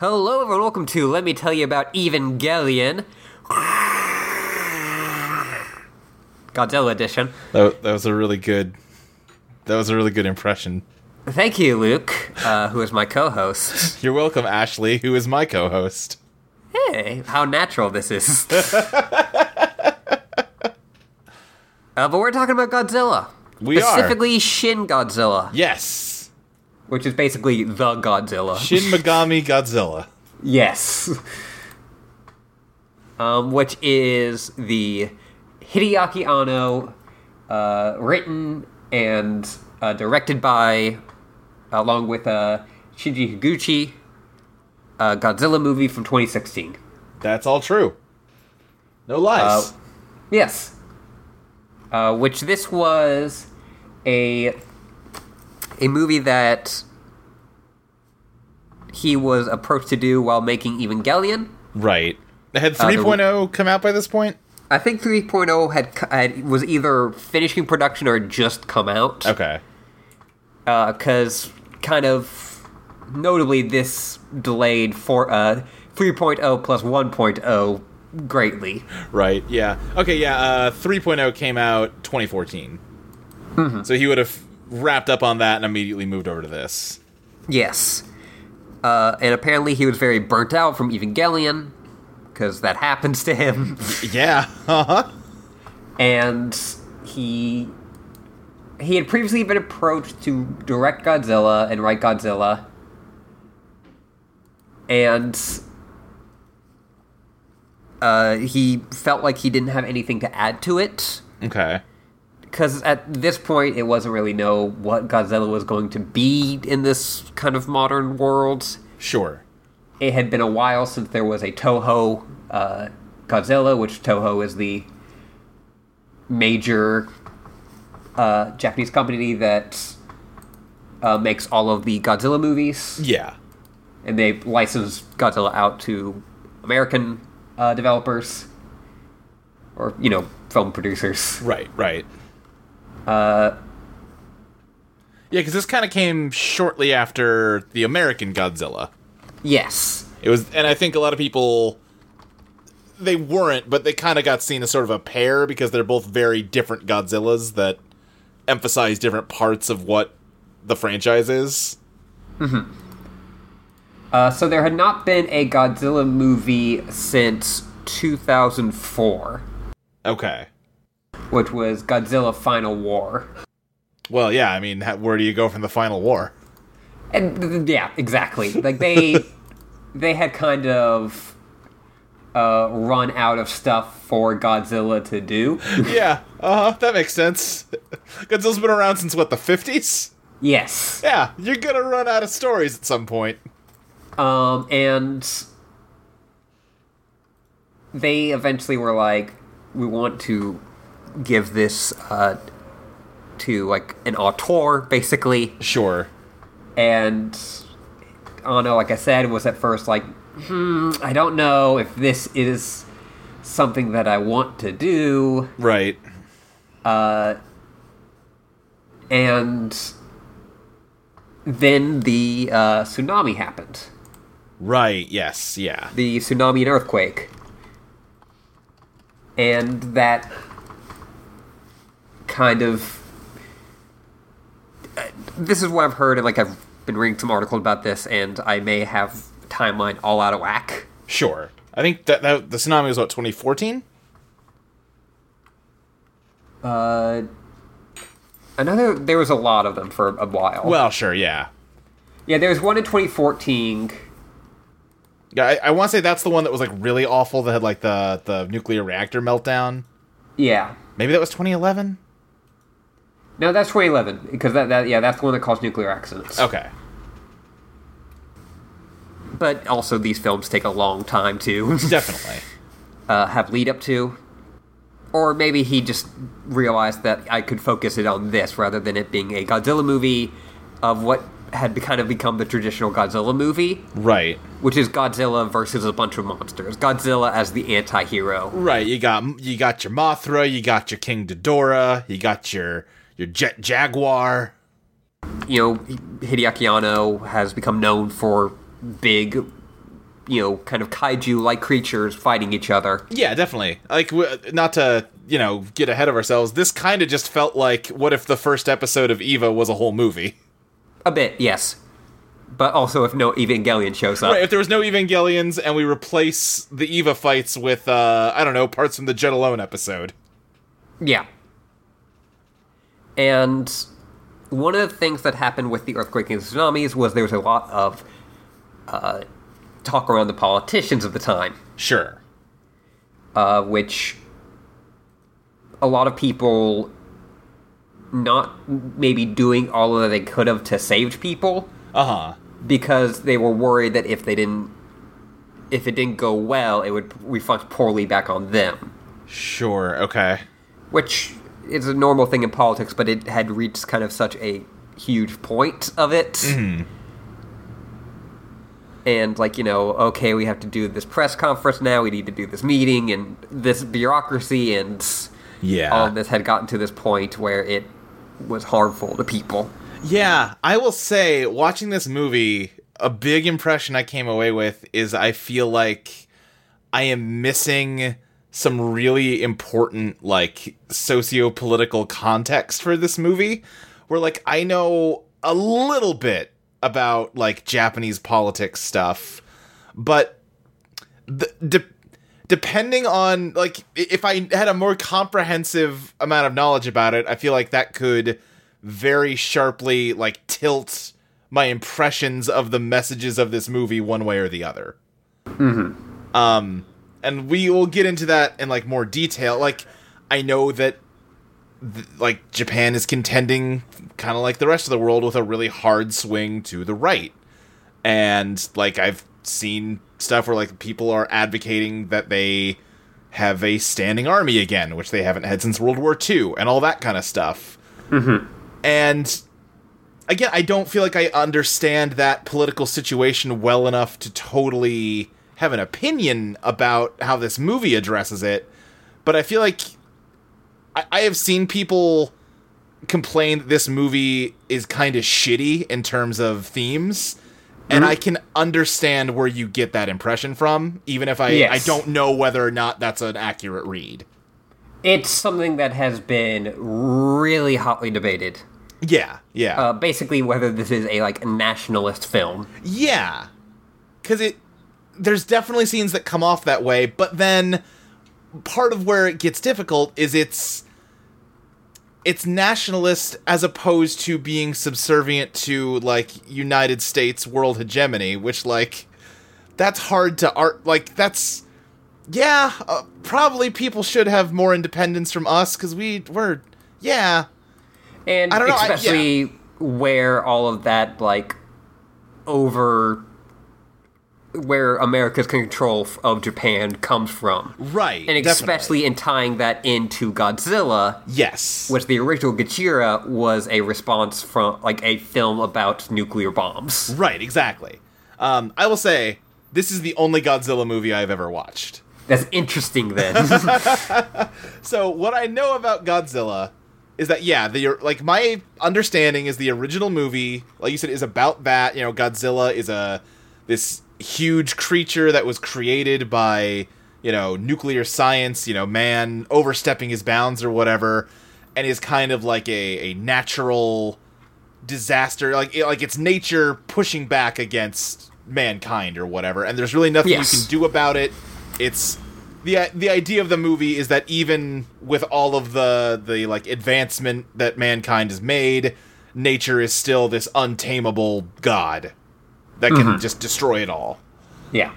Hello, everyone. Welcome to Let Me Tell You About Evangelion. Godzilla edition. That, that was a really good. That was a really good impression. Thank you, Luke, uh, who is my co host. You're welcome, Ashley, who is my co-host. Hey, how natural this is. uh, but we're talking about Godzilla. We are. Specifically, Shin Godzilla, Yes, which is basically the Godzilla. Shin Megami Godzilla. Yes. Um, which is the Hideaki Anno, uh, written and uh, directed by, along with uh, Shinji Higuchi, uh, Godzilla movie from 2016. That's all true. No lies. Uh, Yes. Uh, which this was a a movie that he was approached to do while making Evangelion. right. Had the- 3.0 come out by this point? I think 3.0 had, c- had was either finishing production or just come out. Okay. Because kind of notably, this delayed for uh, 3.0 plus 1.0 greatly. Right. Yeah. Okay. Yeah. Uh, 3.0 came out 2014. So he would have wrapped up on that and immediately moved over to this. Yes. Uh, and apparently, he was very burnt out from Evangelion because that happens to him. Yeah. Uh-huh. and he he had previously been approached to direct Godzilla and write Godzilla, and uh, he felt like he didn't have anything to add to it Okay. because at this point it wasn't really know what Godzilla was going to be in this kind of modern world. Sure. It had been a while since there was a Toho uh, Godzilla, which Toho is the major uh, Japanese company that uh, makes all of the Godzilla movies, Yeah. and they license Godzilla out to American uh, developers or you know film producers. Right, right. Uh Yeah, cuz this kind of came shortly after the American Godzilla. Yes, It was and I think a lot of people they weren't, but they kind of got seen as sort of a pair because they're both very different Godzillas that emphasize different parts of what the franchise is. Uh, so there had not been a Godzilla movie since 2004, Okay. which was Godzilla Final War. Well, yeah, I mean, ha- where do you go from the final war? And th- th- yeah, exactly. Like they they had kind of uh, run out of stuff for Godzilla to do. yeah. Uh-huh, that makes sense. Godzilla's been around since what, the 50s? Yes. Yeah, you're going to run out of stories at some point. Um, and they eventually were like, we want to give this uh, to like an auteur, basically. Sure. and Anno, like I said, was at first like, hmm, I don't know if this is something that I want to do, Right. and then the uh, tsunami happened, Right. Yes. Yeah. the tsunami and earthquake, and that kind of. uh, This is what I've heard, and like I've been reading some articles about this, and I may have timeline all out of whack. Sure. I think that, that the tsunami was what 2014. Uh, another. There was a lot of them for a while. Well, sure. Yeah. yeah, there was one in 2014. Yeah. I, I want to say that's the one that was like really awful. That had like the the nuclear reactor meltdown. Yeah, Maybe that was 2011. no, that's 2011 because that, that yeah, that's the one that caused nuclear accidents. Okay. But also, these films take a long time to Definitely. uh, have lead up to, or maybe he just realized that I could focus it on this rather than it being a Godzilla movie of what had kind of become the traditional Godzilla movie. right. Which is Godzilla versus a bunch of monsters. Godzilla as the anti-hero. Right. You got you got your Mothra. You got your King Ghidorah. You got your your Jet Jaguar. you know, Hideaki Anno has become known for big you know, kind of kaiju like creatures fighting each other. Yeah, definitely. Like, w- not to you know get ahead of ourselves. This kind of just felt like what if the first episode of Eva was a whole movie? A bit, yes. But also, if no Evangelion shows up, Right. If there was no Evangelions and we replace the Eva fights with uh, I don't know parts from the Jet Alone episode. yeah. And one of the things that happened with the earthquake and tsunamis was there was a lot of uh, talk around the politicians of the time. Sure. uh, which a lot of people not maybe doing all that they could have to save people Uh huh. because they were worried that if they didn't if it didn't go well it would reflect poorly back on them Sure. Okay. which is a normal thing in politics but it had reached kind of such a huge point of it and like you know okay we have to do this press conference now we need to do this meeting and this bureaucracy and Yeah. all of this had gotten to this point where it was harmful to people. Yeah, I will say, watching this movie, a big impression I came away with is I feel like I am missing some really important, like, socio political context for this movie, where, like, I know a little bit about, like, Japanese politics stuff, but the, de- depending on like i- if i had a more comprehensive amount of knowledge about it i feel like that could very sharply like tilt my impressions of the messages of this movie one way or the other mm-hmm. um and we will get into that in like more detail like i know that th- like japan is contending kind of like the rest of the world with a really hard swing to the right and like I've seen stuff where like people are advocating that they have a standing army again, which they haven't had since World War II, and all that kind of stuff. Mm-hmm. And again, I don't feel like I understand that political situation well enough to totally have an opinion about how this movie addresses it. But I feel like I, I have seen people complain that this movie is kind of shitty in terms of themes. And Mm-hmm. I can understand where you get that impression from, even if I, Yes. I don't know whether or not that's an accurate read. It's something that has been really hotly debated. Yeah, yeah. Uh, basically, whether this is a like nationalist film. Yeah. Cuz it there's definitely scenes that come off that way, but then part of where it gets difficult is it's it's nationalist as opposed to being subservient to like United States world hegemony, which like that's hard to art like that's yeah, uh, probably people should have more independence from us cuz we we're yeah, And I don't know, I- especially where all of that like over where America's control f- of Japan comes from. right. And definitely. especially in tying that into Godzilla, yes. which the original Gojira was a response from like a film about nuclear bombs. Right, exactly. Um, I will say this is the only Godzilla movie I've ever watched. That's interesting then. So what I know about Godzilla is that yeah, the like my understanding is the original movie, like you said, is about that. You know, Godzilla is a this huge creature that was created by you know nuclear science. You know, man overstepping his bounds or whatever, and is kind of like a a natural disaster like it, like it's nature pushing back against mankind or whatever and there's really nothing Yes. you can do about it it's the the idea of the movie is that even with all of the the like advancement that mankind has made nature is still this untamable god that can just destroy it all yeah.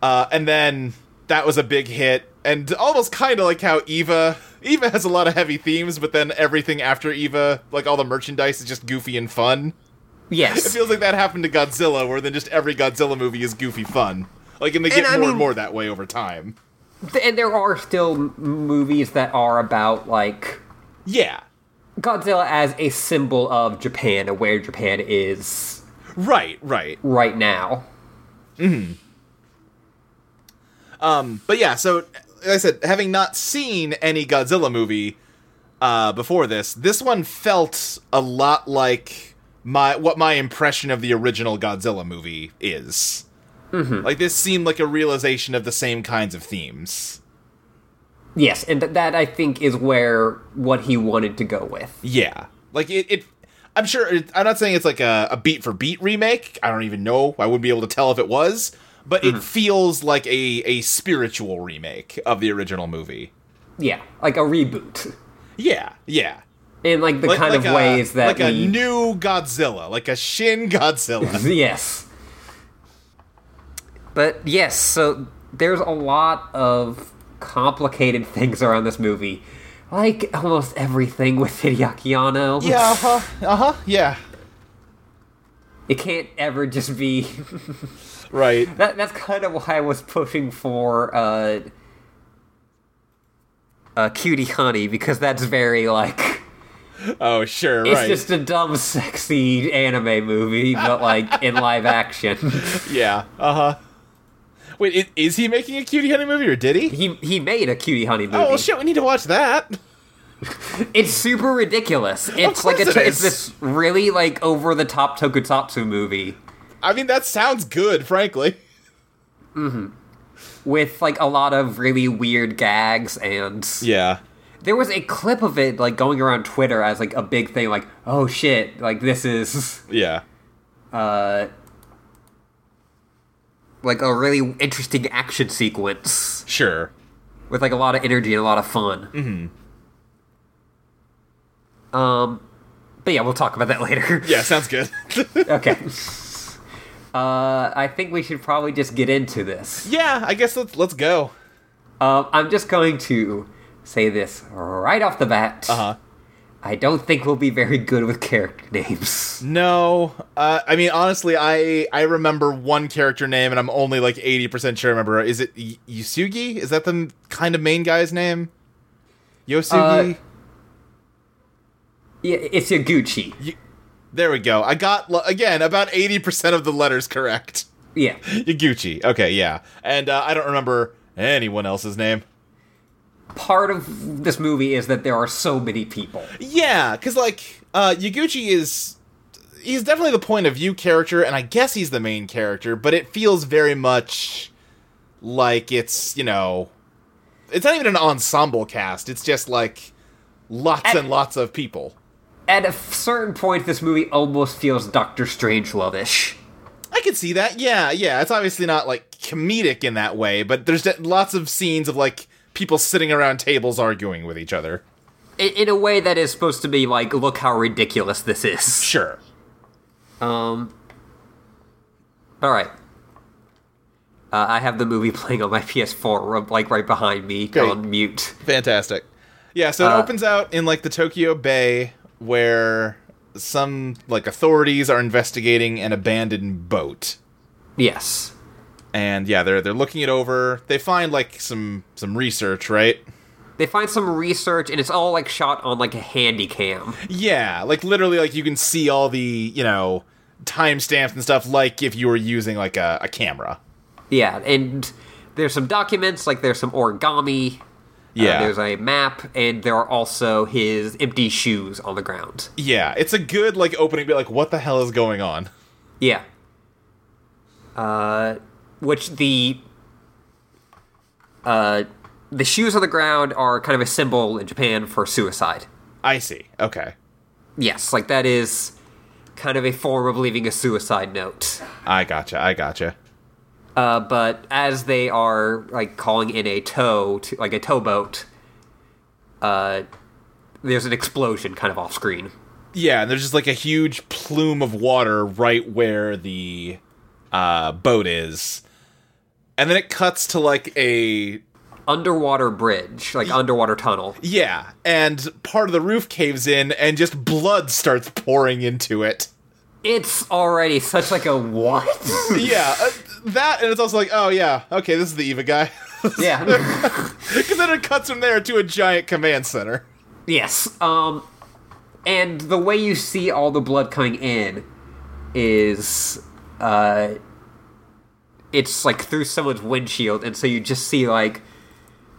uh, and then that was a big hit, and almost kind of like how Eva. Eva has a lot of heavy themes, but then everything after Eva, like all the merchandise, is just goofy and fun. It Yes. feels like that happened to Godzilla, where then just every Godzilla movie is goofy fun. Like, and they And get I more mean- and more that way over time. Th- And there are still m- movies that are about like Yeah, Godzilla as a symbol of Japan and where Japan is right, right. right now. But yeah, so like I said, having not seen any Godzilla movie uh, before this, this one felt a lot like my what my impression of the original Godzilla movie is. Mm-hmm. Like this seemed like a realization of the same kinds of themes. Yes, and th- that I think is where what he wanted to go with. Yeah, like it. it I'm sure. It, I'm not saying it's like a, a beat for beat remake. I don't even know. I wouldn't be able to tell if it was, but Mm-hmm. it feels like a a spiritual remake of the original movie. Yeah, like a reboot. Yeah, yeah. In like the Like- kind like of a- ways that like we a new Godzilla, like a Shin Godzilla. yes. But yes, so there's a lot of complicated things around this movie. Like almost everything with Hideaki Anno. yeah, uh huh, uh huh, yeah. It can't ever just be Right. that that's kind of why I was pushing for uh uh cutie honey, because that's very like Oh, sure, it's right. just a dumb sexy anime movie, but like in live action. Yeah, uh huh. Wait, is, is he making a cutie honey movie or did he? he he made a cutie honey movie. Oh well, shit, we need to watch that. It's super ridiculous. It's like a course t- it it's is. this really like over the top tokusatsu movie I mean, that sounds good, frankly. with like a lot of really weird gags and Yeah. there was a clip of it like going around Twitter as like a big thing like oh shit like this is Yeah. uh like a really interesting action sequence Sure. with like a lot of energy and a lot of fun. Mm-hmm. Um, but yeah, we'll talk about that later. Yeah, sounds good. okay. Uh, I think we should probably just get into this. yeah, I guess let's let's go. Um, I'm just going to say this right off the bat. Uh huh. I don't think we'll be very good with character names. No, uh, I mean honestly, I I remember one character name, and I'm only like eighty percent sure. I remember is it y- Yusugi? Is that the m- kind of main guy's name? Yosugi. Uh, Yeah, it's Yaguchi. there we go. I got l- again about eighty percent of the letters correct. Yeah. Yaguchi. Okay, yeah, and uh, I don't remember anyone else's name. Part of this movie is that there are so many people. Yeah, because like uh, Yaguchi is he's definitely the point of view character, and I guess he's the main character, but it feels very much like it's you know it's not even an ensemble cast. It's just like lots and lots of people. At a f- certain point, this movie almost feels Doctor Strangelove-ish. I can see that. Yeah, yeah. It's obviously not like comedic in that way, but there's de- lots of scenes of like people sitting around tables arguing with each other. In, in a way that is supposed to be like, look how ridiculous this is. Sure. Um. All right. Uh, I have the movie playing on my PS4, r- like right behind me Great. on mute. Fantastic. Yeah, so it Uh, opens out in like the Tokyo Bay where some like authorities are investigating an abandoned boat. Yes. And yeah, they're they're looking it over. They find like some some research, right? They find some research, and it's all like shot on like a handy cam. Yeah, like literally like you can see all the, you know, timestamps and stuff like if you were using like a, a camera. Yeah, and there's some documents, like there's some origami. uh, Yeah. there's a map, and there are also his empty shoes on the ground. Yeah, it's a good like opening bit like what the hell is going on? Yeah. Uh, which the uh, the shoes on the ground are kind of a symbol in Japan for suicide. I see. Okay. Yes, like that is kind of a form of leaving a suicide note. I gotcha. I gotcha. Uh, but as they are like calling in a tow, to, like a towboat, uh, there's an explosion kind of off screen. Yeah, and there's just like a huge plume of water right where the uh, boat is. And then it cuts to like a. Underwater bridge, like underwater tunnel. Yeah, and part of the roof caves in and just blood starts pouring into it. It's already such like a what? Yeah, uh, that, and it's also like, oh yeah, okay, this is the Eva guy. yeah. Because then it cuts from there to a giant command center. Yes. Um, and the way you see all the blood coming in is, uh, it's like through someone's windshield, and so you just see like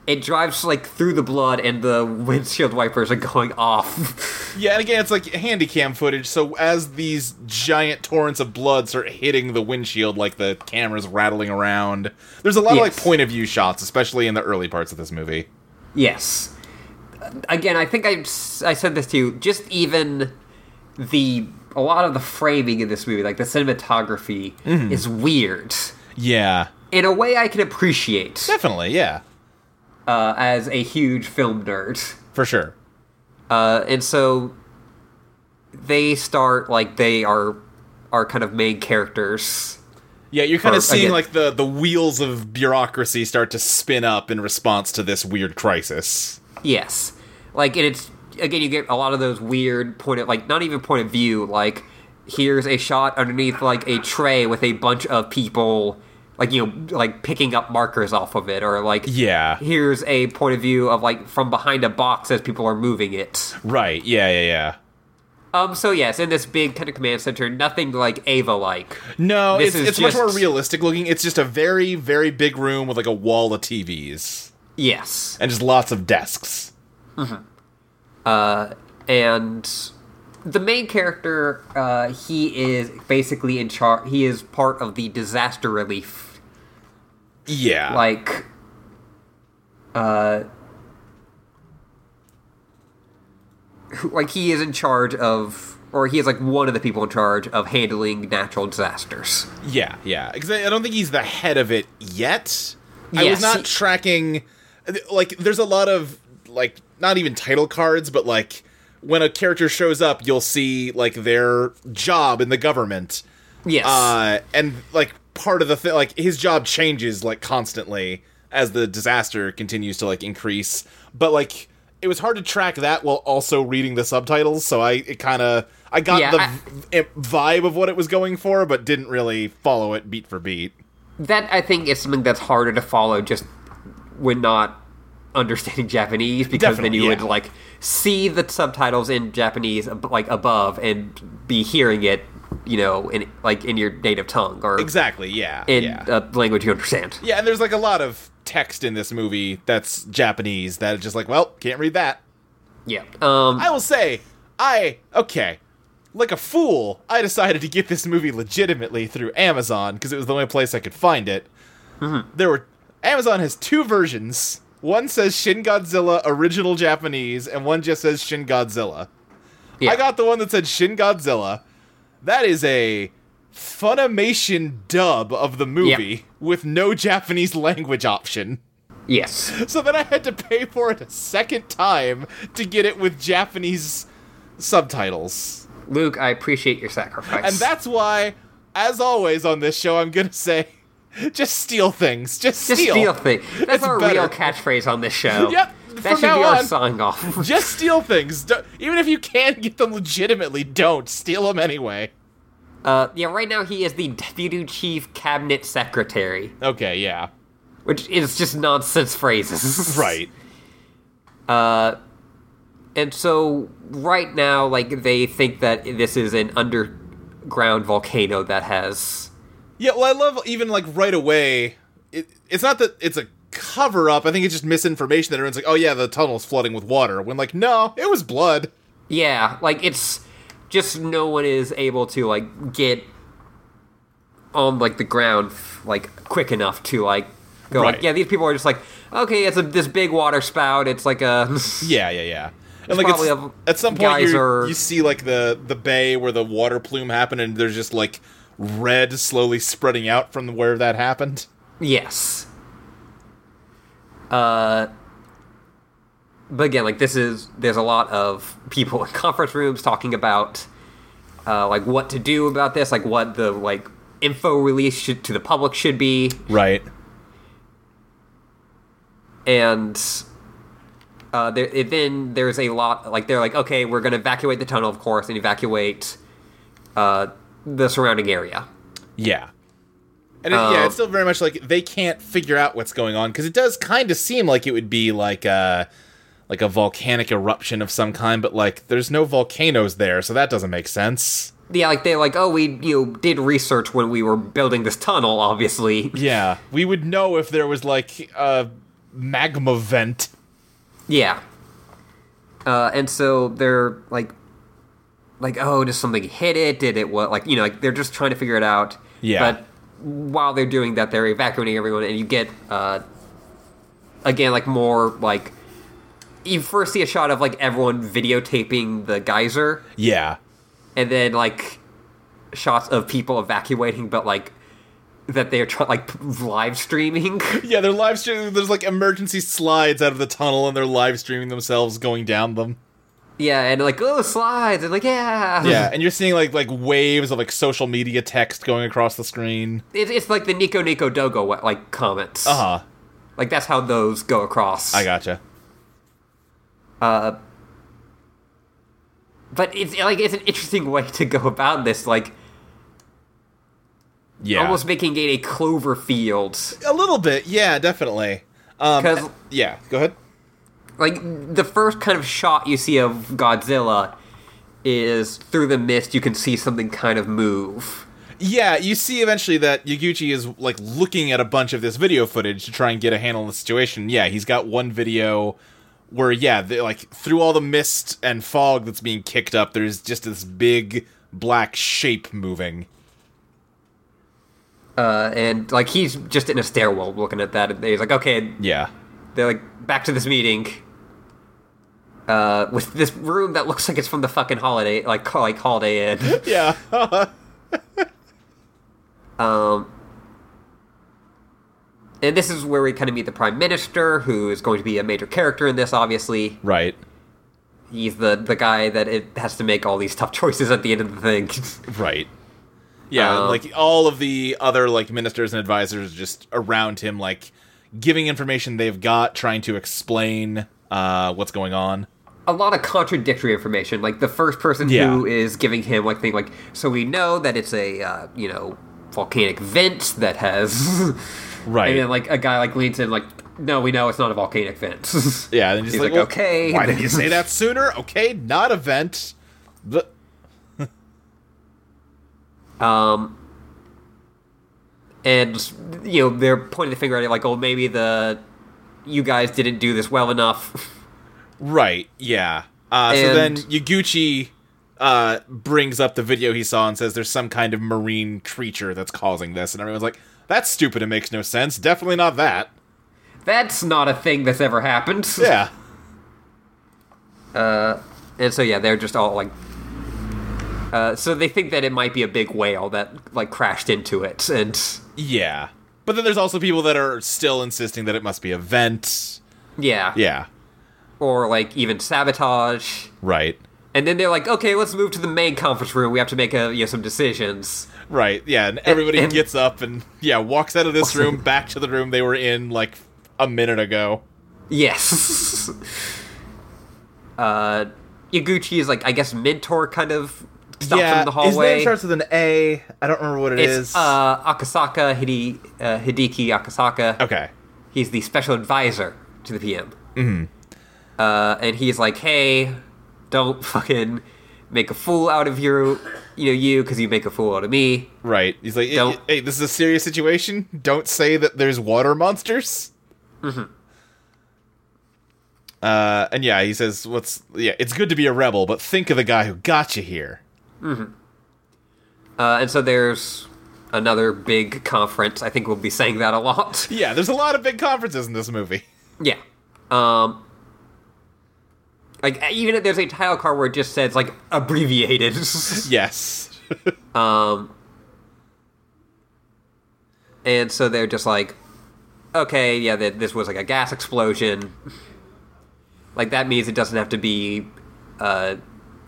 It drives like through the blood, and the windshield wipers are going off. Yeah, and again, it's like handy cam footage. So as these giant torrents of blood start hitting the windshield, like the camera's rattling around, there's a lot of Yes. like point of view shots, especially in the early parts of this movie. yes. Again, I think I s- I said this to you. Just even the a lot of the framing in this movie, like the cinematography, is weird Yeah, in a way I can appreciate definitely. Yeah, uh, as a huge film nerd. for sure. Uh, and so they start like they are are kind of main characters. Yeah, you're kind Or, of seeing again- like the the wheels of bureaucracy start to spin up in response to this weird crisis. Yes. Like and it's again you get a lot of those weird point of like not even point of view, like here's a shot underneath like a tray with a bunch of people like you know like picking up markers off of it or like Yeah. here's a point of view of like from behind a box as people are moving it Right. Yeah. Yeah. Yeah. um so yes in this big kind of command center nothing like ava like No, This it's, is it's much more just- realistic looking. It's just a very, very big room with like a wall of TVs yes and just lots of desks. and the main character uh, he is basically in charge he is part of the disaster relief Yeah. like uh who- like he is in charge of or he is like one of the people in charge of handling natural disasters Yeah, yeah. Because I I don't think he's the head of it yet. I Yes, was not he- tracking. Like, there's a lot of like not even title cards, but like when a character shows up, you'll see like their job in the government, yes uh, and like part of the thing, like his job changes like constantly as the disaster continues to like increase. But like it was hard to track that while also reading the subtitles, so I it kind of I got Yeah, the I- v- i- vibe of what it was going for, but didn't really follow it beat for beat. that i think is something that's harder to follow just when not understanding japanese because then Definitely, you would yeah. like see the subtitles in japanese ab- like above and be hearing it you know in like in your native tongue or Exactly. Yeah. in yeah. a language you understand yeah, and there's like a lot of text in this movie that's Japanese that is just like, well, can't read that. yeah um I will say, I okay, like a fool, I decided to get this movie legitimately through Amazon because it was the only place I could find it. Mm-hmm. There were Amazon has two versions. One says Shin Godzilla original Japanese, and one just says Shin Godzilla. yeah. I got the one that said Shin Godzilla. That is a Funimation dub of the movie with no Japanese language option. yes So then I had to pay for it a second time to get it with Japanese subtitles. Luke, I appreciate your sacrifice. And that's why, as always on this show, I'm going to say just steal things. Just just steal. steal, thing. That's It's our real better. catchphrase on this show. Yep, That from should now be our on. sign off. Just steal things. Don't- even if you can get them legitimately, don't. Steal them anyway. Uh, yeah, right now he is the deputy chief cabinet secretary, Okay, yeah. which is just nonsense phrases. Right. And so right now, like they think that this is an underground volcano that has. Yeah, well, I love even like right away. It, it's not that it's a cover up. I think it's just misinformation that everyone's like, "Oh yeah, the tunnel's flooding with water." When like, no, it was blood. Yeah, like it's just no one is able to like get on like the ground f- like quick enough to like go like Right. yeah these people are just like okay it's a, this big water spout it's like a Yeah, yeah, yeah. And It's like probably it's, a- at some point guys you are- you see like the the bay where the water plume happened, and there's just like red slowly spreading out from where that happened. yes uh but again like this is there's a lot of people in conference rooms talking about uh like what to do about this like what the like info release should, to the public should be Right. and uh, there, it, then there's a lot like they're like okay we're going to evacuate the tunnel of course and evacuate uh, the surrounding area Yeah. And it, yeah, Um, it's still very much like they can't figure out what's going on because it does kind of seem like it would be like a like a volcanic eruption of some kind, but like there's no volcanoes there, so that doesn't make sense. yeah like they're like oh we you know did research when we were building this tunnel obviously Yeah, we would know if there was like a magma vent. Yeah. Uh, and so they're like, like, oh, does something hit it? Did it what? Like, you know, like they're just trying to figure it out. Yeah. But while they're doing that, they're evacuating everyone, and you get, uh, again, like more like, you first see a shot of like everyone videotaping the geyser, Yeah. and then like shots of people evacuating, but like that they're try- like p- live streaming. Yeah, they're live streaming. There's like emergency slides out of the tunnel, and they're live streaming themselves going down them. yeah, and like oh slides, and like yeah, Yeah, and you're seeing like like waves of like social media text going across the screen. It, it's like the Nico Nico Dogo wa- like comments. Uh huh. Like that's how those go across. I gotcha. but it's like it's an interesting way to go about this, like Yeah, almost making it a clover field. a little bit. Yeah, definitely. 'Cause- Um, yeah, go ahead. Like the first kind of shot you see of Godzilla is through the mist you can see something kind of move. Yeah, you see eventually that Yaguchi is like looking at a bunch of this video footage to try and get a handle on the situation. Yeah, he's got one video where yeah, they, like through all the mist and fog that's being kicked up, there's just this big black shape moving. Uh, and like he's just in a stairwell looking at that and he's like, Okay, Yeah. they're like back to this meeting. Uh, with this room that looks like it's from the fucking holiday, like like Holiday Inn. Yeah. Um, and this is where we kind of meet the prime minister, who is going to be a major character in this. Obviously, right. he's the the guy that it has to make all these tough choices at the end of the thing. Right. Yeah, Um, like all of the other like ministers and advisors just around him like giving information they've got trying to explain uh what's going on. a lot of contradictory information. Like the first person who Yeah. is giving him like thing like, so we know that it's a uh, you know volcanic vent that has. Right. And then, like a guy like leans in, like, no, we know it's not a volcanic vent. Yeah, and then He's just like, like, "Well, okay." Why didn't you say that sooner? Okay, not event. But Um, and you know they're pointing the finger at it like, oh, maybe the you guys didn't do this well enough. right, yeah. Uh, so then And- Yaguchi uh, brings up the video he saw and says there's some kind of marine creature that's causing this, and everyone's like, "That's stupid. It makes no sense. Definitely not that." that's not a thing that's ever happened. Yeah, And so yeah, they're just all like. Uh, so they think that it might be a big whale that like crashed into it, and yeah. But then there's also people that are still insisting that it must be event. yeah, Yeah, or like even sabotage. right, And then they're like, okay, let's move to the main conference room. We have to make a, you know, some decisions. right. Yeah, and everybody and- gets up and yeah walks out of this room back to the room they were in like a minute ago. Yes. uh, Yaguchi is like, I guess, mentor kind of stops him in the hallway. His name starts with an A. I don't remember what it's uh, Akasaka Hide, uh, Hideki Akasaka. okay. He's the special advisor to the PM. Mm-hmm. Uh, and he's like, hey, don't fucking make a fool out of your, you know, you, because you make a fool out of me. Right. He's like, hey, Don't- hey, this is a serious situation. Don't say that there's water monsters. Mm-hmm. Uh, and yeah, he says, what's, yeah, it's good to be a rebel, but think of the guy who got you here. Uh, and so there's another big conference. I think we'll be saying that a lot. Yeah, there's a lot of big conferences in this movie. Yeah. Um like even if there's a title card where it just says like abbreviated. Yes. um and so they're just like okay, yeah, that this was like a gas explosion. Like that means it doesn't have to be uh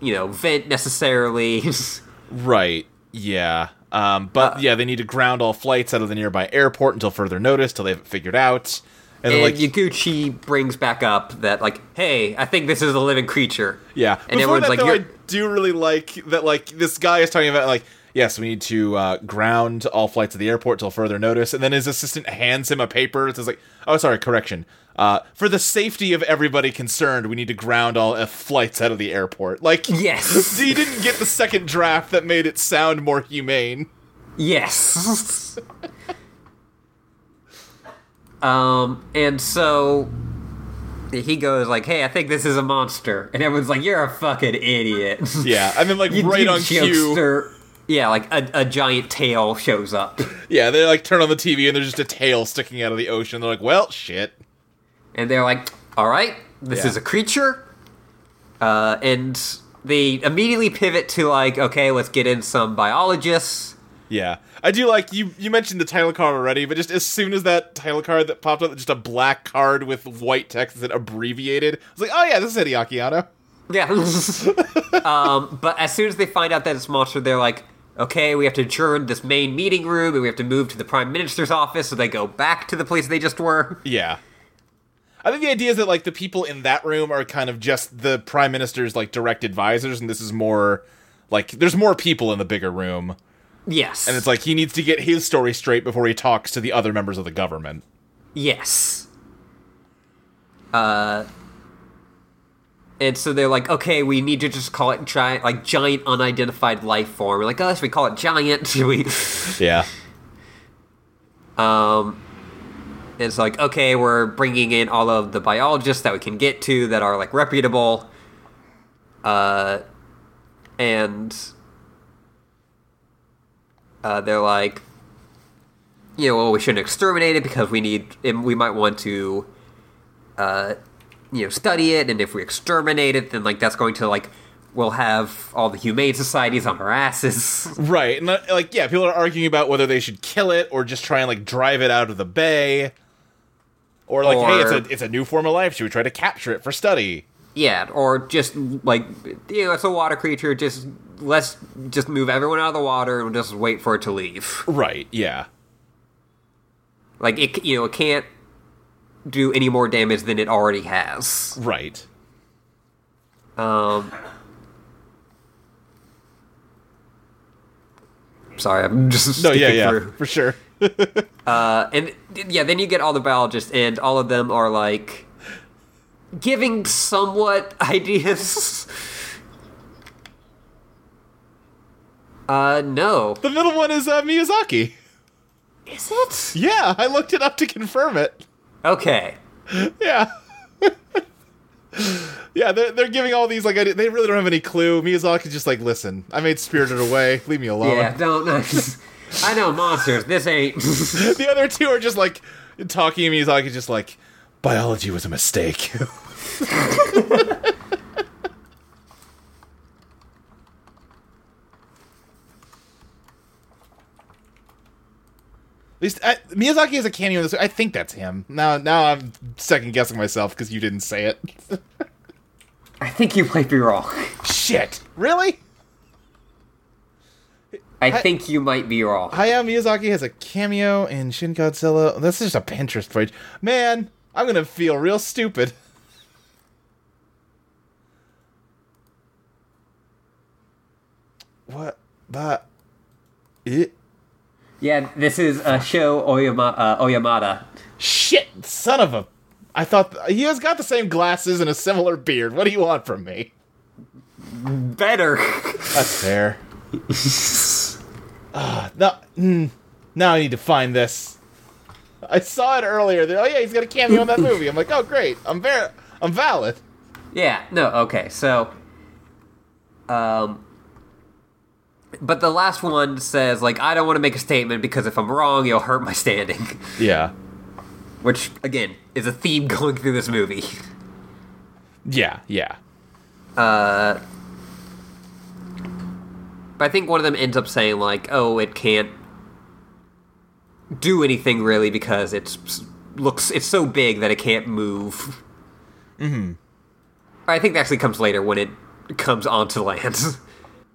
you know, vent necessarily. right. Yeah. Um, but yeah, they need to ground all flights out of the nearby airport until further notice, till they have it figured out. And, and then, like, Yaguchi brings back up that like, hey, I think this is a living creature. Yeah. And Before everyone's that, like, though, you're I do really like that. Like this guy is talking about like. Yes, we need to uh, ground all flights at the airport till further notice. And then his assistant hands him a paper. It says like, "Oh, sorry, correction. Uh, for the safety of everybody concerned, we need to ground all uh, flights out of the airport." Like, Yes. he didn't get the second draft that made it sound more humane. Yes. Um, and so he goes like, "Hey, I think this is a monster," and everyone's like, "You're a fucking idiot." Yeah, and then like You- right you on cue, jokester. Yeah, like a, a giant tail shows up, yeah, they like turn on the TV and there's just a tail sticking out of the ocean. They're like, well, shit. and they're like, "All right, this Yeah. is a creature," uh, and they immediately pivot to like, "Okay, let's get in some biologists." Yeah, I do like you. You mentioned the title card already, but just as soon as that title card that popped up, just a black card with white text that said abbreviated. I was like, oh yeah, this is Hideaki Anno. Yeah. um, but as soon as they find out that it's a monster, they're like, okay, we have to adjourn this main meeting room and we have to move to the prime minister's office. So they go back to the place they just were. Yeah. I think the idea is that like the people in that room are kind of just the prime minister's like direct advisors, and this is more like there's more people in the bigger room, Yes. and it's like he needs to get his story straight before he talks to the other members of the government. yes. Uh, and so they're like, okay, we need to just call it giant, like giant unidentified life form. We're like, oh, should we call it giant? Should we? Yeah. Um, it's like, okay, we're bringing in all of the biologists that we can get to that are like reputable. Uh, and uh, they're like, you know, well, we shouldn't exterminate it because we need, and we might want to, uh, you know, study it. And if we exterminate it, then like that's going to like we'll have all the humane societies on our asses. Right. And uh, like yeah, people are arguing about whether they should kill it or just try and like drive it out of the bay. Or like, hey, it's Or- a it's a new form of life. Should we try to capture it for study? Yeah, or just like you know, it's a water creature. Just let's just move everyone out of the water and just wait for it to leave. Right, yeah. Like it, c- you know, it can't do any more damage than it already has. Right. Um, sorry, I'm just No, yeah, sticking yeah. through. For sure. Uh, and th- yeah, then you get all the biologists, and all of them are like giving somewhat ideas. Uh, no. The middle one is uh, Miyazaki. Is it? Yeah, I looked it up to confirm it. Okay. Yeah. yeah, they're, they're giving all these, like, ide- they really don't have any clue. Miyazaki's just like, listen, I made Spirited Away. Leave me alone. Yeah, don't. Oh, I know monsters. This ain't. The other two are just like, talking to Miyazaki's just like, biology was a mistake. At least I, Miyazaki has a cameo in this. I think that's him. Now, now I'm second guessing myself because you didn't say it. I think you might be wrong. Shit, really? I think you might be wrong. Hayao Miyazaki has a cameo in Shin Godzilla. That's just a Pinterest page. Man, I'm gonna feel real stupid. What? But it. Yeah, this is uh, show Oyama, uh, Oyamada. Shit, son of a. I thought he has got the same glasses and a similar beard. What do you want from me? Better. That's fair. Ah, no, mm, now I need to find this. I saw it earlier. They're, oh yeah, he's got a cameo in that movie. I'm like, oh great, I'm very, I'm valid. yeah. No. Okay. So, um, but the last one says like, I don't want to make a statement because if I'm wrong, you'll hurt my standing. Yeah, Which again is a theme going through this movie. yeah, yeah, But I think one of them ends up saying like, "Oh, it can't do anything really because it's looks it's so big that it can't move." Mm-hmm. I think that actually comes later when it comes onto land.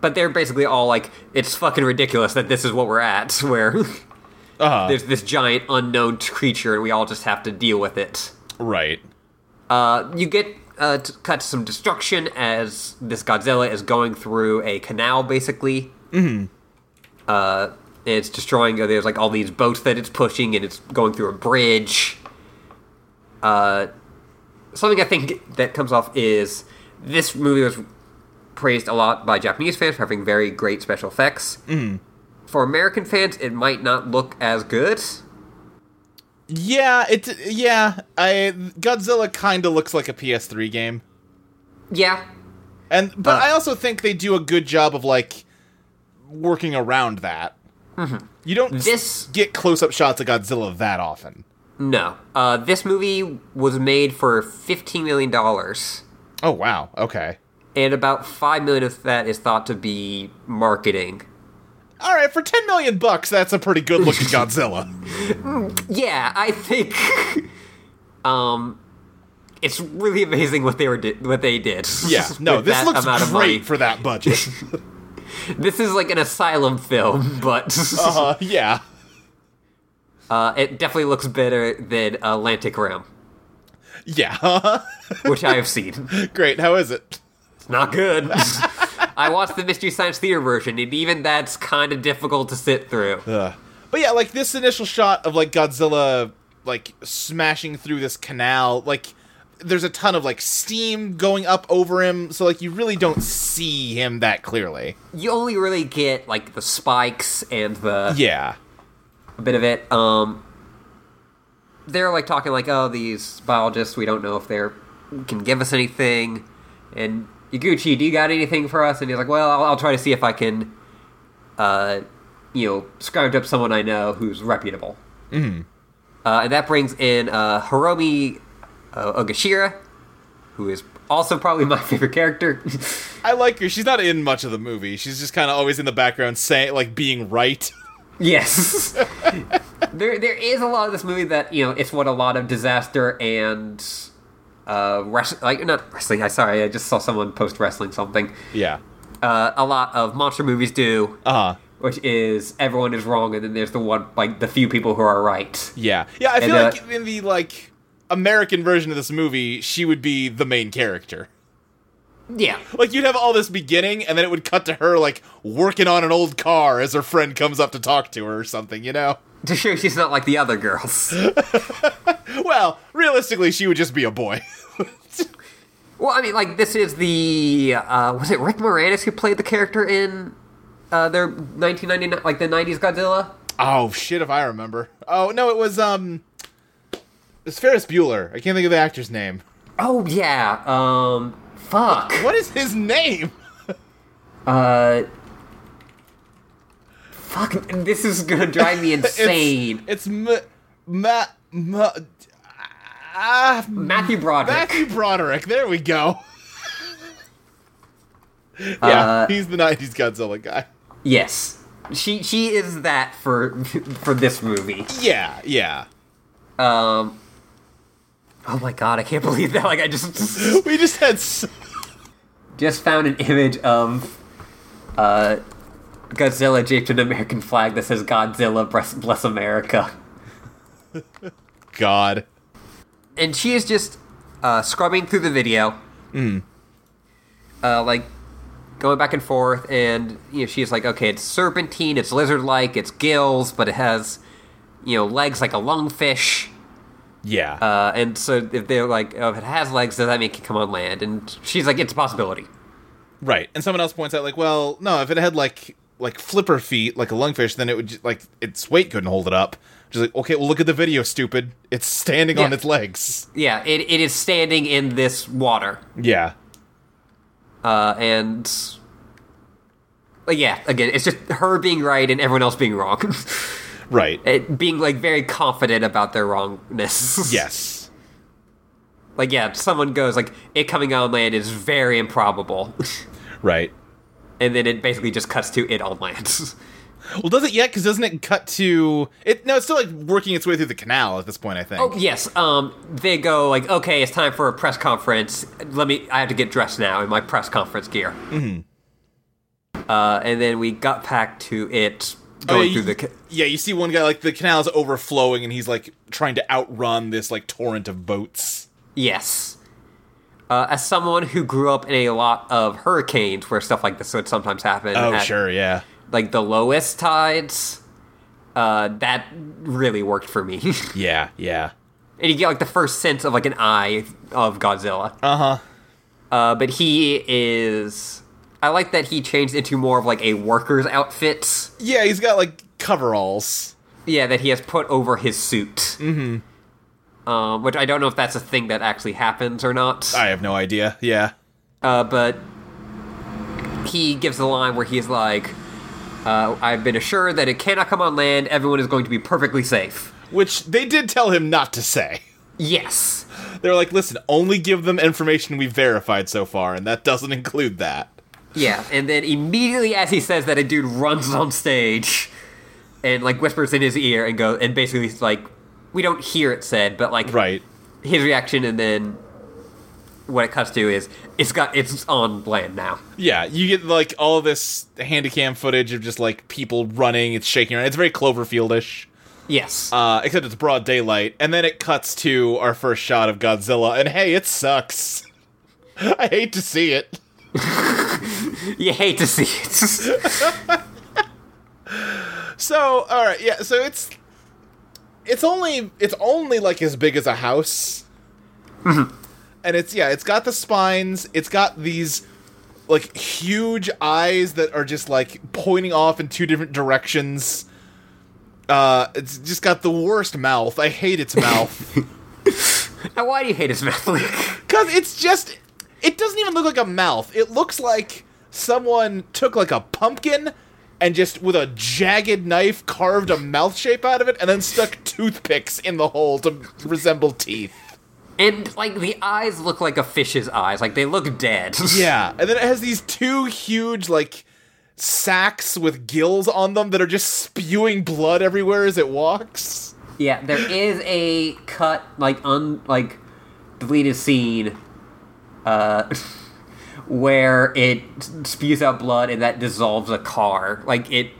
but they're basically all like, "It's fucking ridiculous that this is what we're at, where uh, there's this giant unknown creature and we all just have to deal with it." right. Uh, you get uh, t- cut to some destruction as this Godzilla is going through a canal, basically. Mm-hmm. Uh, it's destroying. uh, There's like all these boats that it's pushing, and it's going through a bridge. Uh, something I think that comes off is this movie was praised a lot by Japanese fans for having very great special effects. For American fans, it might not look as good. Yeah, it's yeah. I Godzilla kind of looks like a PS3 game, Yeah, and but Uh. I also think they do a good job of like working around that. You don't s- This- get close-up shots of Godzilla that often. no. Uh, this movie was made for fifteen million dollars, Oh wow, okay, and about five million of that is thought to be marketing. all right. For ten million bucks, that's a pretty good-looking Godzilla. Yeah, I think. um, it's really amazing what they were di- what they did. Yeah, no, with this that looks amount of money. great for that budget. This is like an asylum film, but uh, yeah. uh, it definitely looks better than Atlantic Rim, Yeah. which I have seen. Great. How is it? It's not good. I watched the Mystery Science Theater version, and even that's kind of difficult to sit through. Ugh. But yeah, like this initial shot of like Godzilla like smashing through this canal, like there's a ton of like steam going up over him, so like you really don't see him that clearly. You only really get like the spikes and the Yeah. a bit of it. Um, they're like talking like, oh, these biologists, we don't know if they're can give us anything. And Iguchi, do you got anything for us? And he's like, well, I'll, I'll try to see if I can, uh, you know, scrounge up someone I know who's reputable. Mm-hmm. Uh, and that brings in uh, Hiromi uh, Ogashira, who is also probably my favorite character. I like her. She's not in much of the movie. She's just kind of always in the background saying like being right. Yes. there there is a lot of this movie that, you know, it's what a lot of disaster and uh wrestling like not wrestling, I sorry, I just saw someone post wrestling something. Yeah. Uh a lot of monster movies do, Uh-huh. which is everyone is wrong and then there's the one like the few people who are right. Yeah. Yeah, I And, feel uh, like in the like American version of this movie, she would be the main character. Yeah. Like you'd have all this beginning, and then it would cut to her like working on an old car as her friend comes up to talk to her or something, you know? To show she's not like the other girls. Well, realistically, she would just be a boy. well, I mean like this is the uh was it Rick Moranis who played the character in uh their 1999 like the 90s Godzilla? oh shit, if I remember. Oh no, it was um, it's Ferris Bueller. I can't think of the actor's name. Oh yeah. Um fuck. What is his name? Uh, fuck, this is gonna drive me insane. It's M Ma Ma. Ah, Matthew Broderick. Matthew Broderick. There we go. yeah, Uh, he's the '90s Godzilla guy. Yes, she she is that for for this movie. Yeah, yeah. Um, oh my god, I can't believe that. Like, I just We just had so just found an image of uh Godzilla draped in an American flag that says Godzilla bless, bless America, God. and she is just uh scrubbing through the video. uh, like going back and forth, and you know she's like, okay, it's serpentine, it's lizard-like, it's gills, but it has you know legs like a lungfish, Yeah. uh, and so if they're like, oh, if it has legs, does that make it come on land? And she's like, it's a possibility. right. And someone else points out, like, well, no, if it had like like flipper feet, like a lungfish, then it would just, like its weight couldn't hold it up. Just like, okay, well, look at the video, stupid. It's standing on Yeah. its legs. Yeah, it, it is standing in this water, Yeah. uh, and. But yeah, again, it's just her being right and everyone else being wrong. Right. it being like very confident about their wrongness. yes. Like, yeah, someone goes, like, it coming on land is very improbable. Right. and then it basically just cuts to it on land. Well, does it yet? Because doesn't it cut to it? No, it's still like working its way through the canal at this point. I think. oh, yes, um, they go, like, okay, it's time for a press conference. Let me, I have to get dressed now in my press conference gear. Mm-hmm. Uh, and then we got back to it Oh, going yeah, through you, the. Ca- yeah, you see one guy like the canal's overflowing, and he's like trying to outrun this like torrent of boats. yes. Uh, as someone who grew up in a lot of hurricanes where stuff like this would sometimes happen. Oh, at- sure, yeah. like the lowest tides uh that really worked for me and Yeah, yeah. you get like the first sense of like an eye of godzilla Uh huh. uh but he is i like that he changed into more of like a worker's outfit Yeah, he's got like coveralls. yeah, that he has put over his suit. Mm-hmm. Um, which I don't know if that's a thing that actually happens or not. I have no idea. Yeah. Uh, but he gives the line where he's like, uh, "I've been assured that it cannot come on land. Everyone is going to be perfectly safe." Which they did tell him not to say. Yes. They were like, listen, only give them information we've verified so far, and that doesn't include that. Yeah, and then immediately as he says that, a dude runs on stage and like whispers in his ear and go and basically he's like, "We don't hear it said, but like Right. his reaction." And then what it cuts to is it's got it's on land now. Yeah, you get like all this handycam footage of just like people running, it's shaking around. It's very Cloverfieldish. Yes. Uh, except it's broad daylight, and then it cuts to our first shot of Godzilla, and hey, it sucks. I hate to see it. you hate to see it. So, all right, yeah. So it's it's only it's only like as big as a house, and it's yeah, it's got the spines. It's got these like huge eyes that are just like pointing off in two different directions. Uh, it's just got the worst mouth. I hate its mouth now, why do you hate his mouth? Like, because it's just it doesn't even look like a mouth. It looks like someone took like a pumpkin. And just with a jagged knife carved a mouth shape out of it and then stuck toothpicks in the hole to resemble teeth. and like the eyes look like a fish's eyes. Like they look dead. Yeah, and then it has these two huge like sacks with gills on them that are just spewing blood everywhere as it walks. Yeah, there is a cut, like un, like deleted scene, uh, where it spews out blood and that dissolves a car. Like it,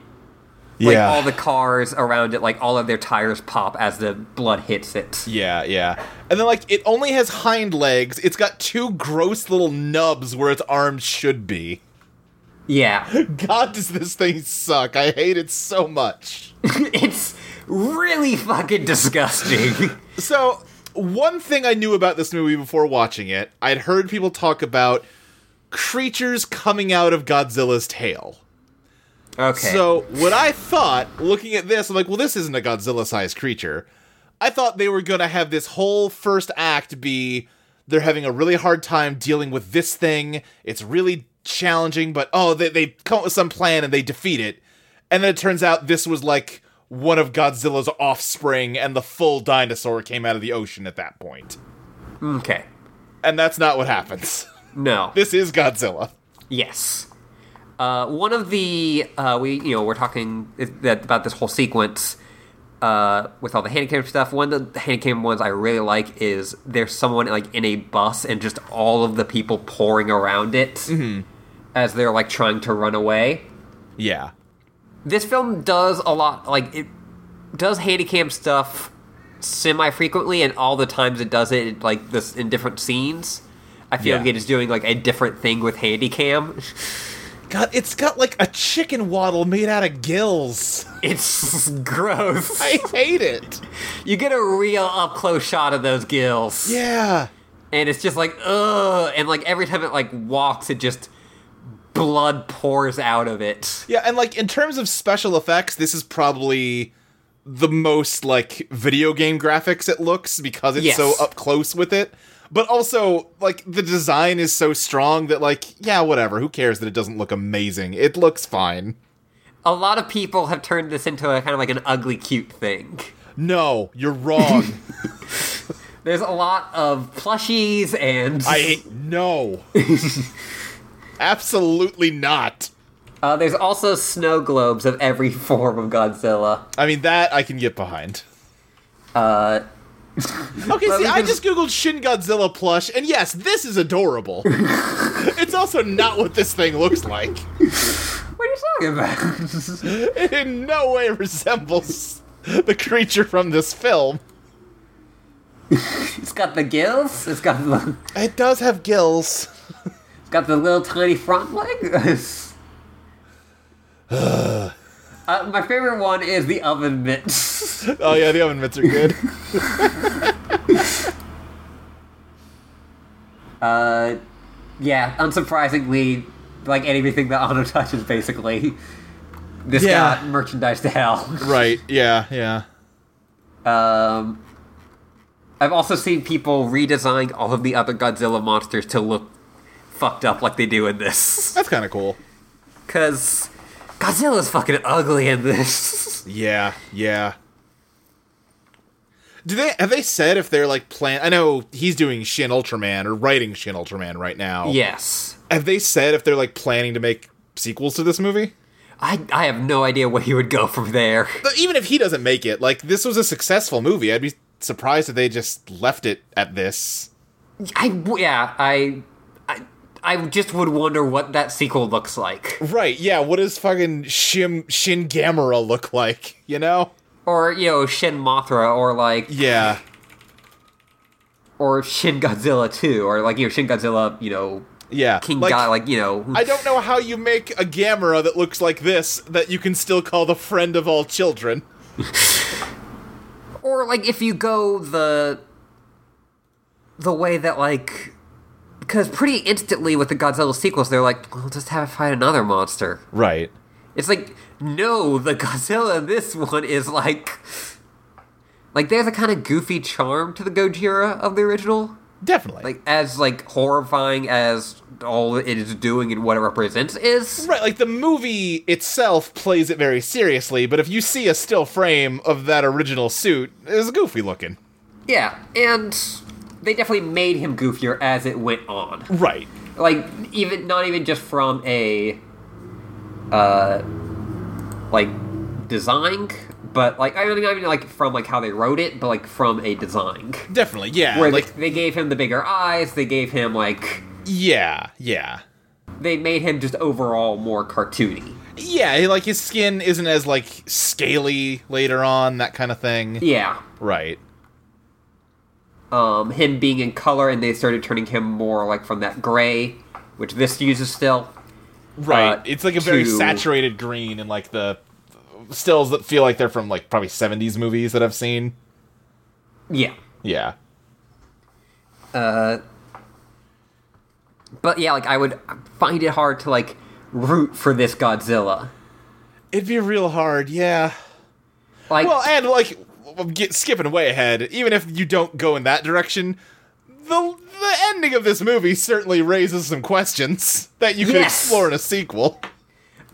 like all the cars around it, like all of their tires pop as the blood hits it. yeah, yeah. And then like it only has hind legs. It's got two gross little nubs where its arms should be. Yeah, God, does this thing suck? I hate it so much. it's really fucking disgusting. So, one thing I knew about this movie before watching it, I'd heard people talk about creatures coming out of Godzilla's tail. Okay, So what I thought, looking at this, I'm like, well, this isn't a Godzilla-sized creature. I thought they were gonna have this whole first act be they're having a really hard time dealing with this thing. It's really challenging, but oh, they they come up with some plan and they defeat it. And then it turns out this was like one of Godzilla's offspring, and the full dinosaur came out of the ocean at that point. okay, And that's not what happens. no, this is Godzilla. Yes. Uh, one of the uh, we you know we're talking i- that about this whole sequence uh, with all the handicam stuff. One of the handicam ones I really like is there's someone like in a bus and just all of the people pouring around it as they're like trying to run away. Yeah. This film does a lot like it does handicam stuff semi frequently, and all the times it does it, it like this in different scenes. I feel Yeah. like it is doing like a different thing with handicam. God, it's got like a chicken waddle made out of gills. It's gross. I hate it. You get a real up close shot of those gills, Yeah. and it's just like ugh, and like every time it like walks, it just blood pours out of it. Yeah, and like in terms of special effects, this is probably the most like video game graphics it looks because it's Yes. so up close with it. But also, like the design is so strong that like, yeah, whatever, who cares that it doesn't look amazing. It looks fine. A lot of people have turned this into a kind of like an ugly cute thing. No, you're wrong. There's a lot of plushies and I no. Absolutely not. uh, there's also snow globes of every form of Godzilla. I mean that I can get behind. Uh, Okay, Let see, me I just- just googled Shin Godzilla plush, and yes, this is adorable. it's also not what this thing looks like. what are you talking about? It in no way resembles the creature from this film. it's got the gills. It's got the, It does have gills. it's got the little tiny front legs. Uh, my favorite one is the oven mitts. Oh yeah, the oven mitts are good. Uh, yeah, unsurprisingly, like anything that Anno touches, basically. This Yeah. got merchandise to hell. Right. Yeah. Yeah. Um, I've also seen people redesign all of the other Godzilla monsters to look fucked up like they do in this. That's kind of cool. Because Godzilla's fucking ugly in this. Yeah. Yeah. Do they have they said if they're like plan? I know he's doing Shin Ultraman or writing Shin Ultraman right now. yes. Have they said if they're like planning to make sequels to this movie? I, I have no idea where he would go from there. But even if he doesn't make it, like this was a successful movie. I'd be surprised if they just left it at this. I, yeah, I, I, I just would wonder what that sequel looks like. Right? Yeah. What does fucking Shim Shin Gamera look like? You know? Or, you know, Shin Mothra, or like, Yeah. or Shin Godzilla 2, or like, you know, Shin Godzilla, you know, Yeah. King like, God, like, you know. I don't know how you make a Gamera that looks like this that you can still call the friend of all children. or like if you go the the way that like because pretty instantly with the Godzilla sequels they're like we'll just have it fight another monster. Right. It's like no, the Godzilla in this one is like like there's a kind of goofy charm to the Gojira of the original. Definitely. Like as like horrifying as all it is doing and what it represents is. right, like the movie itself plays it very seriously, but if you see a still frame of that original suit, it's goofy looking. Yeah, and they definitely made him goofier as it went on. Right. like even not even just from a uh like design but like i mean, I mean like from like how they wrote it but like from a design Definitely. Yeah. where like like they gave him the bigger eyes they gave him like yeah, yeah. they made him just overall more cartoony Yeah, like his skin isn't as like scaly later on, that kind of thing. yeah Right. um him being in color and they started turning him more like from that gray which this uses still Right. Uh, it's like a very to- saturated green and like the stills that feel like they're from like probably 70s movies that I've seen. yeah Yeah. but yeah like i would find it hard to like root for this godzilla It'd be real hard, yeah. like Well, and like get, skipping way ahead, even if you don't go in that direction, the the ending of this movie certainly raises some questions that you can Yes. explore in a sequel.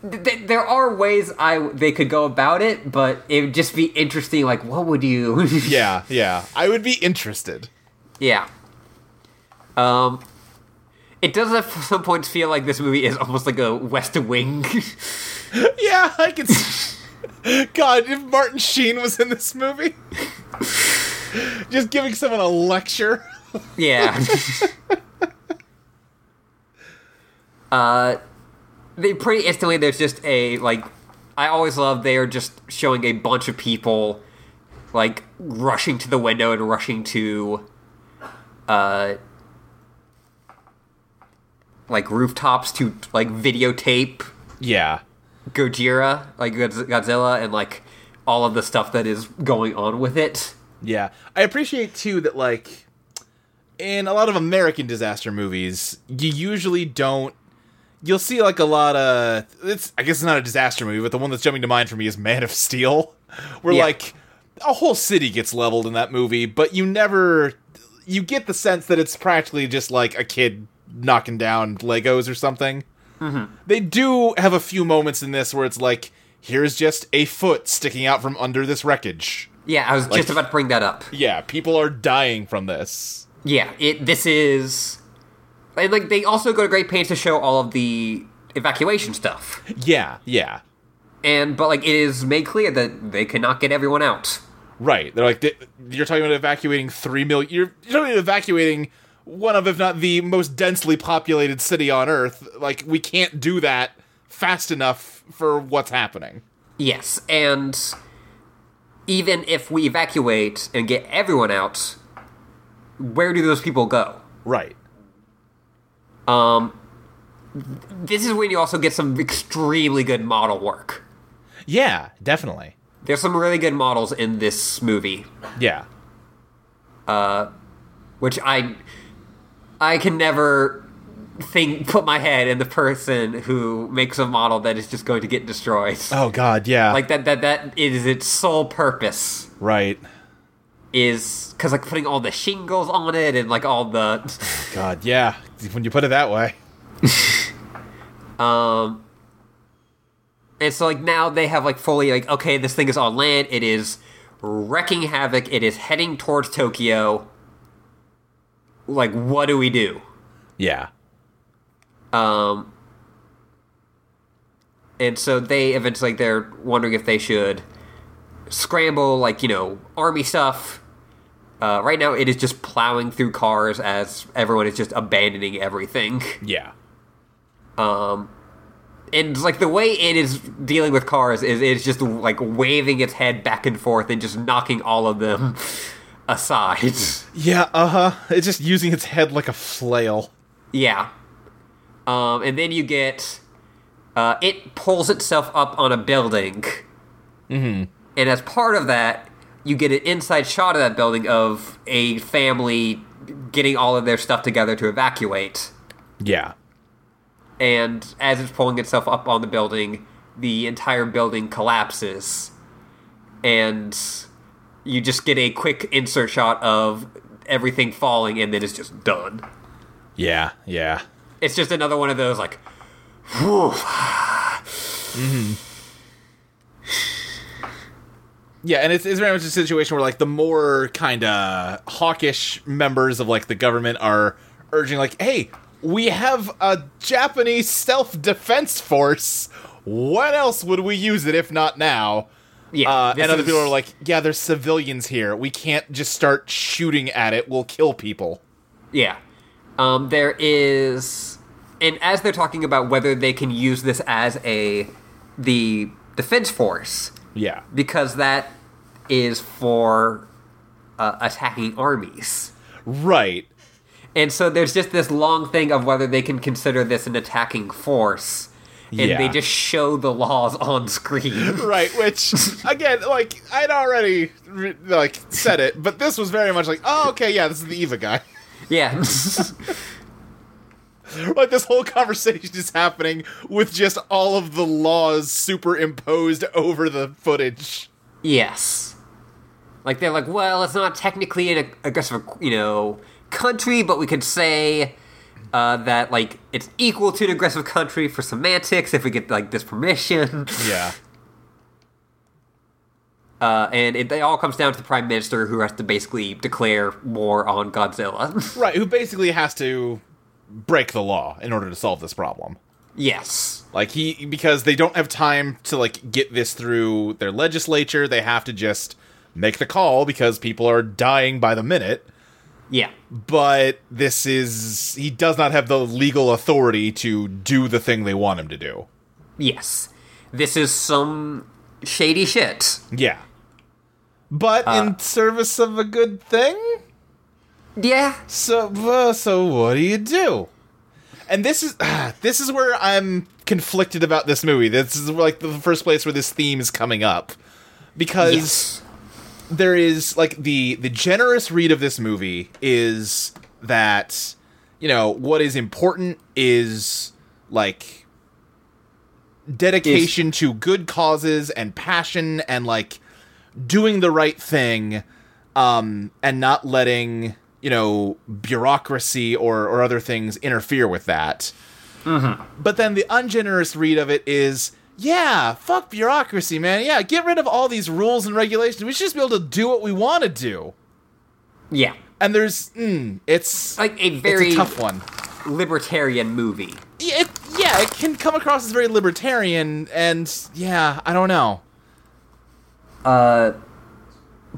Th- there are ways I they could go about it, but it would just be interesting. Like, what would you? Yeah, yeah. I would be interested. yeah. Um, it does at some points feel like this movie is almost like a West Wing. Yeah, I can. s- God, if Martin Sheen was in this movie, just giving someone a lecture. yeah. uh, they pretty instantly there's just a like. I always love they are just showing a bunch of people, like rushing to the window and rushing to, uh, like rooftops to like videotape Yeah, Gojira, like Godz- Godzilla, and like all of the stuff that is going on with it. yeah. I appreciate too that like in a lot of American disaster movies, you usually don't. You'll see like a lot of it's. I guess it's not a disaster movie, but the one that's jumping to mind for me is Man of Steel, where Yeah. like a whole city gets leveled in that movie, but you never. You get the sense that it's practically just like a kid knocking down Legos or something. They do have a few moments in this where it's like, here's just a foot sticking out from under this wreckage. Yeah, I was just about to bring that up. Yeah, people are dying from this. Yeah, it. This is, and like they also go to great pains to show all of the evacuation stuff, Yeah, yeah. and but like it is made clear that they cannot get everyone out. Right. They're like, "Th- you're talking about evacuating three million. You're, you're talking about evacuating one of, if not the most densely populated city on Earth. Like, we can't do that fast enough for what's happening. Yes, and even if we evacuate and get everyone out, where do those people go? Right. Um, this is when you also get some extremely good model work. Yeah, definitely. There's some really good models in this movie. Yeah. which I I can never thing put my head in the person who makes a model that is just going to get destroyed. Oh God, yeah. Like that that that is its sole purpose right. is because like putting all the shingles on it and like all the God, yeah. When you put it that way, um and so like now they have like fully like okay this thing is on land it is wrecking havoc it is heading towards tokyo like what do we do yeah. Um, and so they eventually like, they're wondering if they should scramble like you know army stuff. Uh, right now, it is just plowing through cars as everyone is just abandoning everything. Yeah. And like the way it is dealing with cars is it's just like waving its head back and forth and just knocking all of them aside. Yeah, uh huh. It's just using its head like a flail. Yeah. Um, and then you get uh, it pulls itself up on a building. Mm-hmm. And as part of that, you get an inside shot of that building of a family getting all of their stuff together to evacuate. Yeah. And as it's pulling itself up on the building, the entire building collapses. And you just get a quick insert shot of everything falling, and then it's just done. Yeah, yeah. It's just another one of those like, whew. Yeah, and it's, it's very much a situation where like the more kind of hawkish members of like the government are urging like, "Hey, we have a Japanese self-defense force. When else would we use it if not now?" Yeah, Uh, this and other is- people are like, "Yeah, there's civilians here. We can't just start shooting at it. We'll kill people." Yeah. Um, there is, and as they're talking about whether they can use this as a the defense force, Yeah. because that is for uh, attacking armies. Right. And so there's just this long thing of whether they can consider this an attacking force, and Yeah. they just show the laws on screen. Right, which again, like I'd already re- like said it, but this was very much like, "Oh, okay, yeah, this is the Eva guy." yeah. like this whole conversation is happening with just all of the laws superimposed over the footage. Yes. Like they're like, well, it's not technically an aggressive, you know, country, but we could say uh, that like it's equal to an aggressive country for semantics if we get like this permission. Yeah. Uh, and it, it all comes down to the prime minister who has to basically declare war on Godzilla. Right, who basically has to break the law in order to solve this problem. yes. Like he because they don't have time to like get this through their legislature, they have to just make the call because people are dying by the minute. Yeah. But this is he does not have the legal authority to do the thing they want him to do. Yes. This is some shady shit. Yeah. But in service of a good thing? Yeah. So, uh, so what do you do? And this is this is where I'm conflicted about this movie. This is like the first place where this theme is coming up because Yes. there is like the the generous read of this movie is that you know what is important is like dedication to good causes and passion and like doing the right thing um and not letting you know bureaucracy or or other things interfere with that but then the ungenerous read of it is, yeah, fuck bureaucracy, man. Yeah, get rid of all these rules and regulations. We should just be able to do what we want to do. Yeah. And there's, mm, it's Like a it's very a tough one. libertarian movie. Yeah, it, yeah, it can come across as very libertarian, and yeah, I don't know.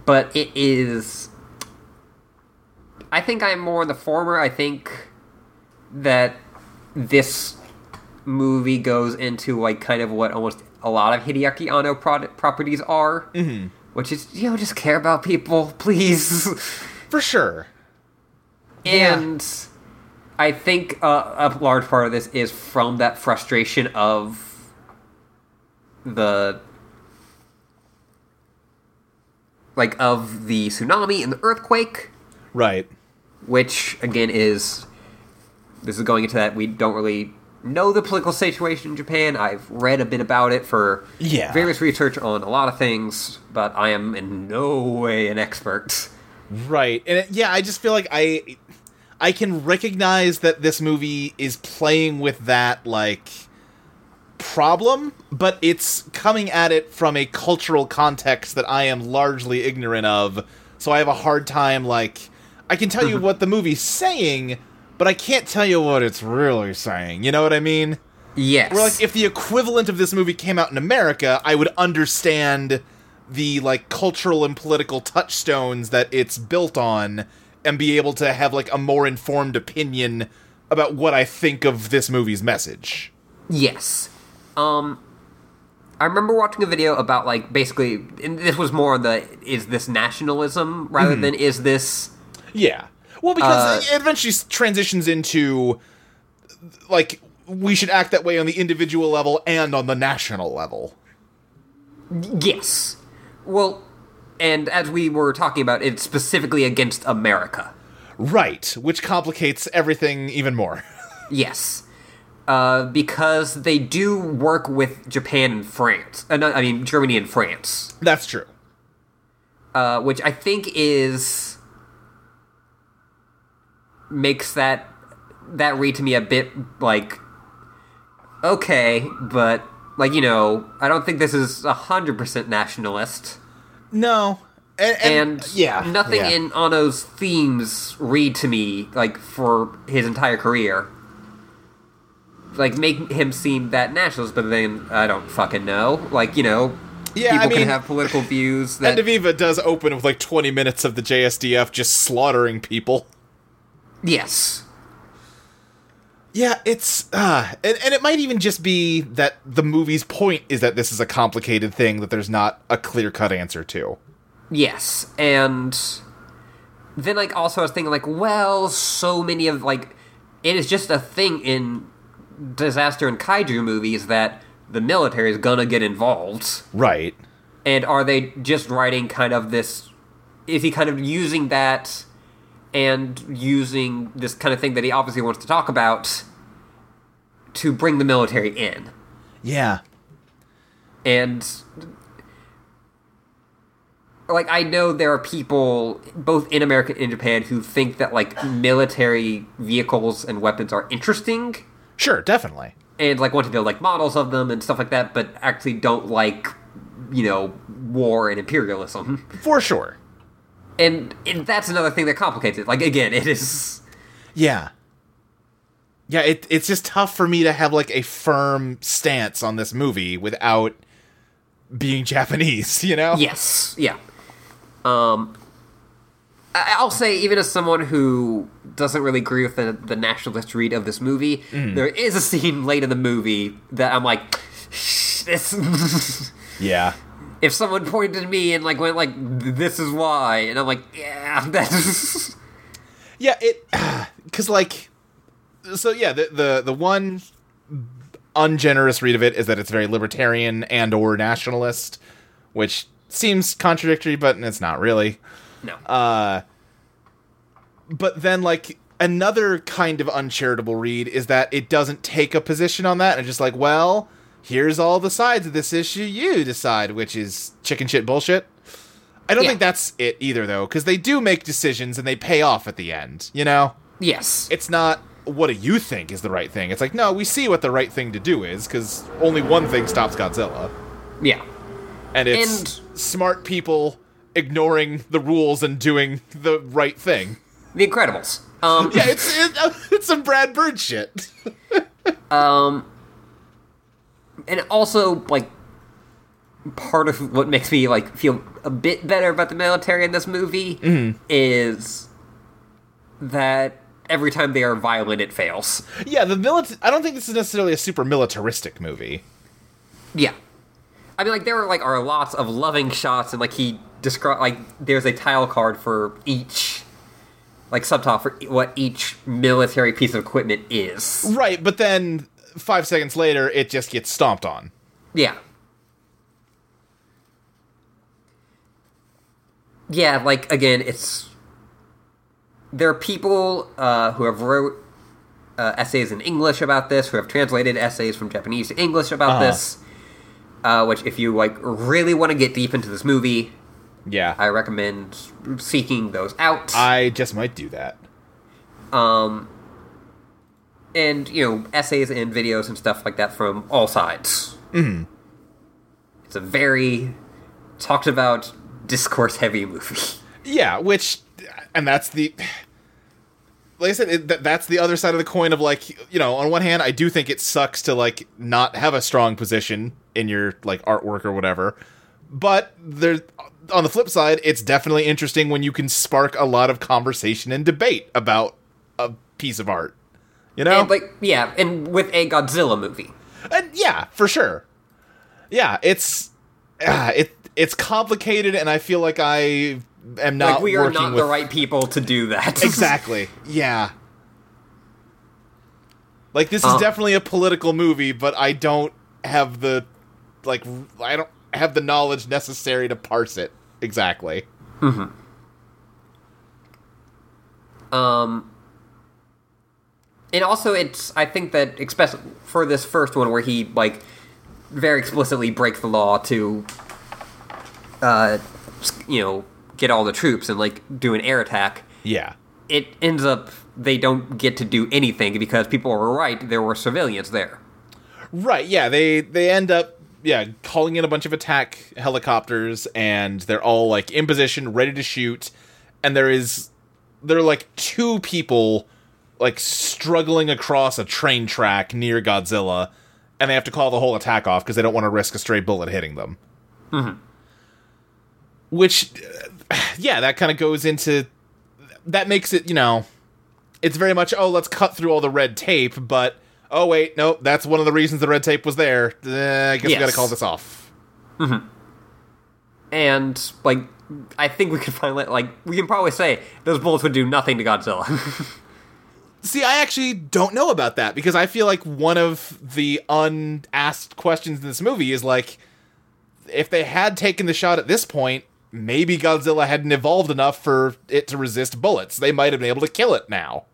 but it is i think i'm more the former i think that this movie goes into like kind of what almost a lot of hideaki anno product properties are mm-hmm. which is you know just care about people please For sure. Yeah. and i think uh, a large part of this is from that frustration of the like of the tsunami and the earthquake Right. which again is this is going into that we don't really know the political situation in Japan. I've read a bit about it for Yeah. various research on a lot of things, but I am in no way an expert. Right. And it, yeah, I just feel like I I can recognize that this movie is playing with that like problem, but it's coming at it from a cultural context that I am largely ignorant of. So I have a hard time like I can tell you what the movie's saying, but I can't tell you what it's really saying. You know what I mean? Yes. Where like if the equivalent of this movie came out in America, I would understand the like cultural and political touchstones that it's built on and be able to have like a more informed opinion about what I think of this movie's message. Yes. Um I remember watching a video about like basically and this was more on the is this nationalism rather than is this Yeah. Well, because Uh, it eventually s- transitions into like we should act that way on the individual level and on the national level. yes. Well, and as we were talking about it's specifically against America. Right, which complicates everything even more. Yes. Uh, because they do work with Japan and France. Uh, no, I mean, Germany and France. That's true. Uh, which I think is. makes that. that read to me a bit like. okay, but. like, you know, I don't think this is 100% nationalist. No. And, And yeah, nothing yeah. in Ano's themes read to me like for his entire career. Like make him seem that nationalist, but then I don't fucking know. Like you know, Yeah, I people mean- can have political views that And Aviva does open with like 20 minutes of the JSDF just slaughtering people. yes, Yeah, it's uh and, and it might even just be that the movie's point is that this is a complicated thing that there's not a clear-cut answer to. yes, and then like also I was thinking like, well, so many of like it is just a thing in disaster and kaiju movies that the military is gonna get involved. Right. And are they just writing kind of this? Is he kind of using that and using this kind of thing that he obviously wants to talk about to bring the military in? Yeah. And like I know there are people both in America and in Japan who think that like military vehicles and weapons are interesting Sure, definitely. and like want to build like models of them and stuff like that, but actually don't like you know war and imperialism. For sure. and, and that's another thing that complicates it. Like again, it is Yeah. Yeah, it, it's just tough for me to have like a firm stance on this movie without being Japanese, you know? yes, yeah. Um, I, I'll say even as someone who doesn't really agree with the, the nationalist read of this movie, there is a scene late in the movie that I'm like, this. Yeah. if someone pointed to me and like went like, this is why, and I'm like, yeah, that's Yeah, it because like so yeah the, the the one ungenerous read of it is that it's very libertarian and or nationalist, which seems contradictory, but it's not really. no. But then like another kind of uncharitable read is that it doesn't take a position on that and it's just like well here's all the sides of this issue you decide which is chicken shit bullshit. I don't Yeah. think that's it either though because they do make decisions and they pay off at the end, you know. yes. it's not what do you think is the right thing. It's like, no, we see what the right thing to do is because only one thing stops Godzilla, yeah. and it's smart people ignoring the rules and doing the right thing. The Incredibles. Um, Yeah, it's it, uh, it's some Brad Bird shit. and also like part of what makes me like feel a bit better about the military in this movie is that every time they are violent it fails yeah, the milit- I don't think this is necessarily a super militaristic movie. yeah i mean like there are like are lots of loving shots and like he describe like there's a tile card for each like subtitle for what each military piece of equipment is Right, but then five seconds later, it just gets stomped on. yeah yeah, like again, it's there are people uh, who have wrote uh, essays in English about this, who have translated essays from Japanese to English about Uh-huh. this. Uh, which, if you like, really want to get deep into this movie, Yeah. I recommend seeking those out. I just might do that. um, and you know essays and videos and stuff like that from all sides. Mm-hmm. It's a very talked about discourse heavy movie. Yeah, which, and that's the, like I said, it, that, that's the other side of the coin of like, you know, on one hand, I do think it sucks to like not have a strong position in your like artwork or whatever, but there, on the flip side, it's definitely interesting when you can spark a lot of conversation and debate about a piece of art, you know, And like yeah, and with a Godzilla movie. And yeah, for sure. Yeah, it's ah, it it's complicated, and I feel like I am not like we are Uh, working not with the right people to do that. exactly. Yeah. Like this is Um, definitely a political movie, but I don't have the like r- I don't have the knowledge necessary to parse it exactly. Um, and also, it's I think that especially for this first one where he like very explicitly breaks the law to, uh, you know, get all the troops and like do an air attack. Yeah. It ends up they don't get to do anything because people were right. There were civilians there. Right. Yeah. They they end up yeah calling in a bunch of attack helicopters, and they're all like in position, ready to shoot. And there is there are like two people like struggling across a train track near Godzilla, and they have to call the whole attack off because they don't want to risk a stray bullet hitting them. Which, uh, yeah, that kind of goes into that makes it you know it's very much oh let's cut through all the red tape but oh wait no that's one of the reasons the red tape was there Eh, i guess we Yes. gotta call this off and like I think we can finally like we can probably say those bullets would do nothing to Godzilla. see i actually don't know about that because i feel like one of the unasked questions in this movie is like if they had taken the shot at this point maybe godzilla hadn't evolved enough for it to resist bullets they might have been able to kill it now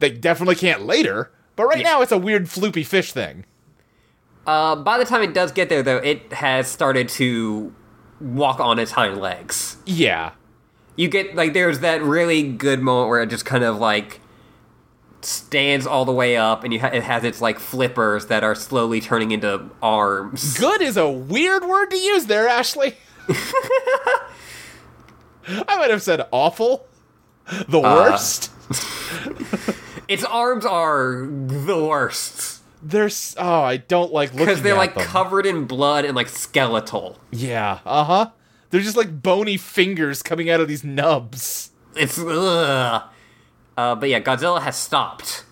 they definitely can't later but right Yeah. now it's a weird floopy fish thing Uh, by the time it does get there, though, it has started to walk on its hind legs. yeah You get like there's that really good moment where it just kind of like stands all the way up, and you ha- it has its like flippers that are slowly turning into arms. Good is a weird word to use there, Ashley. I might have said awful. The worst. Its arms are the worst There's oh, I don't like looking because they're at like them. covered in blood and like skeletal. yeah, uh huh. They're just like bony fingers coming out of these nubs. It's ugh. Uh, but yeah, Godzilla has stopped.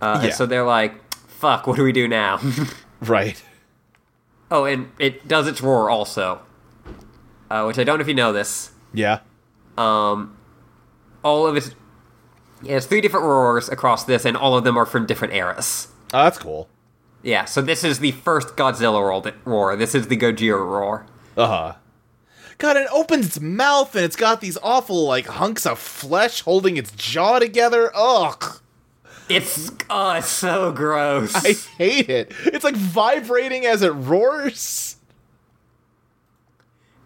Uh, and Yeah. So they're like, "Fuck! What do we do now?" Right. Oh, and it does its roar also, uh, which I don't know if you know this. Yeah. Um, all of its yeah, it's three different roars across this, and all of them are from different eras. Oh, that's cool. Yeah, so this is the first Godzilla roar. That, roar. This is the Gojira roar. Uh huh. God, it opens its mouth and it's got these awful like hunks of flesh holding its jaw together. Ugh. It's oh, it's so gross. I hate it. It's like vibrating as it roars.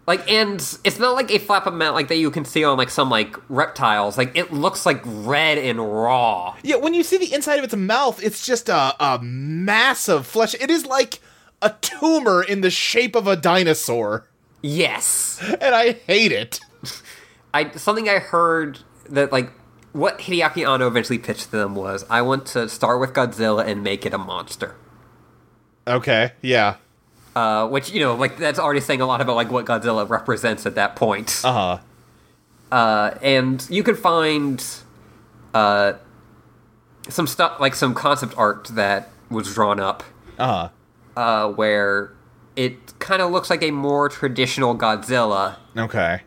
like, and it's not like a flap of mouth like that you can see on like some like reptiles. Like it looks like red and raw. Yeah, when you see the inside of its mouth, it's just a, a mass of flesh. It is like a tumor in the shape of a dinosaur. Yes. And I hate it. I something I heard that like what Hideaki Anno eventually pitched to them was I want to start with Godzilla and make it a monster. Okay, yeah. Uh, which you know, like that's already saying a lot about like what Godzilla represents at that point. Uh huh. Uh, and you can find uh, some stuff like some concept art that was drawn up Uh huh. uh, where it kind of looks like a more traditional Godzilla Okay.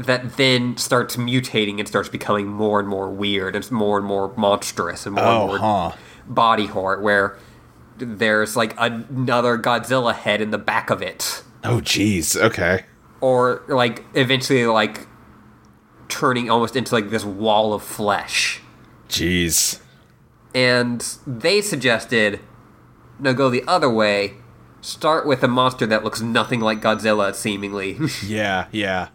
that then starts mutating and starts becoming more and more weird and more and more monstrous and more Oh, and more huh. body horror where there's like another Godzilla head in the back of it Oh, jeez. Okay. or like eventually like turning almost into like this wall of flesh Jeez. and they suggested no go the other way start with a monster that looks nothing like godzilla seemingly Yeah, yeah.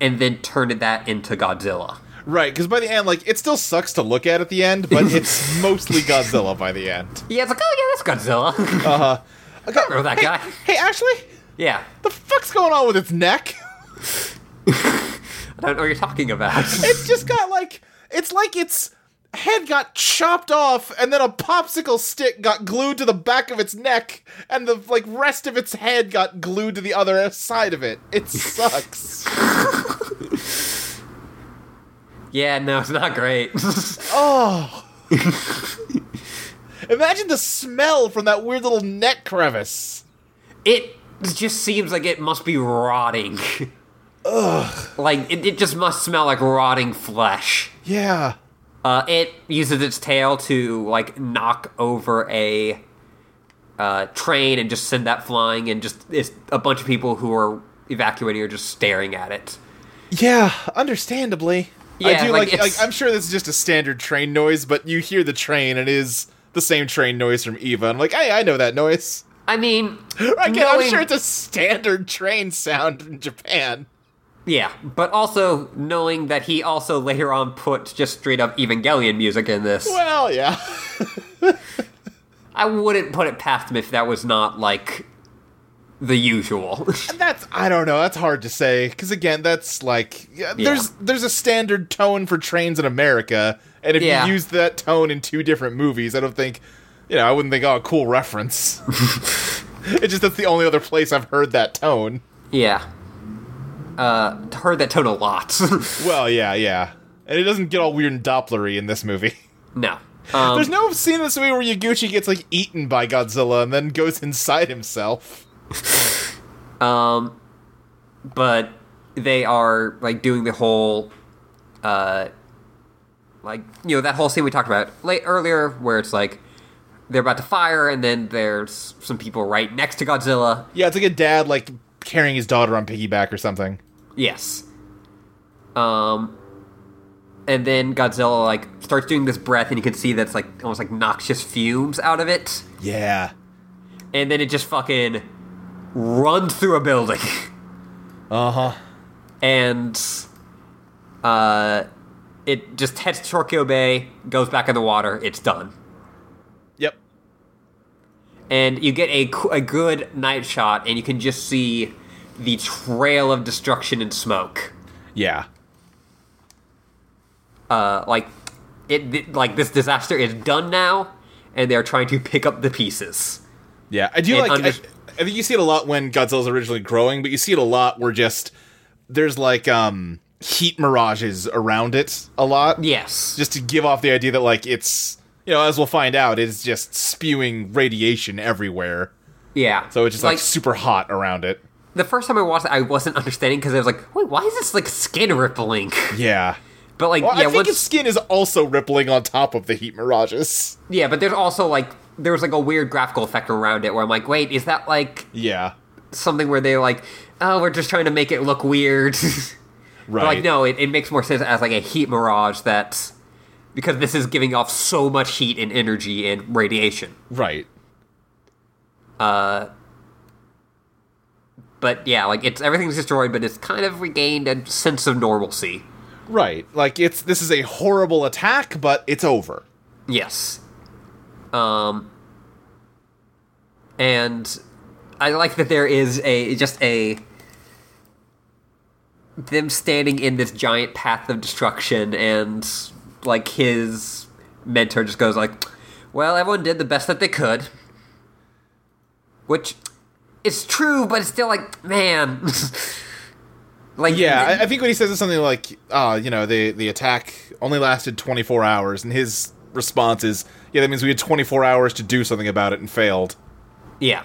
and then turn that into godzilla Right, because by the end, like, it still sucks to look at at the end, but it's mostly Godzilla by the end. yeah it's like oh yeah that's godzilla Okay. remember that hey, guy. Hey, Ashley, yeah the fuck's going on with its neck? i don't know what you're talking about It's just got like, it's like its head got chopped off, and then a popsicle stick got glued to the back of its neck, and the like rest of its head got glued to the other side of it. It sucks. yeah no it's not great oh. Imagine the smell from that weird little neck crevice. it just seems like it must be rotting ugh like it, it just must smell like rotting flesh Yeah. Uh, it uses its tail to like knock over a uh, train and just send that flying, and just it's a bunch of people who are evacuating are just staring at it. Yeah, understandably. Yeah, I like, do like, it's- like I'm sure this is just a standard train noise, but you hear the train and it is the same train noise from Eva. I'm like, hey, I know that noise. I mean, I can, I'm knowing- sure it's a standard train sound in Japan. yeah, but also knowing that he also later on put just straight up Evangelion music in this, Well, yeah. I wouldn't put it past him if that was not like the usual. That's I don't know. That's hard to say because again, that's like yeah, there's there's a standard tone for trains in America, and if Yeah. you use that tone in two different movies, I don't think you know. I wouldn't think, oh, cool reference. it's just that's the only other place I've heard that tone. yeah, uh, heard that tone a lot. Well, yeah, yeah. And it doesn't get all weird and Dopplery in this movie. no. Um, There's no scene in this movie where Yaguchi gets like eaten by Godzilla and then goes inside himself. Um, but they are like doing the whole, uh, like you know that whole scene we talked about late earlier, where it's like they're about to fire, and then there's some people right next to Godzilla. Yeah, it's like a dad like carrying his daughter on piggyback or something. Yes. Um, and then Godzilla like starts doing this breath, and you can see that's like almost like noxious fumes out of it, Yeah. and then it just fucking runs through a building. Uh huh. and uh, it just heads to Tokyo Bay, goes back in the water. It's done, Yep. and you get a qu- a good night shot, and you can just see the trail of destruction and smoke. Yeah. Uh, like it, th- like this disaster is done now, and they're trying to pick up the pieces. Yeah, I do And like. I, under- I think you see it a lot when Godzilla's originally growing, but you see it a lot where just there's like um heat mirages around it a lot, Yes, just to give off the idea that like it's you know as we'll find out it's just spewing radiation everywhere, yeah. so it's just like, super hot around it. the first time I watched it, I wasn't understanding because I was like, wait, why is this like skin rippling? Yeah. But like, Well, yeah, I think once- his skin is also rippling on top of the heat mirages. Yeah, but there's also like there was like a weird graphical effect around it where I'm like, wait, is that like Yeah. something where they're like, oh, we're just trying to make it look weird? Right. but like, no, it, it makes more sense as like a heat mirage that's because this is giving off so much heat and energy and radiation. Right. But yeah, like it's everything's destroyed, but it's kind of regained a sense of normalcy. Right. Like it's this is a horrible attack, but it's over. Yes. Um and I like that there is a just a them standing in this giant path of destruction and like his mentor just goes like well everyone did the best that they could which is true but it's still like man like Yeah, I, I think when he says is something like, uh, you know, the the attack only lasted 24 hours, and his response is, yeah, that means we had 24 hours to do something about it and failed. Yeah.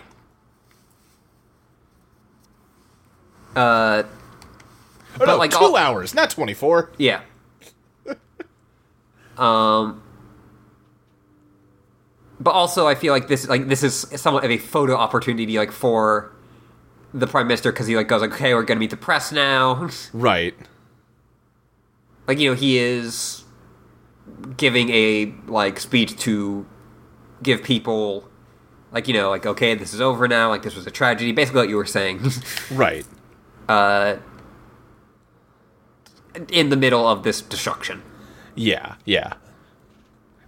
Oh, no, like, two all- hours, not 24. Yeah. um. But also, I feel like this like this is somewhat of a photo opportunity, like for the prime minister, because he like goes like, "Okay, we're gonna meet the press now." Right. like you know, he is giving a like speech to give people like you know like okay this is over now like this was a tragedy basically what you were saying Right. in the middle of this destruction Yeah, yeah.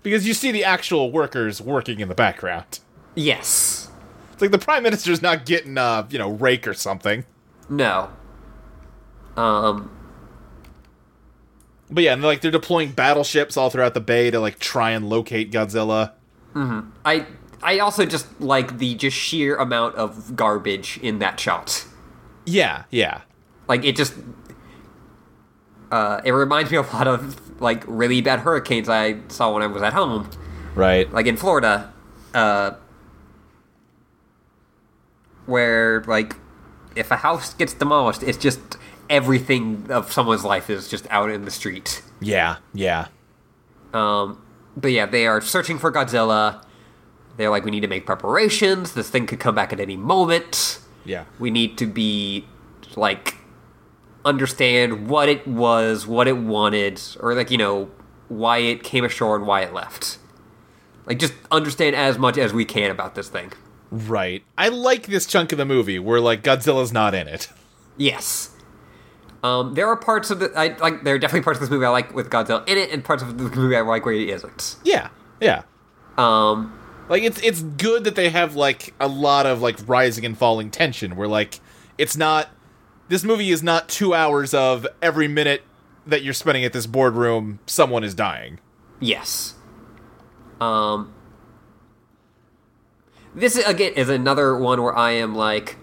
Because you see the actual workers working in the background. yes It's like the prime minister's not getting a you know rake or something. no um But yeah, and like they're deploying battleships all throughout the bay to like try and locate Godzilla. i i also just like the just sheer amount of garbage in that shot Yeah, yeah, like it just uh it reminds me a lot of like really bad hurricanes i saw when i was at home right. like in Florida, uh, where like if a house gets demolished, it's just everything of someone's life is just out in the street. Yeah, yeah, Um, but yeah, they are searching for Godzilla. They're like, we need to make preparations. This thing could come back at any moment. yeah, We need to be like understand what it was, what it wanted, or like you know why it came ashore and why it left. Like just understand as much as we can about this thing. right. I like this chunk of the movie where like Godzilla's not in it. Yes. Um, there are parts of the I like. There are definitely parts of this movie I like with Godzilla in it, and parts of the movie I like where he isn't. Yeah, yeah. Um, Like it's it's good that they have like a lot of like rising and falling tension where like it's not this movie is not 2 hours of every minute that you're spending at this boardroom someone is dying. Yes. Um. This is, again is another one where I am like,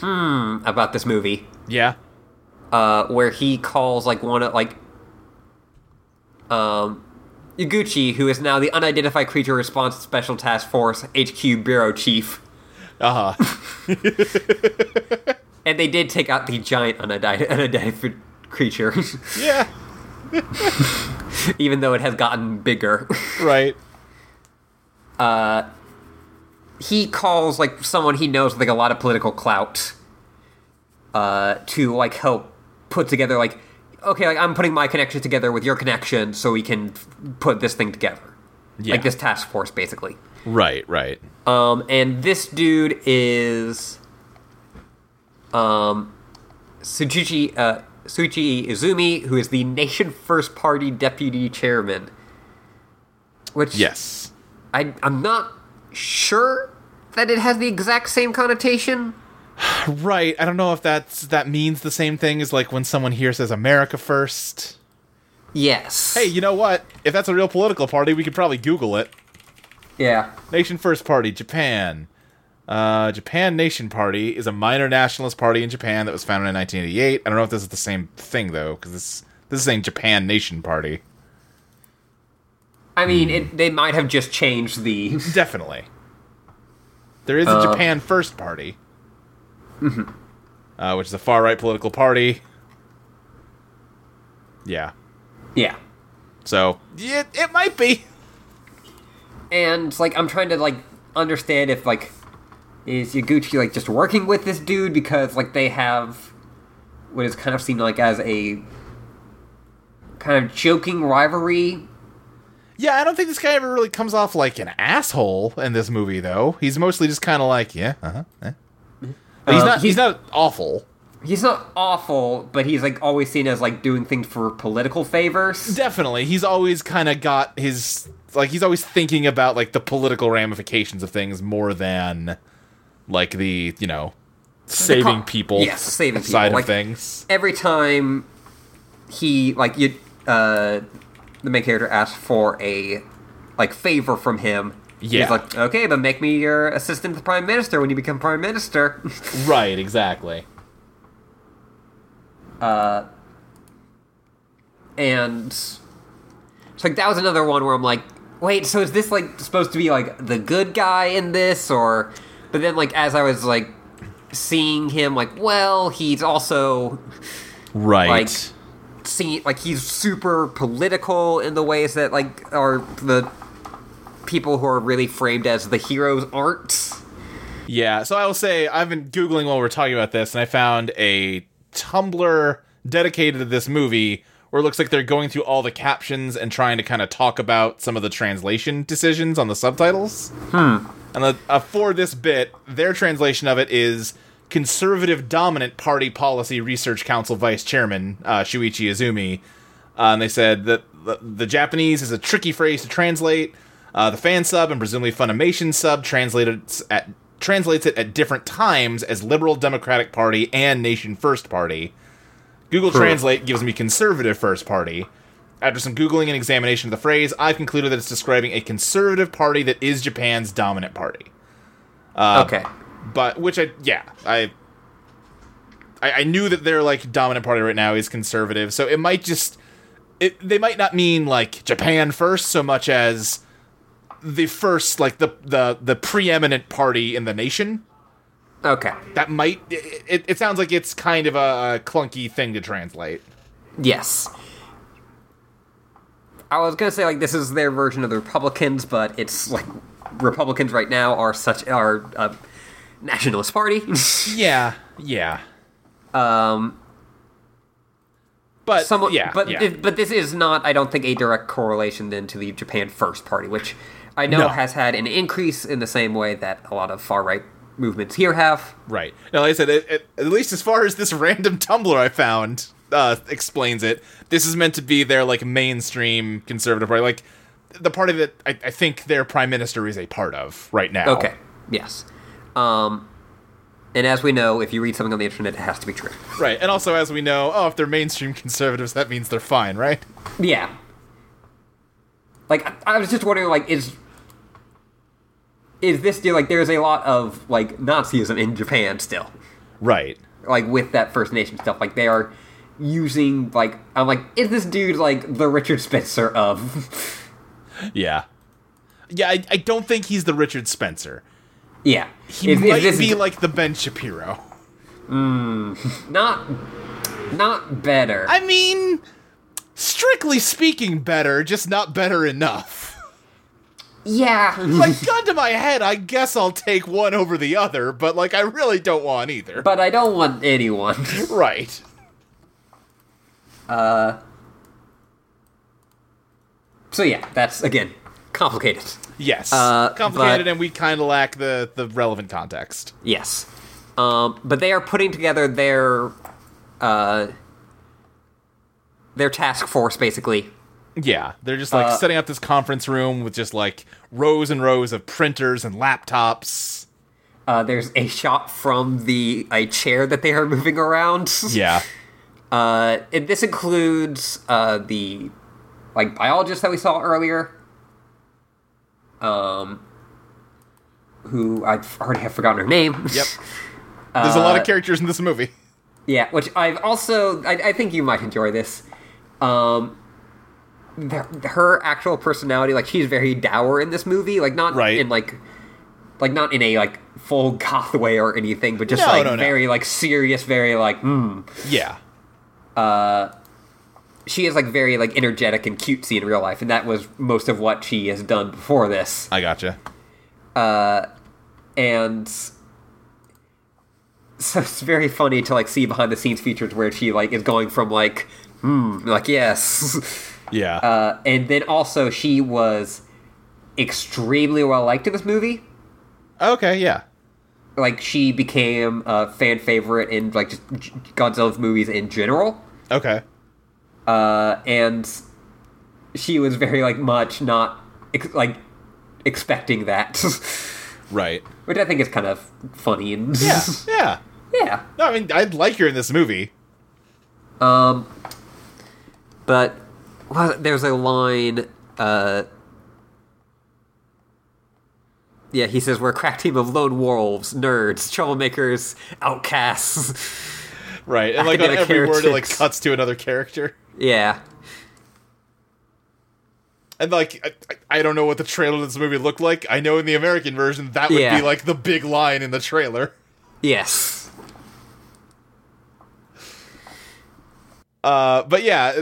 hmm, about this movie, Yeah. uh, where he calls like one of like, um, Iguchi, who is now the Unidentified Creature Response Special Task Force HQ Bureau Chief, Uh-huh. and they did take out the giant unidentified, unidentified creature, yeah. even though it has gotten bigger. Right. he calls like someone he knows with like a lot of political clout uh to like help put together like okay like i'm putting my connection together with your connection so we can f- put this thing together Yeah. like this task force basically Right, right. um and this dude is um Tsuchichi uh Tsuchi Izumi who is the nation first party deputy chairman which Yes. I, I'm not sure that it has the exact same connotation. Right. I don't know if that's that means the same thing as like when someone here says America first. Yes. Hey, you know what? If that's a real political party, we could probably Google it. Yeah. Nation First Party, Japan. Uh, Japan Nation Party is a minor nationalist party in Japan that was founded in 1988. I don't know if this is the same thing though, because this this is saying Japan Nation Party. I mean, it, they might have just changed the. Definitely, there is a Japan First Party, uh, which is a far right political party. Yeah, Yeah. so it it might be. And like, I'm trying to like understand if like is Yaguchi like just working with this dude because like they have what is kind of seen like as a kind of joking rivalry. Yeah, I don't think this guy ever really comes off like an asshole in this movie, though. He's mostly just kind of like, yeah, uh huh. eh. But he's Um, not. He's he's- not awful. He's not awful, but he's like always seen as like doing things for political favors. Definitely, he's always kind of got his like. He's always thinking about like the political ramifications of things more than like the you know saving co- people. yes, saving people, side like- of things. every time he like you uh the main character asks for a like favor from him Yeah. he's like okay but make me your assistant to the prime minister when you become prime minister Right. Exactly. and it's like that was another one where i'm like wait so is this like supposed to be like the good guy in this or but then like as i was like seeing him like well he's also Right. Like- see like he's super political in the ways that like are the people who are really framed as the heroes aren't. Yeah, so I will say I've been googling while we're talking about this, and I found a Tumblr dedicated to this movie where it looks like they're going through all the captions and trying to kind of talk about some of the translation decisions on the subtitles. And uh, uh, for this bit, their translation of it is conservative dominant party policy research council vice chairman uh, Shuichi Izumi. Uh, and they said that the, the Japanese is a tricky phrase to translate. Uh, the fan sub and presumably Funimation sub translated s- at, translates it at different times as Liberal Democratic Party and Nation First Party. Google Translate gives me conservative first party. After some Googling and examination of the phrase, I've concluded that it's describing a conservative party that is Japan's dominant party. okay. But, which I, yeah, I, I, I knew that their, like, dominant party right now is conservative, so it might just, it, they might not mean, like, Japan first so much as the first, like, the, the, the preeminent party in the nation. Okay. That might, it, it, it sounds like it's kind of a, a clunky thing to translate. Yes. I was gonna say like this is their version of the Republicans, but it's like Republicans right now are such are a nationalist party. Yeah, yeah. um, But somewhat, yeah, but yeah. thi- but this is not, I don't think, a direct correlation then to the Japan First Party, which I know No. has had an increase in the same way that a lot of far right movements here have. right. Now, like I said, it, it- at least as far as this random Tumblr I found uh, explains it, this is meant to be their like mainstream conservative party, like the party that I, I think their prime minister is a part of right now. Okay, yes, um, and as we know, if you read something on the internet, it has to be true. Right, and also as we know, oh, if they're mainstream conservatives, that means they're fine, right? Yeah. Like I, I was just wondering, like is is this deal like there's a lot of like Nazism in Japan still, Right. like with that First Nation stuff. Like they are using like I'm like is this dude like the Richard Spencer of Yeah. Yeah, I, I don't think he's the Richard Spencer. yeah He is, is might this be like the Ben Shapiro. not not better I mean, strictly speaking, better, just not better enough. yeah like, gun to my head, I guess I'll take one over the other, but like, I really don't want either. but I don't want anyone right. so yeah that's again complicated Yes. Uh, Complicated, but- and we kind of lack the the relevant context. Yes. Um, but they are putting together their uh, their task force, basically. Yeah, they're just like setting up this conference room with just like rows and rows of printers and laptops. Uh, there's a shot from the a chair that they are moving around. Yeah. Uh, and this includes uh, the like biologist that we saw earlier, um, who I already have forgotten her name. Yep. There's a lot of characters in this movie. Yeah, which I've also I, I think you might enjoy this. Um, the, her actual personality, like she's very dour in this movie, like not Right. in like like not in a like full goth way or anything, but just No, like no, no. very like serious, very like hmm. Yeah. She is like very like energetic and cutesy in real life, and that was most of what she has done before this. I gotcha. and so it's very funny to like see behind the scenes features where she like is going from like hmm like yes Yeah. uh, and then also she was extremely well liked in this movie okay, yeah. like she became a fan favorite in like just G- godzilla movies in general Okay. uh, and she was very like much not ex- like expecting that Right. which i think is kind of funny and Yeah. yeah. yeah. No, I mean, I'd like her in this movie. Um, but well, there's a line. Uh, yeah, he says we're a crack team of lone wolves, nerds, troublemakers, outcasts. Right. And like on Academic every word, it like heretics. cuts to another character. yeah, And like, I- I, I don't know what the trailer to this movie looked like. I know in the American version, that would Yeah. be like the big line in the trailer. yes, Uh, but yeah,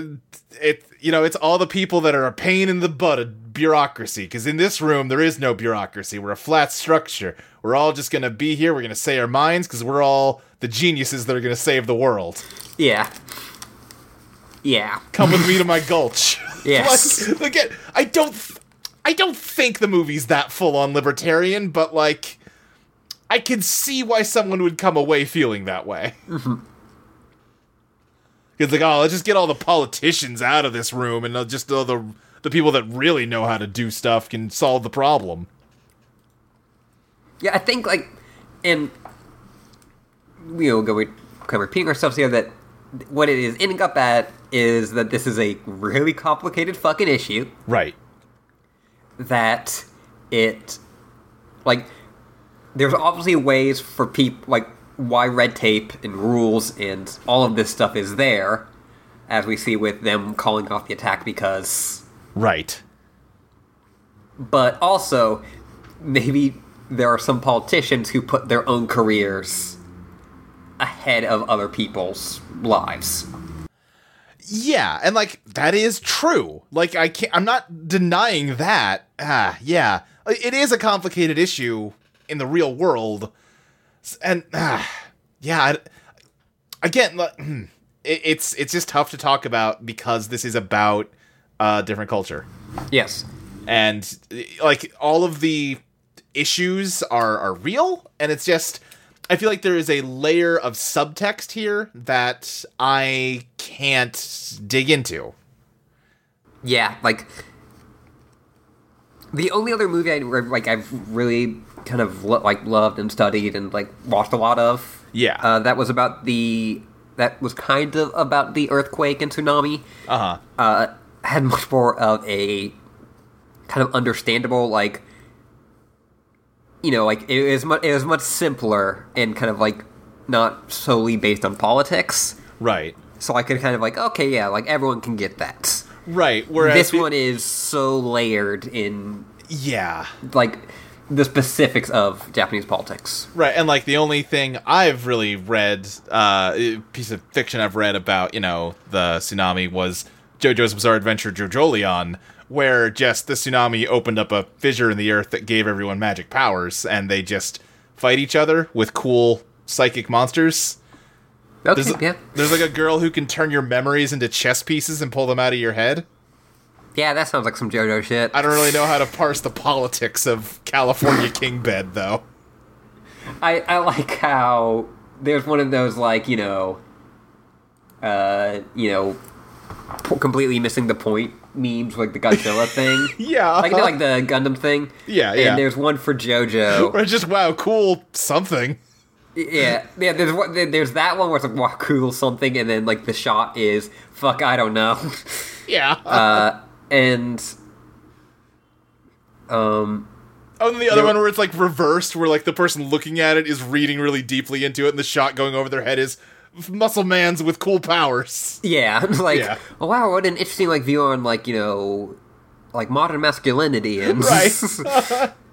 it you know, it's all the people that are a pain in the butt of bureaucracy. Because in this room, there is no bureaucracy. We're a flat structure. We're all just gonna be here. We're gonna say our minds because we're all the geniuses that are gonna save the world. yeah. Yeah. Come with me to my gulch. Yes. like, again, I don't, I don't think the movie's that full on libertarian, but like, I can see why someone would come away feeling that way. It's like, oh, let's just get all the politicians out of this room, and uh, just all the the people that really know how to do stuff can solve the problem. Yeah, I think like, and we will go kind of repeating ourselves here that what it is ending up at is that this is a really complicated fucking issue Right. that it like there's obviously ways for people like why red tape and rules and all of this stuff is there as we see with them calling off the attack because Right. but also maybe there are some politicians who put their own careers ahead of other people's lives. Yeah, and like that is true. Like I can't. I'm not denying that. Ah, yeah. It is a complicated issue in the real world, S- and ah, yeah. I- Again, like, hmm, it- it's it's just tough to talk about because this is about a different culture, Yes. and eh, like all of the issues are are real, and it's just. I feel like there is a layer of subtext here that I can't dig into. Yeah, like the only other movie I re- like I've really kind of lo- like loved and studied and like watched a lot of. Yeah. Uh, that was about the that was kind of about the earthquake and tsunami. Uh huh. uh, had much more of a kind of understandable, like you know, like it is much it was much simpler and kind of like not solely based on politics. Right. So I could kind of like, okay, yeah, like everyone can get that. Right. Whereas This it- one is so layered in yeah. like the specifics of Japanese politics. Right. And like the only thing I've really read, uh, i- piece of fiction I've read about, you know, the tsunami was JoJo's Bizarre Adventure JoJolion, where just the tsunami opened up a fissure in the earth that gave everyone magic powers, and they just fight each other with cool psychic monsters. Okay, There's, yeah, there's like a girl who can turn your memories into chess pieces and pull them out of your head. yeah, that sounds like some JoJo shit. I don't really know how to parse the politics of California Kingbed, though. I, I like how there's one of those like you know, uh, you know, p- completely missing the point memes like the Godzilla thing, Yeah. like like the Gundam thing. Yeah, yeah. And there's one for JoJo. Or just wow, cool something. yeah, yeah. There's one, there- there's that one where it's like wow, cool something, and then like the shot is fuck I don't know, Yeah. uh, and um oh, and the other there- one where it's like reversed, where like the person looking at it is reading really deeply into it, and the shot going over their head is muscle man's with cool powers. Yeah, it's like Yeah. oh, wow, what an interesting like view on like you know, like modern masculinity and Right.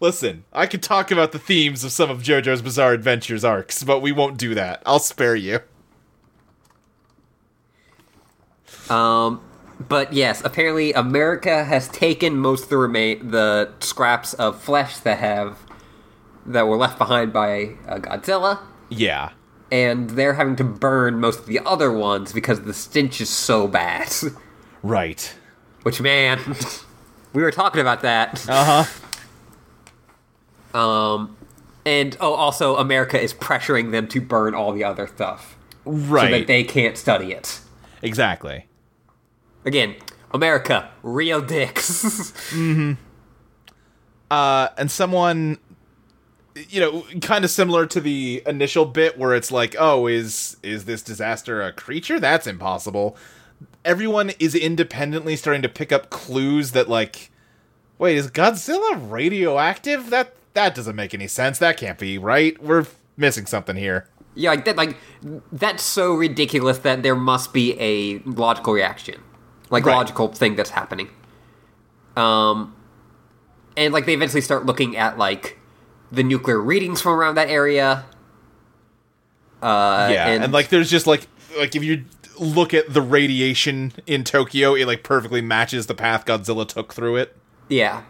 Listen, I could talk about the themes of some of JoJo's Bizarre Adventures arcs, but we won't do that. I'll spare you. um, but yes, apparently America has taken most of the remain the scraps of flesh that have that were left behind by uh, Godzilla, Yeah. and they're having to burn most of the other ones because the stench is so bad. Right. Which man, we were talking about that. Uh huh. Um, and oh, also America is pressuring them to burn all the other stuff. Right. so that they can't study it. exactly. Again, America, real dicks. uh, and someone you know kind of similar to the initial bit where it's like oh is is this disaster a creature that's impossible everyone is independently starting to pick up clues that like wait is godzilla radioactive that that doesn't make any sense that can't be right we're missing something here yeah, like that. Like that's so ridiculous that there must be a logical reaction, like Right. logical thing that's happening. Um, and like they eventually start looking at like the nuclear readings from around that area. Uh, yeah and, and, like there's just like like if you look at the radiation in tokyo it like perfectly matches the path godzilla took through it yeah.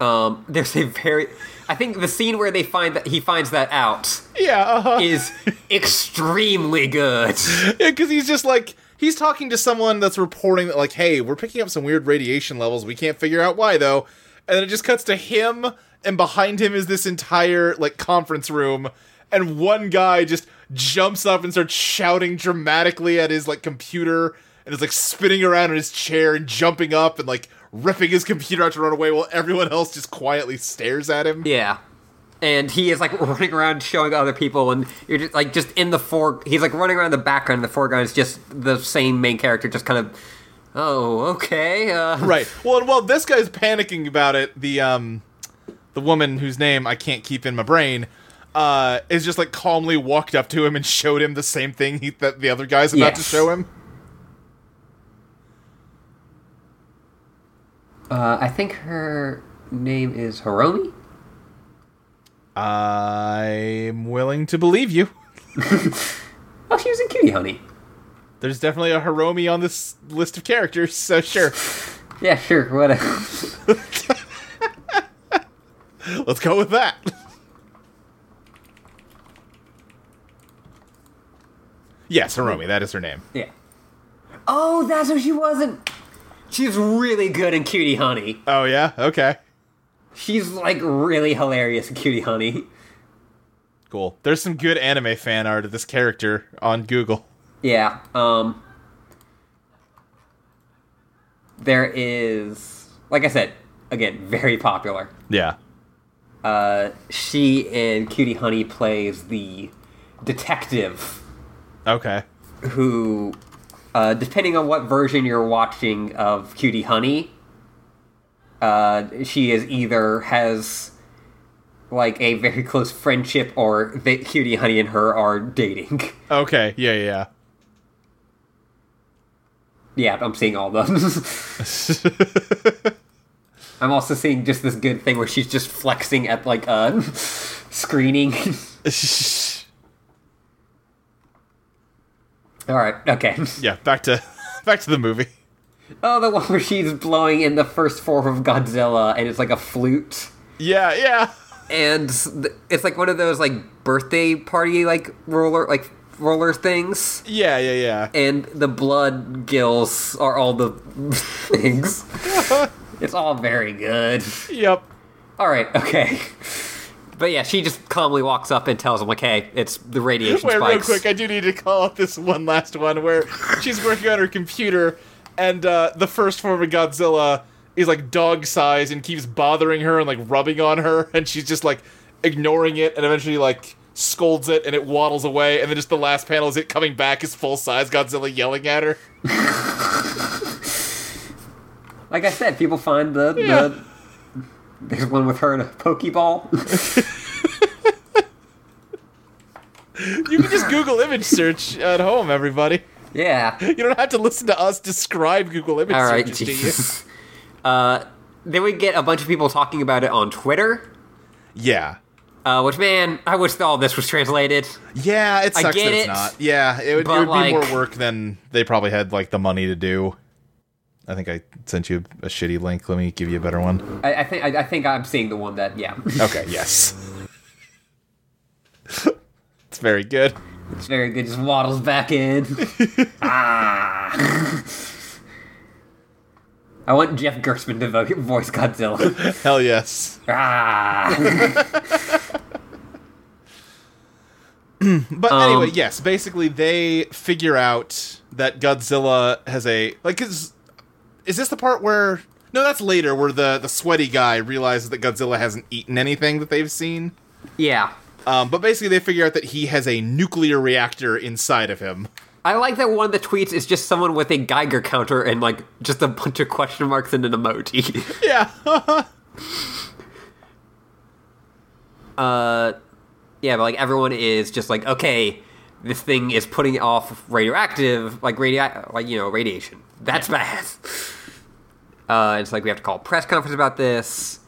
Um, there's a very. I think the scene where they find that he finds that out yeah uh-huh. is extremely good. Yeah, because he's just like he's talking to someone that's reporting that like, hey, we're picking up some weird radiation levels. We can't figure out why though. And then it just cuts to him, and behind him is this entire like conference room, and one guy just jumps up and starts shouting dramatically at his like computer and is like spinning around in his chair and jumping up and like ripping his computer out to run away while everyone else just quietly stares at him. Yeah. And he is like running around showing other people, and you're just like just in the fore. He's like running around the background. and The foreground is just the same main character, just kind of. Oh, okay. Uh, Right. Well, and while this guy's panicking about it, the um, the woman whose name I can't keep in my brain, uh, is just like calmly walked up to him and showed him the same thing he, that the other guy's about to Yes. show him. Uh, I think her name is Hiromi. I'm willing to believe you. Oh, she was in Cutie Honey. There's definitely a Hiromi on this list of characters, so sure. Yeah, sure, whatever. Let's go with that. yes, Hiromi, that is her name. yeah. Oh, that's what she wasn't. She's really good in Cutie Honey. Oh yeah, okay. She's like really hilarious in Cutie Honey. Cool. There's some good anime fan art of this character on Google. Yeah. Um. There is, like I said, again, very popular. Yeah. Uh, she in Cutie Honey plays the detective Okay. who, uh, depending on what version you're watching of Cutie Honey, uh, she is either has like a very close friendship or that Cutie Honey and her are dating. Okay. Yeah, yeah. yeah, I'm seeing all those. I'm also seeing just this good thing where she's just flexing at like a screening. Yeah, all right, okay. Yeah, back to back to the movie. Oh, the one where she's blowing in the first form of Godzilla, and it's like a flute, Yeah, yeah. and th- it's like one of those like birthday party like roller like roller things, Yeah, yeah, and the blood gills are all the things. yeah. It's all very good. yep. All right, okay. But yeah, she just calmly walks up and tells him, like, hey, it's the radiation Wait, real spikes. quick, I do need to call out this one last one where she's working on her computer and uh, the first form of Godzilla is like dog size and keeps bothering her and like rubbing on her and she's just like ignoring it and eventually like scolds it and it waddles away and then just the last panel is it coming back is full size Godzilla yelling at her. Like I said, people find the, Yeah. the. There's one with her and a Pokeball. You can just Google image search at home, everybody. yeah. You don't have to listen to us describe Google image All right, searches Jesus. Uh, then we get a bunch of people talking about it on Twitter, to you. Yeah. uh, which, man, I wish all this was translated. Yeah, it sucks get that it's it, not. Yeah, it would, it but, would be like- more work than they probably had like the money to do. I think I sent you a shitty link. Let me give you a better one. I, I, think, I, I think I'm seeing the one that, yeah. Okay, yes. it's very good. It's very good. Just waddles back in. ah. I want Jeff Gerstmann to vo- voice Godzilla. Hell yes. ah. But Um, anyway, yes, basically they figure out that Godzilla has a like is is this the part where no, that's later where the the sweaty guy realizes that Godzilla hasn't eaten anything that they've seen. yeah. Um, but basically, they figure out that he has a nuclear reactor inside of him. I like that one of the tweets is just someone with a Geiger counter and like just a bunch of question marks and an emoji. Yeah. yeah, but like everyone is just like, okay, this thing is putting off radioactive, like radio, like you know, radiation. That's bad. Uh, it's like we have to call a press conference about this,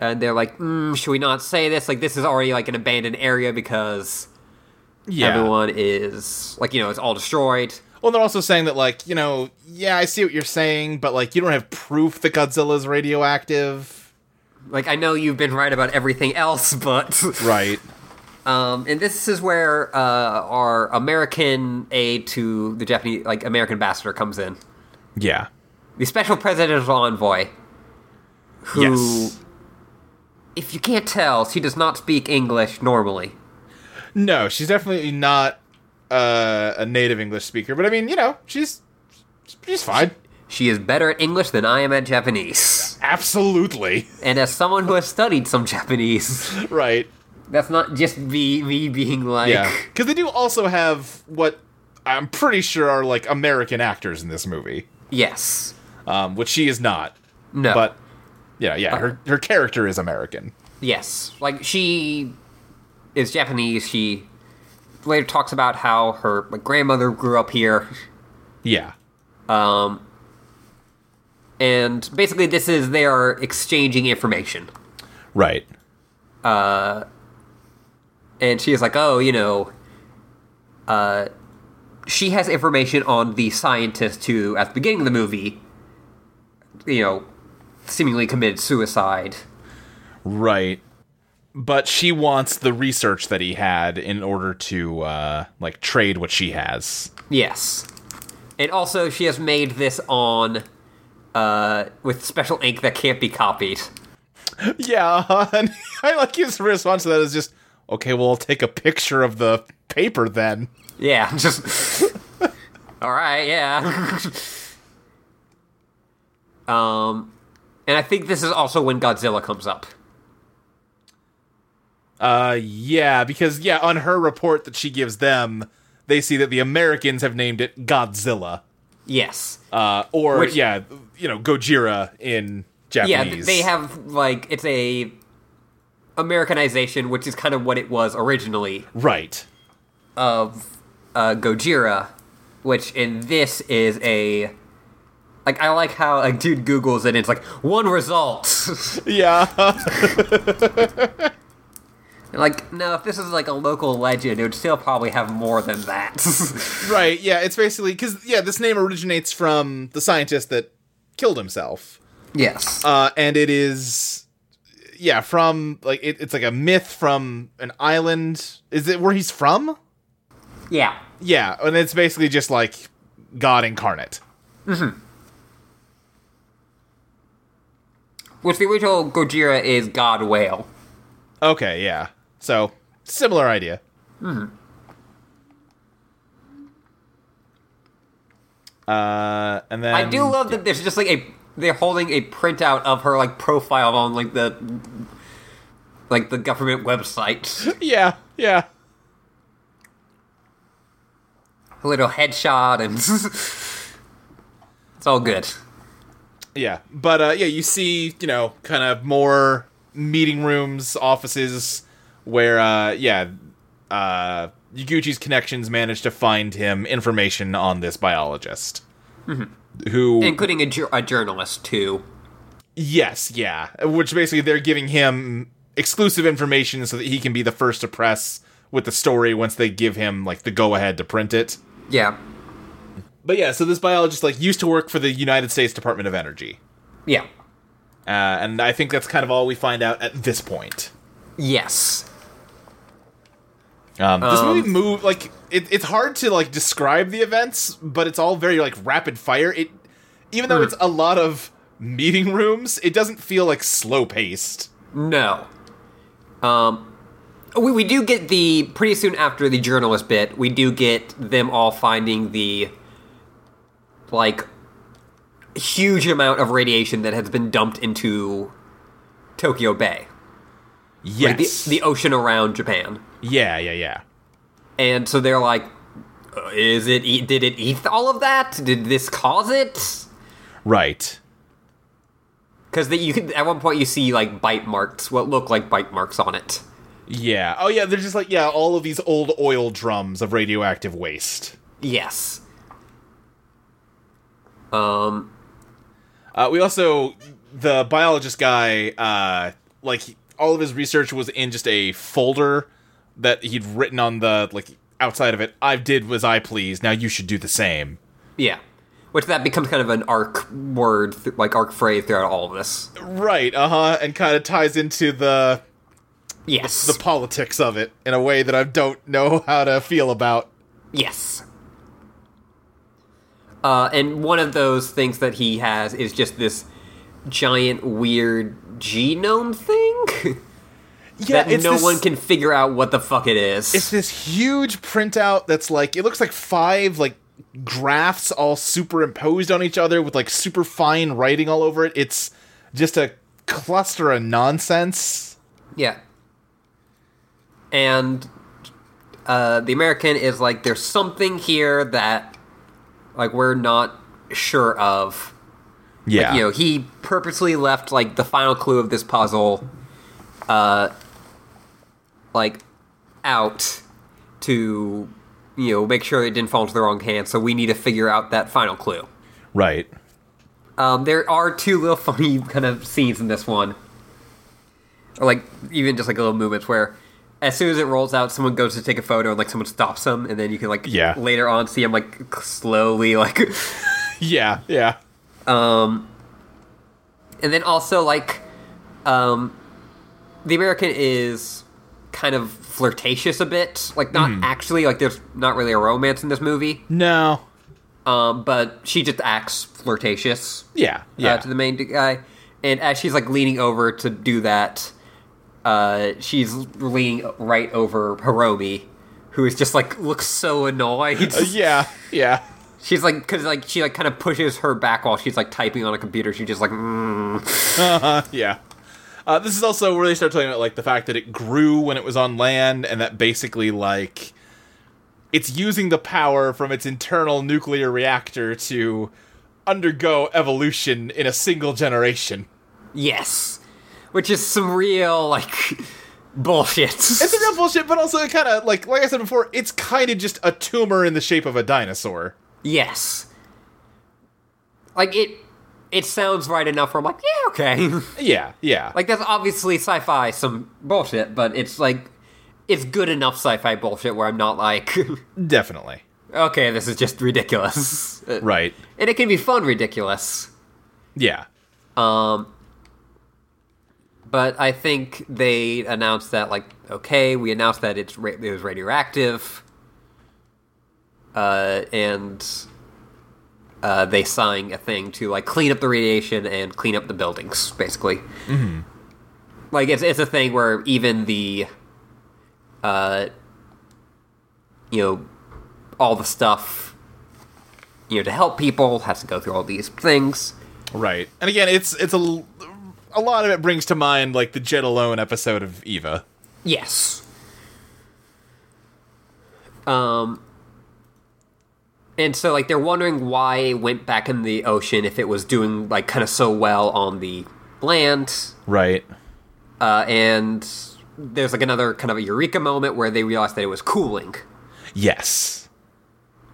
and they're like, mm, should we not say this? Like this is already like an abandoned area because yeah. everyone is like you know it's all destroyed. Well, they're also saying that, like, you know, yeah, I see what you're saying, but, like, you don't have proof that Godzilla's radioactive. Like I know you've been right about everything else, but Right. Um, and this is where uh, our American aid to the Japanese, like American ambassador, comes in. Yeah. The special presidential envoy, who, Yes. if you can't tell, she does not speak English normally. No, She's definitely not uh, a native English speaker, but I mean, you know, she's she's fine. She is better at English than I am at Japanese. Absolutely And as someone who has studied some Japanese, right. that's not just me, me being like, Yeah, because they do also have what I'm pretty sure are like American actors in this movie, yes, um, which she is not. no, But yeah, yeah, her her character is American. Yes, like she is Japanese. She later talks about how her like, grandmother grew up here, Yeah, um, and basically this is they are exchanging information. right. And she is like, "Oh, you know," uh, she has information on the scientist who, at the beginning of the movie, you know, seemingly committed suicide. Right. But she wants the research that he had in order to uh like trade what she has. Yes. And also, she has made this on uh, with special ink that can't be copied. Yeah, and I like his response to that is just okay, well, I'll take a picture of the paper then. Yeah, just. All right, yeah. um, and I think this is also when Godzilla comes up. Uh yeah, because yeah, on her report that she gives them, they see that the Americans have named it Godzilla. Yes. Uh or Which- yeah, you know, Gojira in yeah, Japanese. th- they have like it's a Americanization, which is kind of what it was originally Right. of uh, Gojira, which in this is a like I like how a dude googles it and it's like one result. Yeah. And, like no, if this is like a local legend, it would still probably have more than that. right, yeah, it's basically cuz yeah, this name originates from the scientist that killed himself. yes. uh, and it is yeah from like it, it's like a myth from an island is it where he's from yeah. yeah and it's basically just like god incarnate Which the original Gojira is God Whale. okay yeah so similar idea Hmm. uh and then I do love that there's just like a they're holding a printout of her like profile on like the like the government website. yeah yeah a little headshot and it's all good. Yeah, but uh, yeah, you see, you know, kind of more meeting rooms, offices where, uh, yeah, uh, Yaguchi's connections managed to find him information on this biologist, who, including a, jour- a journalist too. yes, yeah, which basically they're giving him exclusive information so that he can be the first to press with the story once they give him like the go ahead to print it. Yeah, But yeah, so this biologist like used to work for the United States Department of Energy. yeah, Uh, and I think that's kind of all we find out at this point. yes, Um, this Um, movie move like it, it's hard to like describe the events, but it's all very like rapid fire. It even Hmm. though it's a lot of meeting rooms, it doesn't feel like slow paced. no. Um, we we do get the pretty soon after the journalist bit, we do get them all finding the like huge amount of radiation that has been dumped into Tokyo Bay, like, Yes. the, the ocean around Japan, yeah, yeah, yeah. and so they're like. "Uh, Is it? e- Did it eat all of that? Did this cause it? Right. Because you could at one point you see like bite marks, what look like bite marks on it. Yeah. Oh yeah, they're just like yeah, all of these old oil drums of radioactive waste. Yes. Um. Uh, we also the biologist guy, uh, like he- all of his research was in just a folder that he'd written on the like outside of it. I did was I please. Now you should do the same. Yeah. Which that becomes kind of an arc word, th- like arc phrase throughout all of this. uh-huh. Right. Uh huh. And kind of ties into the Yes. the politics of it in a way that I don't know how to feel about. Yes. Uh, and one of those things that he has is just this giant weird genome thing Yeah, that no one can figure out what the fuck it is. It's this huge printout that's like it looks like five like graphs all superimposed on each other with like super fine writing all over it. It's just a cluster of nonsense. yeah. And uh, the American is like, there's something here that, like, we're not sure of. Yeah. you know he purposely left like the final clue of this puzzle uh like out to you know make sure it didn't fall into the wrong hands so we need to figure out that final clue right. um there are two little funny kind of scenes in this one or like even just like little movements where as soon as it rolls out someone goes to take a photo and like someone stops them and then you can like Yeah. later on see him like slowly like Yeah. Yeah. and then also like um the american is kind of flirtatious a bit like not Mm-hmm. actually like there's not really a romance in this movie No. um but she just acts flirtatious Yeah. Yeah. uh, to the main guy and as she's like leaning over to do that uh she's leaning right over hiromi who is just like looks so annoyed Uh, yeah. Yeah. she's like because like she like kind of pushes her back while she's like typing on a computer she's just like mm. Yeah. Uh, this is also where they start talking about like the fact that it grew when it was on land, and that basically like it's using the power from its internal nuclear reactor to undergo evolution in a single generation. Yes. Which is some real, like, bullshit. It's a real bullshit, but also it kind of like like I said before, it's kind of just a tumor in the shape of a dinosaur. yes. Like, it it sounds right enough where I'm like, yeah, okay. Yeah, yeah, like, that's obviously sci fi, some bullshit, but it's like, it's good enough sci fi bullshit where I'm not like, definitely. okay, this is just ridiculous. Uh, Right. And it can be fun, ridiculous. Yeah. Um, but I think they announced that, like, okay, we announced that it's ra- it was radioactive. Uh, and uh, they signed a thing to like clean up the radiation and clean up the buildings, basically. Mm-hmm. Like it's it's a thing where even the, uh, you know, all the stuff, you know, to help people has to go through all these things. Right. And again, it's it's a l- a lot of it brings to mind like the Jet Alone episode of Eva. Yes. Um and so like they're wondering why it went back in the ocean if it was doing like kind of so well on the land. Right. Uh and there's like another kind of a eureka moment where they realize that it was cooling. Yes.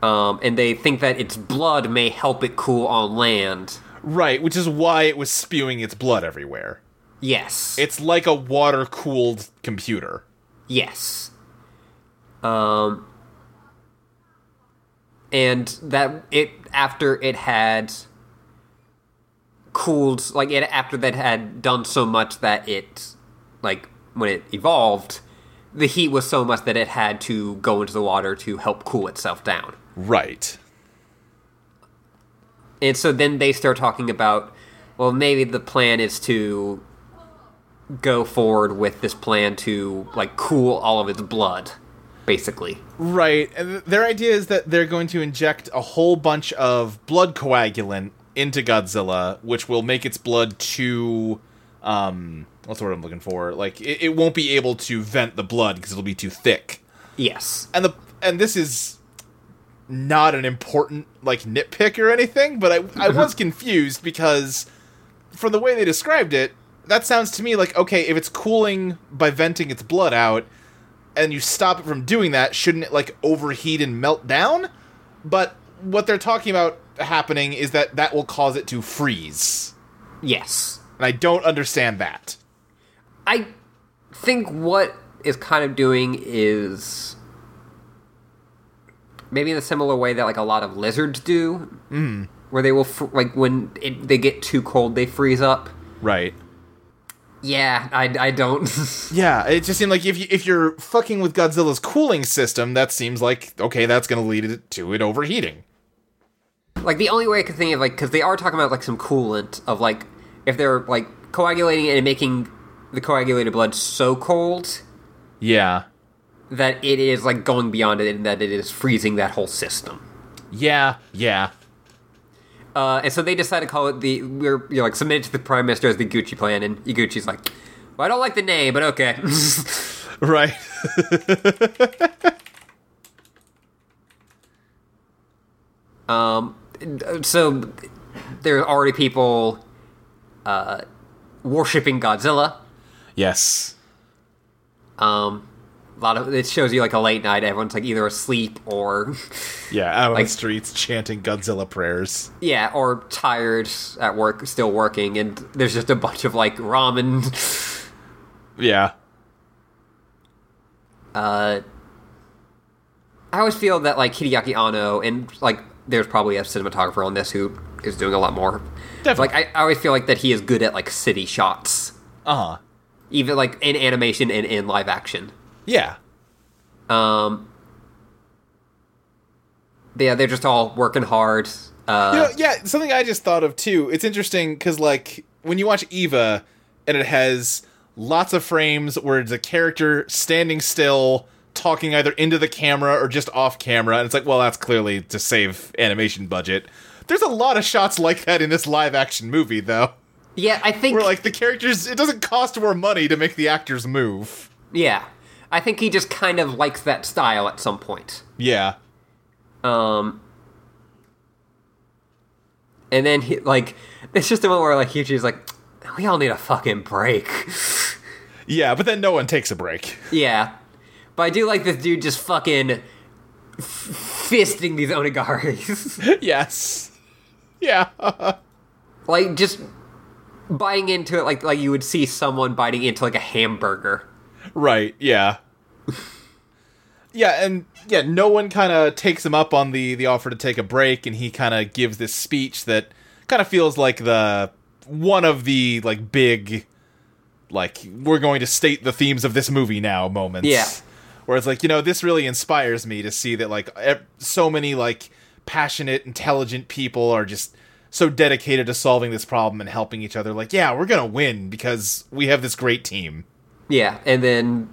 Um and they think that its blood may help it cool on land. Right, which is why it was spewing its blood everywhere. Yes. It's like a water cooled computer. Yes. Um, and that it after it had cooled, like it after that had done so much that it, like when it evolved, the heat was so much that it had to go into the water to help cool itself down. Right. And so then they start talking about, well, maybe the plan is to go forward with this plan to like cool all of its blood, basically. Right. And th- their idea is that they're going to inject a whole bunch of blood coagulant into Godzilla, which will make its blood too. Um, what's the word I'm looking for? Like, it, it won't be able to vent the blood because it'll be too thick. Yes. And the and this is not an important like nitpick or anything, but I I was confused because from the way they described it, that sounds to me like okay, if it's cooling by venting its blood out, and you stop it from doing that, shouldn't it like overheat and melt down? But what they're talking about happening is that that will cause it to freeze, Yes. and I don't understand that. I think what is kind of doing is maybe in a similar way that like a lot of lizards do, mm. where they will fr- like when it, they get too cold, they freeze up. Right. Yeah, I, I don't. Yeah, it just seemed like if you, if you're fucking with Godzilla's cooling system, that seems like okay, that's going to lead it to it overheating. like the only way I could think of like because they are talking about like some coolant of like if they're like coagulating it and making the coagulated blood so cold Yeah. that it is like going beyond it and that it is freezing that whole system. Yeah. Yeah. Uh, and so they decide to call it the we're you know, like submitted to the prime minister as the Gucci plan, and Iguchi's like, well, I don't like the name, but okay. Right. Um, so there are already people uh, worshiping Godzilla. yes. Um, a lot of it shows you like a late night. Everyone's like either asleep or Yeah, out Like- on the streets chanting Godzilla prayers. yeah, or tired at work, still working, and there's just a bunch of like ramen. Yeah. I always feel that like Hideaki Anno and like there's probably a cinematographer on this who is doing a lot more. Definitely. Like I, I always feel like that he is good at like city shots, Uh-huh. Uh huh. even like in animation and in live action. Yeah. Um, but yeah, they're just all working hard. Uh, You know, yeah, something I just thought of too. It's interesting because, like, when you watch Eva, and it has lots of frames where it's a character standing still, talking either into the camera or just off camera, and it's like, well, that's clearly to save animation budget. There's a lot of shots like that in this live action movie, though. yeah, I think. Where like the characters, it doesn't cost more money to make the actors move. yeah, I think he just kind of likes that style at some point. Yeah, Um, and then he like it's just the moment where like Hyuji's like, we all need a fucking break. yeah, but then no one takes a break. yeah, but I do like this dude just fucking f- fisting these onigaris, Yes. Yeah, like just biting into it like like you would see someone biting into like a hamburger. Right, yeah. yeah, and yeah, no one kind of takes him up on the the offer to take a break and he kind of gives this speech that kind of feels like the one of the like big like we're going to state the themes of this movie now moments. Yeah. Where it's like, you know, this really inspires me to see that like ev- so many like passionate, intelligent people are just so dedicated to solving this problem and helping each other. Like, yeah, we're going to win because we have this great team. Yeah, and then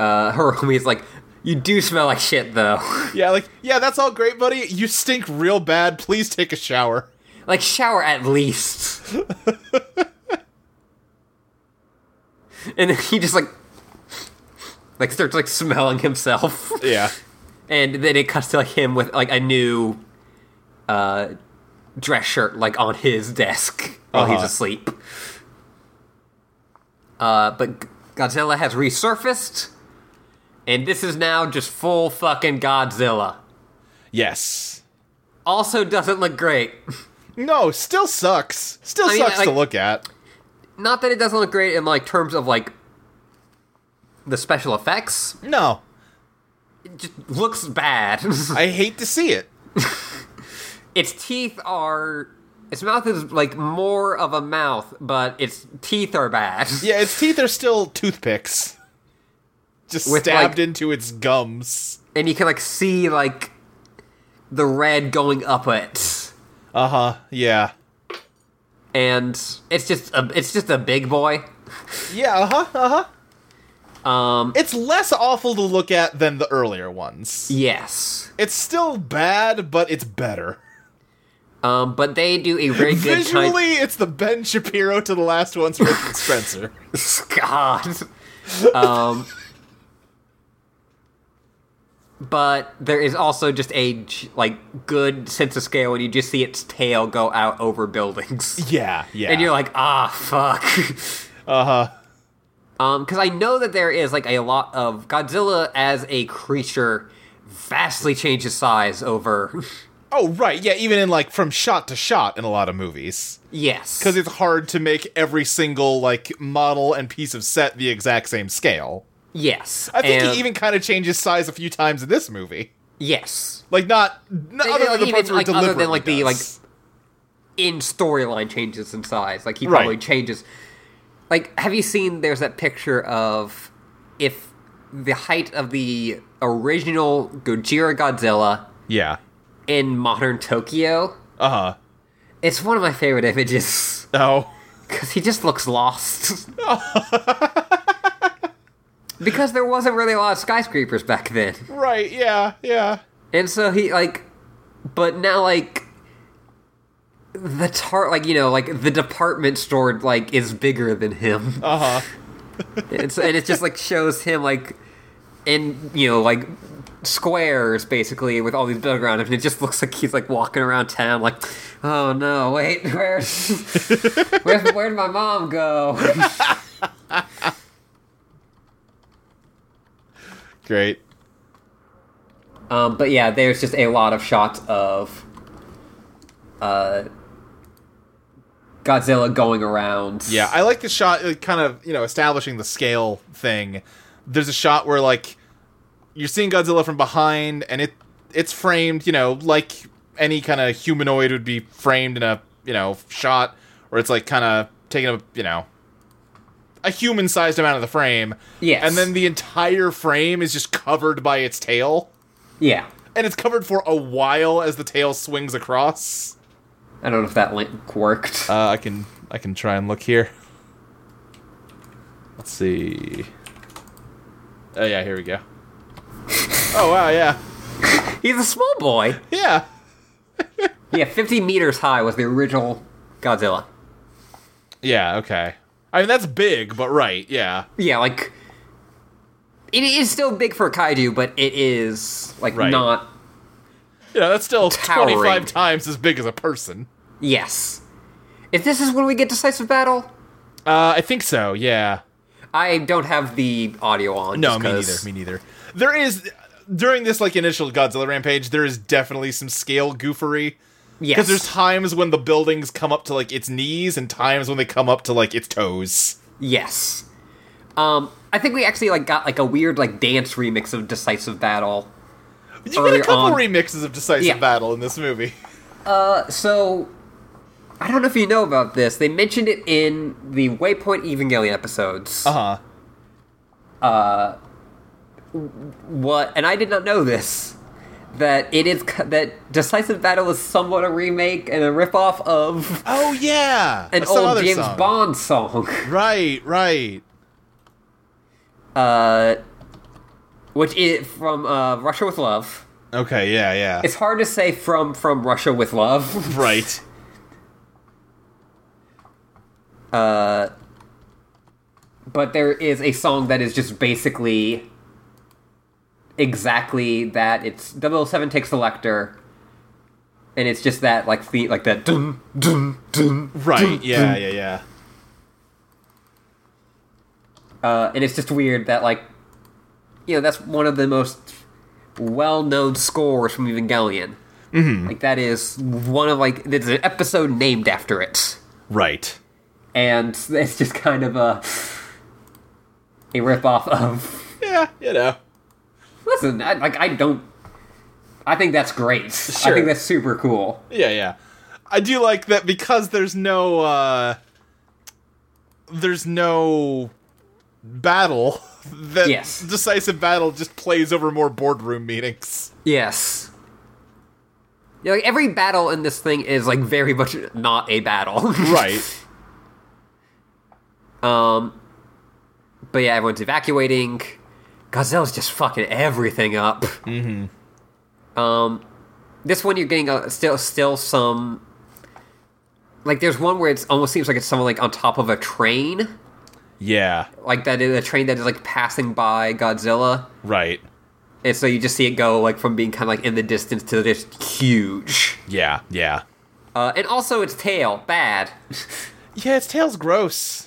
uh, Hiromi's like, you do smell like shit though. Yeah, like, yeah, that's all great, buddy. You stink real bad. Please take a shower. Like, shower at least. and then he just like, like starts like smelling himself, Yeah. and then it cuts to like him with like a new, uh, dress shirt like on his desk while he's Uh-huh. asleep. Uh, but G- Godzilla has resurfaced, and this is now just full fucking Godzilla. Yes. Also, doesn't look great. No, still sucks. Still I mean, sucks to like- look at. not that it doesn't look great in like terms of like the special effects No, it just looks bad I hate to see it. its teeth are its mouth is like more of a mouth but its teeth are bad Yeah, its teeth are still toothpicks. Just With, stabbed like- into its gums. and you can like see like the red going up it Uh huh. Yeah. and it's just a it's just a big boy Yeah. Uh huh. Uh huh. um It's less awful to look at than the earlier ones. yes It's still bad, but it's better. um but they do a very good kind- Visually, it's the Ben Shapiro to the last one's Rick and Spencer. God. Um, but there is also just a j- like good sense of scale when you just see its tail go out over buildings, Yeah. Yeah. and you're like, ah, fuck. uh Uh-huh. huh. Um, because I know that there is like a lot of Godzilla as a creature vastly changes size over. Oh right, yeah, even in like from shot to shot in a lot of movies. yes, Cuz it's hard to make every single like model and piece of set the exact same scale. yes, I think and- he even kind of changes size a few times in this movie. yes. Like not, n- They- other like, than the even, parts where it like, other than, deliberately like, the, does. in storyline changes in size. Like he Right. probably changes. like have you seen there's that picture of if the height of the original Gojira Godzilla Yeah. in modern Tokyo? Uh-huh. Uh It's one of my favorite images huh. Oh. because he just looks lost. because there wasn't really a lot of skyscrapers back then. Right. Yeah. Yeah. And so he like but now like the tar like you know like the department store like is bigger than him. Uh Uh-huh. huh. and, so, and it just like shows him like in you know like squares basically with all these buildings around him and it just looks like he's like walking around town like oh no wait where where where'd my mom go Great. um but yeah there's just a lot of shots of uh godzilla going around Yeah, I like the shot, uh, kind of you know establishing the scale thing. There's a shot where like you're seeing Godzilla from behind, and it it's framed, you know, like any kind of humanoid would be framed in a you know shot, where it's like kind of taking up you know a human sized amount of the frame. Yes. and then the entire frame is just covered by its tail, yeah and it's covered for a while as the tail swings across. i don't know if that link worked Uh, I can I can try and look here. Let's see. Oh yeah, here we go. Oh wow, yeah, he's a small boy yeah. yeah 50 meters high was the original godzilla Yeah. Okay. I mean that's big, but right, yeah. yeah, like it is still big for a kaiju, but it is like Right. not. You know, that's still Towering. 25 times as big as a person. Yes, if this is when we get decisive battle, Uh, I think so, yeah. I don't have the audio on. No, just me 'cause- neither. Me neither. There is, during this, like, initial Godzilla Rampage, there is definitely some scale goofery. Yes, Because there's times when the buildings come up to, like, its knees and times when they come up to, like, its toes. yes. Um, I think we actually like got like a weird like dance remix of decisive battle. You get a Earlier couple on. remixes of Decisive Yeah. Battle in this movie. So. I don't know if you know about this. They mentioned it in the Waypoint Evangelion episodes. Uh-huh. Uh huh. what and i did not know this that it is c- that decisive battle is somewhat a remake and a ripoff of Oh, yeah. an That's some old other james song. bond song Right, right. uh, which is from uh, russia with love Okay, yeah, yeah. it's hard to say from from russia with love right. but there is a song that is just basically exactly that it's 007 takes the lector and it's just that like the like that dum dum dum Right, yeah, yeah, yeah. Uh, and it's just weird that like you know that's one of the most well-known scores from evangelion mm-hmm. like that is one of like there's an episode named after it Right. and it's just kind of a a rip-off of Yeah, you know. listen I, like i don't i think that's great i Sure. think that's super cool Yeah, yeah. I do like that because there's no uh there's no battle that Yes. decisive battle just plays over more boardroom meetings. yes yeah, like every battle in this thing is like very much not a battle Right. Um, but yeah, everyone's evacuating. Gazelle's just fucking everything up. Mm-hmm. Um, this one you're getting uh, still still some. Like there's one where it almost seems like it's someone like on top of a train, Yeah. like that is a train that is like passing by Godzilla, Right. and so you just see it go like from being kind of like in the distance to just huge. Yeah. Yeah. Uh, and also its tail, bad. Yeah, its tail's gross.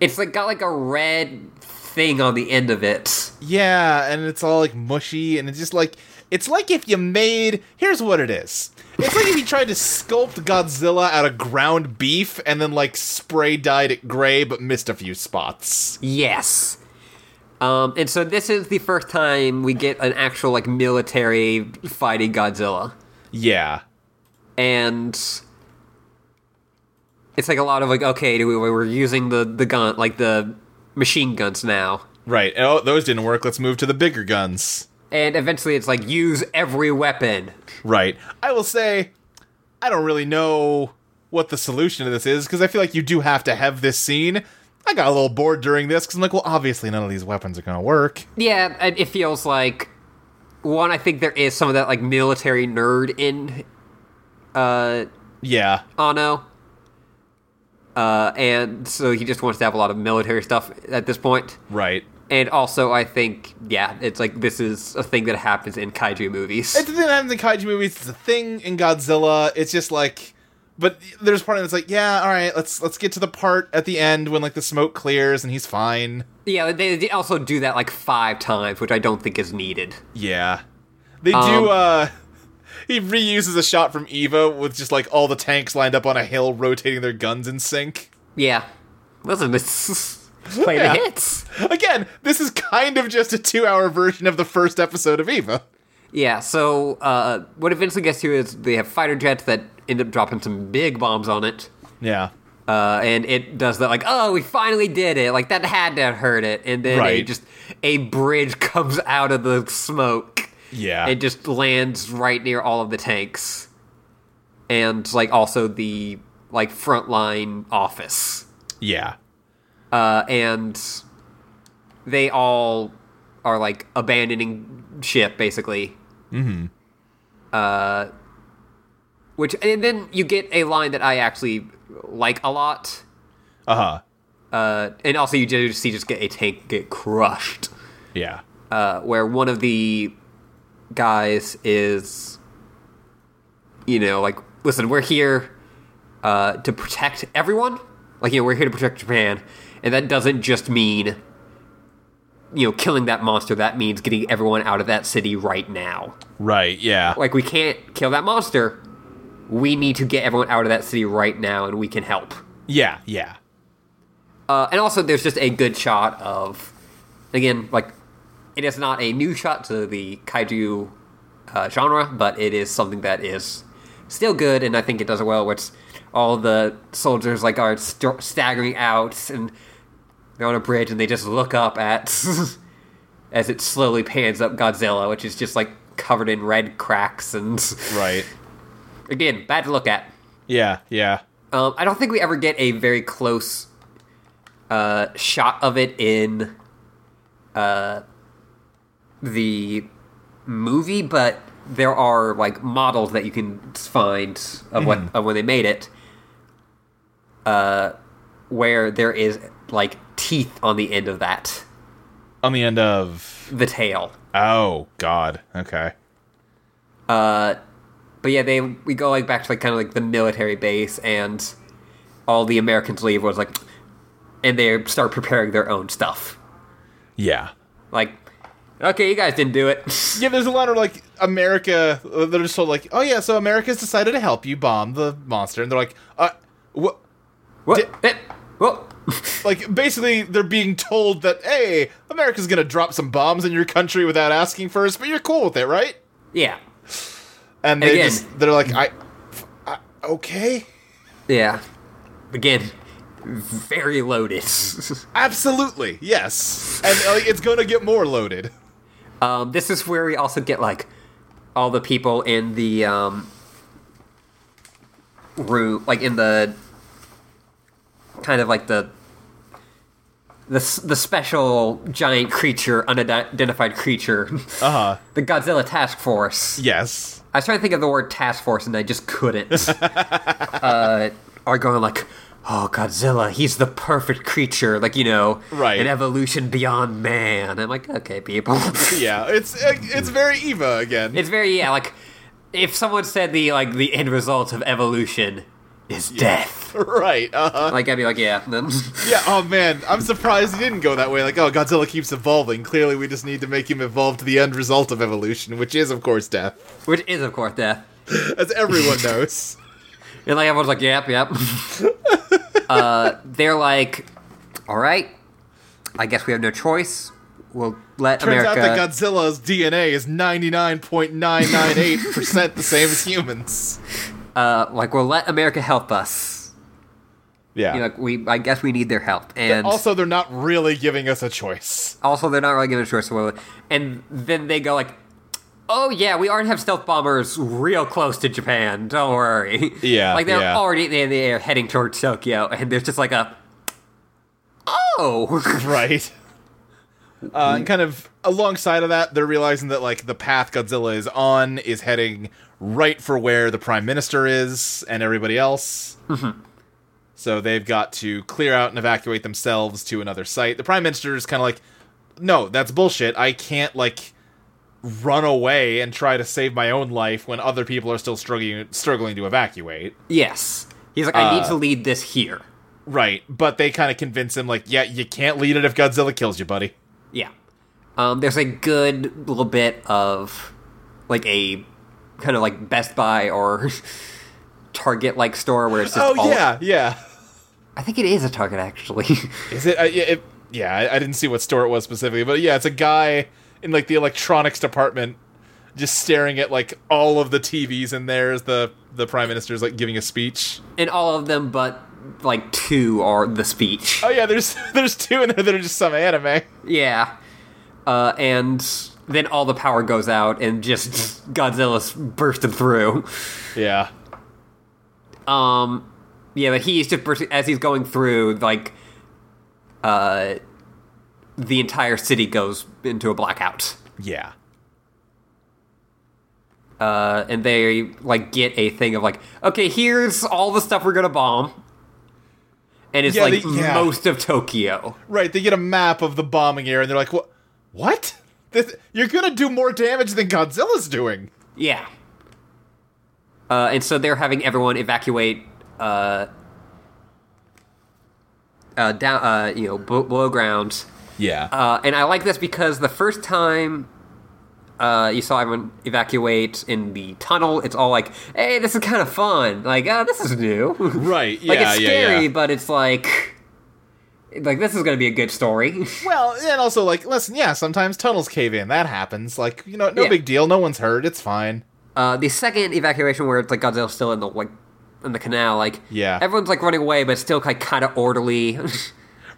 It's like got like a red thing on the end of it. Yeah, and it's all like mushy and it's just like it's like if you made here's what it is. It's like if you tried to sculpt Godzilla out of ground beef and then like spray dyed it gray but missed a few spots. Yes. Um, and so this is the first time we get an actual like military fighting Godzilla, Yeah. and it's like a lot of like, okay, do we, we're using the the gun like the machine guns now, Right. Oh, those didn't work. Let's move to the bigger guns. and eventually it's like use every weapon. Right. I will say, I don't really know what the solution to this is because I feel like you do have to have this scene. I got a little bored during this because I'm like, well, obviously none of these weapons are going to work. Yeah, and it feels like one. I think there is some of that like military nerd in uh Yeah. Ano. Uh, and so he just wants to have a lot of military stuff at this point. Right. And also, I think, yeah, it's like this is a thing that happens in kaiju movies. It's the thing that happens in kaiju movies. It's a thing in Godzilla. It's just like, but there's part of it's like, yeah, all right, let's let's get to the part at the end when like the smoke clears and he's fine. yeah, they, they also do that like five times, which I don't think is needed. Yeah. They Um, do uh he reuses a shot from Eva with just like all the tanks lined up on a hill rotating their guns in sync. Yeah. Listen, it's play Yeah. the hits. Again, this is kind of just a 2-hour version of the first episode of Eva. Yeah, so uh, what eventually gets to is they have fighter jets that end up dropping some big bombs on it. Yeah. Uh, and it does that, like, oh, we finally did it. Like, that had to hurt it. And then a, Right. just a bridge comes out of the smoke. Yeah. It just lands right near all of the tanks. And, like, also the, like, frontline office. yeah. Uh, and they all are, like, abandoning ship, basically. Mm hmm. Uh, Mm-hmm. which, and then you get a line that I actually like a lot. Uh-huh. Uh, and also you do see just get a tank get crushed. Yeah. uh, where one of the guys is, you know, like, listen, we're here uh, to protect everyone. Like, you know, we're here to protect Japan. And that doesn't just mean, you know, killing that monster. That means getting everyone out of that city right now. Right. Yeah. Like, we can't kill that monster. We need to get everyone out of that city right now, and we can help. Yeah. Yeah. Uh, and also, there's just a good shot of, again, like, it is not a new shot to the kaiju uh, genre, but it is something that is still good, and I think it does it well. Where it's all the soldiers like are st- staggering out, and they're on a bridge, and they just look up at as it slowly pans up Godzilla, which is just like covered in red cracks, and Right. again, bad to look at. Yeah. Yeah. Um, I don't think we ever get a very close uh, shot of it in uh, the movie, but there are like models that you can find of what of when they made it, uh, where there is like teeth on the end of that On the end of the tail. Oh god. Okay. But yeah, they we go like back to like kind of like the military base, and all the Americans leave. Was like, and they start preparing their own stuff. Yeah. Like, okay, you guys didn't do it. Yeah, there's a lot of like America. uh, They're just told like, oh yeah, so America's decided to help you bomb the monster, and they're like, uh, what? what? Di- Eh, well, Like basically, they're being told that hey, America's gonna drop some bombs in your country without asking first, but you're cool with it, right? yeah, And they Again. just they're like, I, I okay, yeah. Again, very loaded. absolutely, yes, and like it's gonna get more loaded. um, this is where we also get like all the people in the um, room, like in the kind of like the. The, s- the special giant creature, unidentified creature, Uh huh. the Godzilla Task Force. Yes. I was trying to think of the word task force, and I just couldn't. uh, are going like, oh Godzilla, he's the perfect creature, like you know, Right. An evolution beyond man. I'm like, okay, people. Yeah. It's it's very Eva again. it's very yeah. Like, if someone said the like the end result of evolution is death, right. Uh huh. like I'd be like, yeah, then. Yeah, oh man, I'm surprised he didn't go that way. Like, oh, Godzilla keeps evolving. Clearly, we just need to make him evolve to the end result of evolution, which is, of course, death, which is of course death. as everyone knows. And like everyone's like, yep, yep. uh, they're like, all right, I guess we have no choice. We'll let Turns America. out that Godzilla's DNA is 99.998% the same as humans. uh, like, well, let America help us. Yeah. You know, like, we I guess we need their help. And also, also, they're not really giving us a choice. they're not really giving a choice away. And then they go like, "Oh yeah, we already have stealth bombers real close to Japan. Don't worry." Yeah, like they're yeah. already in the air heading towards Tokyo, and there's just like a, "Oh, Right. Uh, and kind of alongside of that, they're realizing that like the path Godzilla is on is heading right for where the prime minister is and everybody else. So they've got to clear out and evacuate themselves to another site. The prime minister is kind of like, "No, that's bullshit. I can't like run away and try to save my own life when other people are still struggling struggling to evacuate." yes." He's like, "I need Uh, to lead this here." Right, but they kind of convince him like, "Yeah, you can't lead it if Godzilla kills you, buddy." Yeah. Um, there's a good little bit of like a kind of like Best Buy or Target like store where it's just Oh all- yeah, yeah. I think it is a Target actually. Is it? Uh, yeah, it, yeah. I, I didn't see what store it was specifically, but yeah, it's a guy in like the electronics department, just staring at like all of the TVs in there as the the prime minister's like giving a speech. and all of them but like two are the speech. Oh yeah, there's there's two in there that are just some anime. Yeah. Uh, and then all the power goes out and just Godzilla's bursting through. Yeah, Um, yeah, but he's just pursu- as he's going through, like, uh, the entire city goes into a blackout, yeah, uh, and they like get a thing of like, okay, here's all the stuff we're gonna bomb, and it's Yeah, like they- yeah. most of Tokyo. right. They get a map of the bombing area, and they're like, "What? What? This, you're gonna do more damage than Godzilla's doing." Yeah. Uh, and so they're having everyone evacuate uh, uh, down, uh, you know, b- below ground. Yeah, Uh, and I like this because the first time uh, you saw everyone evacuate in the tunnel, it's all like, "Hey, this is kind of fun. Like, oh, this is new. right. Yeah, like, it's yeah, scary, yeah. but it's like, like this is going to be a good story. Well, and also like, listen, yeah, sometimes tunnels cave in. That happens. Like, you know, no Yeah. big deal. No one's hurt. It's fine. uh, the second evacuation where it's like Godzilla's still in the like in the canal, like Yeah. everyone's like running away, but it's still like kind of orderly.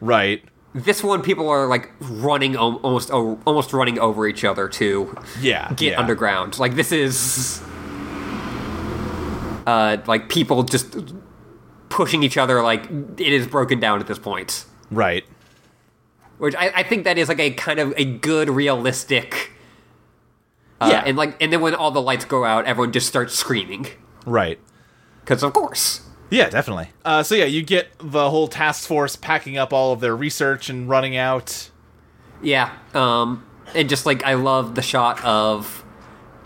Right. this one, people are like running al- almost o- almost running over each other too. Yeah. get yeah. underground. Like this is uh like people just pushing each other like it is broken down at this point. Right. Which I, I think that is like a kind of a good realistic uh, Yeah. and like and then when all the lights go out everyone just starts screaming Right. cuz of course. Yeah, definitely. Uh, so yeah, you get the whole task force packing up all of their research and running out. Yeah. Um and just like I love the shot of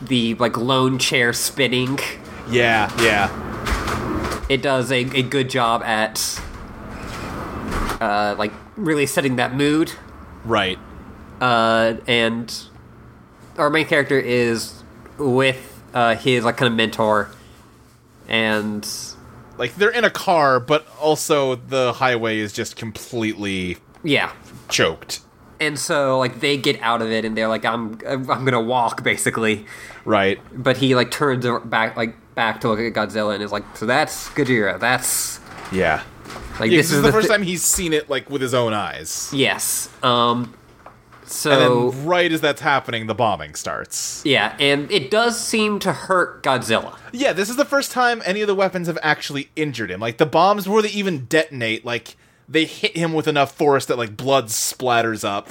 the like lone chair spinning. Yeah, yeah, it does a, a good job at uh, like really setting that mood right. uh, and our main character is with uh, his like kind of mentor and Like they're in a car, but also the highway is just completely yeah choked. and so like they get out of it and they're like i'm i'm gonna walk basically Right. but he like turns back like back to look at godzilla and is like so that's gojira that's Yeah. like Yeah, 'cause this is the first thi- time he's seen it like with his own eyes. yes um so And then right as that's happening, the bombing starts. Yeah, and it does seem to hurt Godzilla. Yeah, this is the first time any of the weapons have actually injured him. Like the bombs where they even detonate, like they hit him with enough force that like blood splatters up.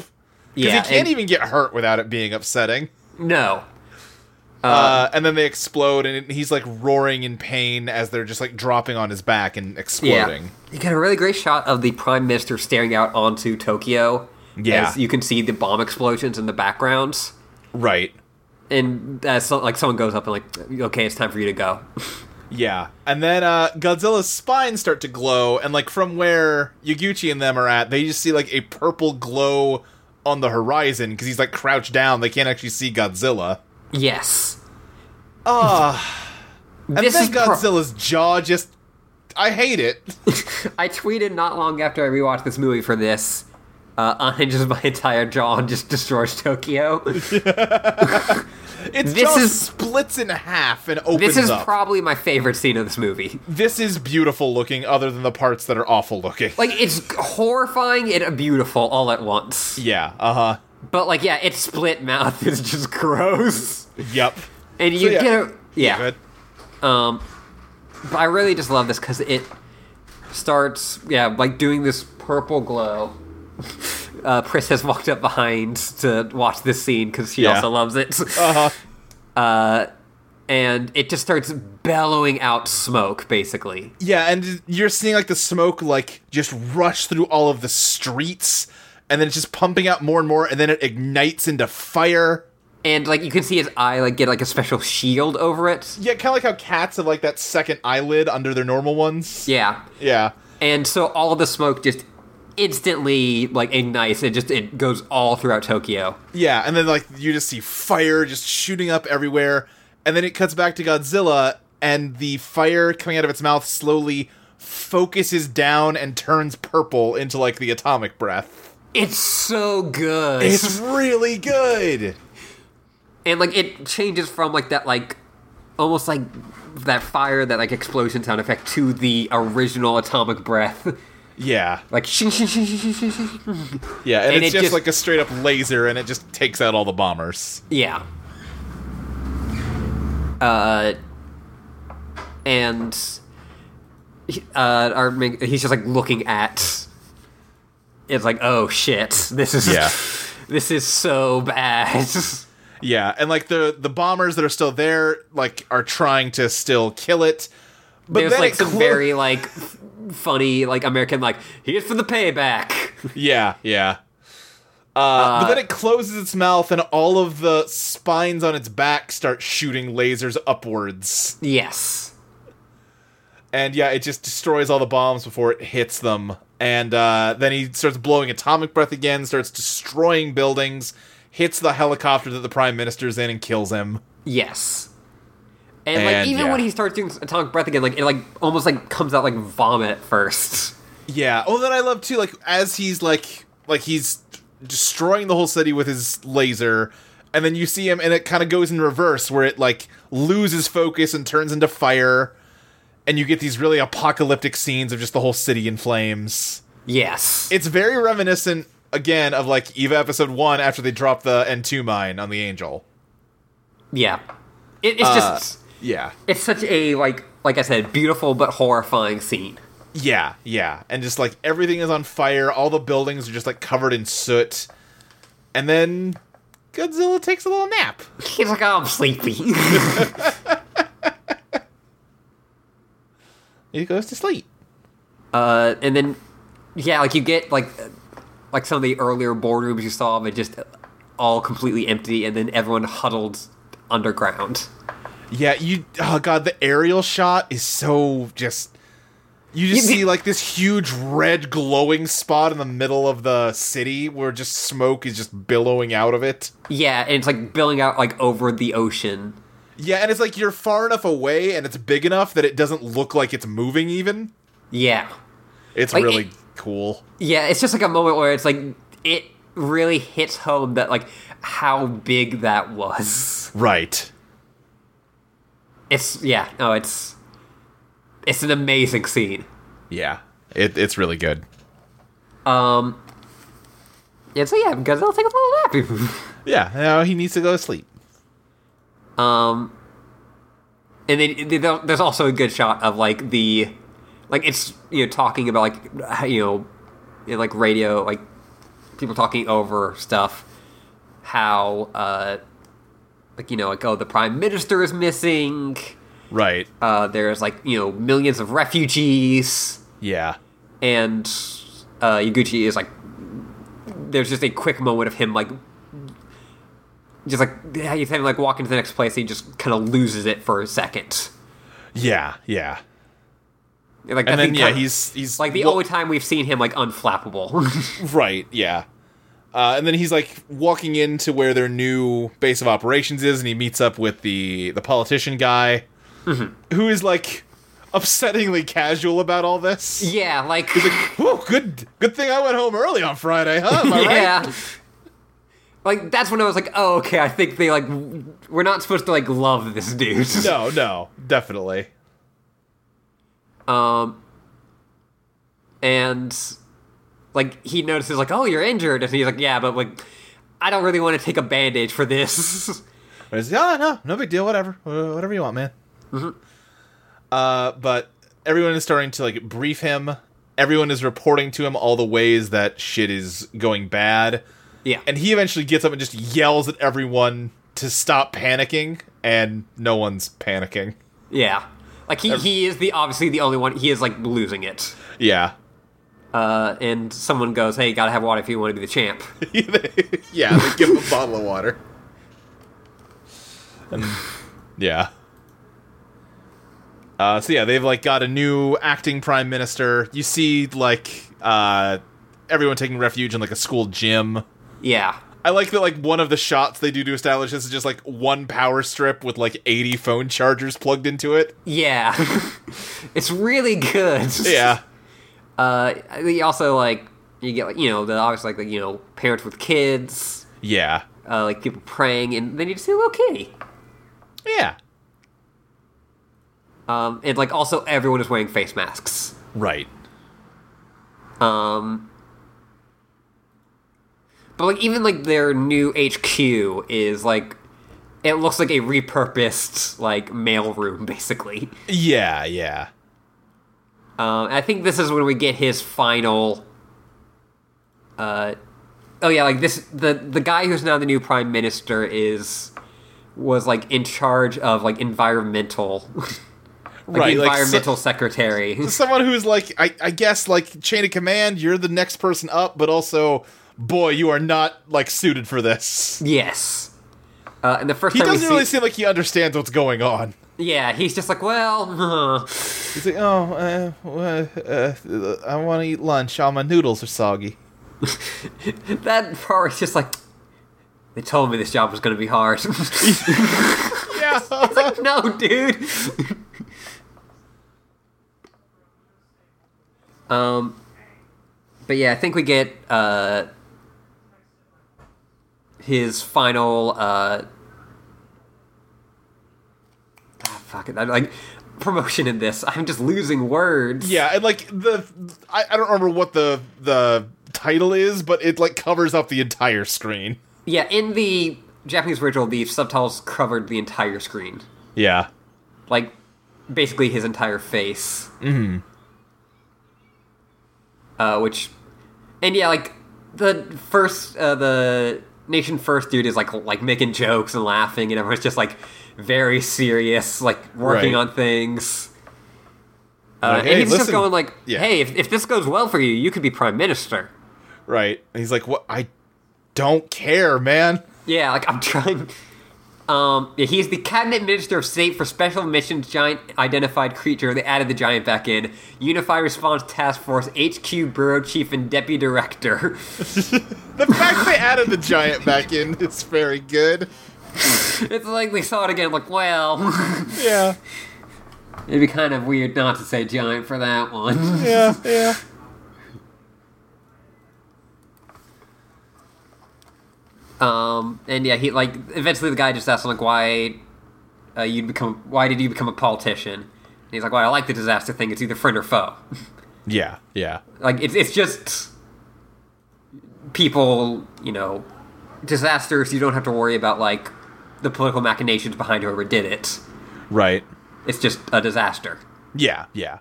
Yeah, Because he can't and- even get hurt without it being upsetting. No. Um, Uh, and then they explode, and he's like roaring in pain as they're just like dropping on his back and exploding. Yeah. You get a really great shot of the Prime Minister staring out onto Tokyo. Yeah. As you can see the bomb explosions in the backgrounds. Right. And uh, so, like someone goes up and like, okay, it's time for you to go. Yeah. And then uh, Godzilla's spines start to glow, and like from where Yaguchi and them are at, they just see like a purple glow on the horizon because he's like crouched down. They can't actually see Godzilla. yes. Ah. and This then is pro- Godzilla's jaw just. I hate it. I tweeted not long after I rewatched this movie for this. Uh, unhinges my entire jaw and just destroys Tokyo. It's This just is- splits in half and opens This is up. probably my favorite scene of this movie. this is beautiful looking, other than the parts that are awful looking. Like it's horrifying and beautiful all at once. yeah, uh huh. But like, yeah, its split mouth is just gross, Yep. and you yeah. get a yeah. Good. Um, but I really just love this because it starts, yeah, like doing this purple glow. Uh, Pris has walked up behind to watch this scene because she Yeah. also loves it. Uh, Uh huh. And it just starts bellowing out smoke, basically. Yeah, and you're seeing like the smoke like just rush through all of the streets, and then it's just pumping out more and more, and then it ignites into fire. And like you can see his eye, like get like a special shield over it. Yeah, kind of like how cats have like that second eyelid under their normal ones. Yeah, Yeah. and so all the smoke just instantly like ignites. It just it goes all throughout Tokyo. Yeah, and then like you just see fire just shooting up everywhere, and then it cuts back to Godzilla, and the fire coming out of its mouth slowly focuses down and turns purple into like the atomic breath. It's so good. It's really good. and like it changes from like that like almost like that fire that like explosion sound effect to the original atomic breath Yeah, like shing, shing, shing, shing, shing, shing, shing. yeah, and, And it's it just just- like a straight up laser, and it just takes out all the bombers. yeah uh and he- uh our main- he's just like looking at it's like oh shit this is Yeah. this is so bad Yeah, and like the the bombers that are still there, like are trying to still kill it. But there's then like it some clo- very like f- funny like american like here's for the payback Yeah, yeah. Uh, but then it closes its mouth, and all of the spines on its back start shooting lasers upwards. Yes. And yeah, it just destroys all the bombs before it hits them. And uh, then he starts blowing atomic breath again, starts destroying buildings, hits the helicopter that the prime minister's in, and kills him. Yes. And, like And, even when yeah. he starts doing atomic breath again, like it like almost like comes out like vomit first. Yeah. Oh, then I love too. Like as he's like like he's destroying the whole city with his laser, and then you see him, and it kind of goes in reverse where it like loses focus and turns into fire, and you get these really apocalyptic scenes of just the whole city in flames. Yes. It's very reminiscent again of like Eva episode one after they drop the N two mine on the Angel. yeah. It, Uh, it's just Yeah. it's such a like like I said, beautiful but horrifying scene. Yeah, yeah. And just like everything is on fire, all the buildings are just like covered in soot. And then Godzilla takes a little nap. He's like, oh, I'm sleepy. He goes to sleep. uh, and then yeah, like you get like uh, like some of the earlier boardrooms you saw, but just all completely empty, and then everyone huddled underground. Yeah, you oh god, the aerial shot is so just you just Yeah, the- see like this huge red glowing spot in the middle of the city where just smoke is just billowing out of it. Yeah, and it's like billowing out like over the ocean. Yeah, and it's like you're far enough away and it's big enough that it doesn't look like it's moving even. Yeah. It's Like, really it- cool. Yeah, it's just like a moment where it's like it really hits home that like how big that was. Right. It's yeah, no, it's it's an amazing scene. Yeah. It, it's really good. Um and so yeah, Godzilla takes a little nap. Yeah, now he needs to go to sleep. um and then there- there's also a good shot of like the like it's you know talking about like you know in like radio like people talking over stuff how uh like you know like oh the prime minister is missing Right. uh there's like you know millions of refugees yeah. and uh Yaguchi is like there's just a quick moment of him like just like yeah, he's having like walk into the next place and he just kind of loses it for a second Yeah, yeah. like And I then think yeah, kinda- he's he's like the wa- only time we've seen him like unflappable right, yeah. Uh, and then he's like walking into where their new base of operations is, and he meets up with the the politician guy, Mm-hmm. who is like upsettingly casual about all this. yeah like Whoa, good good thing I went home early on Friday, huh? Am I right? yeah Like that's when I was like, oh okay, I think they like w- we're not supposed to like love this dude. No, no, definitely. Um, and like he notices like, oh, you're injured, and he's like, yeah, but like, I don't really want to take a bandage for this. But it's yeah, no, no big deal. Whatever, Wh- whatever you want, man. Uh, but everyone is starting to like brief him. Everyone is reporting to him all the ways that shit is going bad, yeah, and he eventually gets up and just yells at everyone to stop panicking, and no one's panicking. yeah, like he he is the obviously the only one. He is like losing it. Yeah, Uh, and someone goes, hey, you gotta have water if you want to be the champ. yeah. They give him a bottle of water. And- yeah. Uh, so yeah, they've like got a new acting prime minister. You see like uh, everyone taking refuge in like a school gym. yeah, I like that like one of the shots they do to establish this is just like one power strip with like 80 phone chargers plugged into it. yeah, it's really good. Yeah. Uh, you also like you get like you know the obviously like the, you know parents with kids, Yeah. uh, like people praying, and then you just see a little kitty. Yeah. Um, and like also everyone is wearing face masks. Right. Um, but like even like their new HQ is like it looks like a repurposed like mailroom basically. Yeah, yeah. Um, I think this is when we get his final. Uh, oh yeah, like this the the guy who's now the new prime minister is was like in charge of like environmental, like the Right, like, so- environmental secretary. Someone who's like I I guess like chain of command, you're the next person up, but also boy, you are not like suited for this. yes, uh, and the first He time we doesn't really see, seem like he understands what's going on. yeah, he's just like, well, huh. He's like, "Oh, uh, uh, uh, I want to eat lunch. All my noodles are soggy." that part is just like. They told me this job was going to be hard. Yeah. no, dude. um, but yeah, I think we get uh his final uh ah, fuck it, I'm like promotion in this. I'm just losing words. Yeah, and like the I, I don't remember what the the title is, but it like covers up the entire screen. Yeah, in the Japanese original, the subtitles covered the entire screen. Yeah. like basically his entire face. Mm-hmm. Uh, which, and yeah, like the first, uh, the nation first dude is like like making jokes and laughing, and everyone's just like very serious, like working Right. on things. Uh, Like, and "Hey, he's just listen." going like, Yeah. "Hey, if, if this goes well for you, you could be prime minister." Right. And he's like, "What? I don't care, man." Yeah, like I'm trying. Um, yeah, he's the cabinet minister of state for special missions, giant identified creature. They added the giant back in. Unify Response Task Force HQ Bureau Chief and Deputy Director. The fact they added the giant back in is very good. it's like they saw it again. Like, well, Yeah. it'd be kind of weird not to say giant for that one. Yeah. Yeah. Um, and yeah, he like eventually the guy just asks him like, why uh, you'd become? Why did you become a politician? And he's like, well, I like the disaster thing. It's either friend or foe. Yeah. Yeah. like it's it's just people, you know, disasters. You don't have to worry about like the political machinations behind whoever did it. Right. It's just a disaster. Yeah, yeah.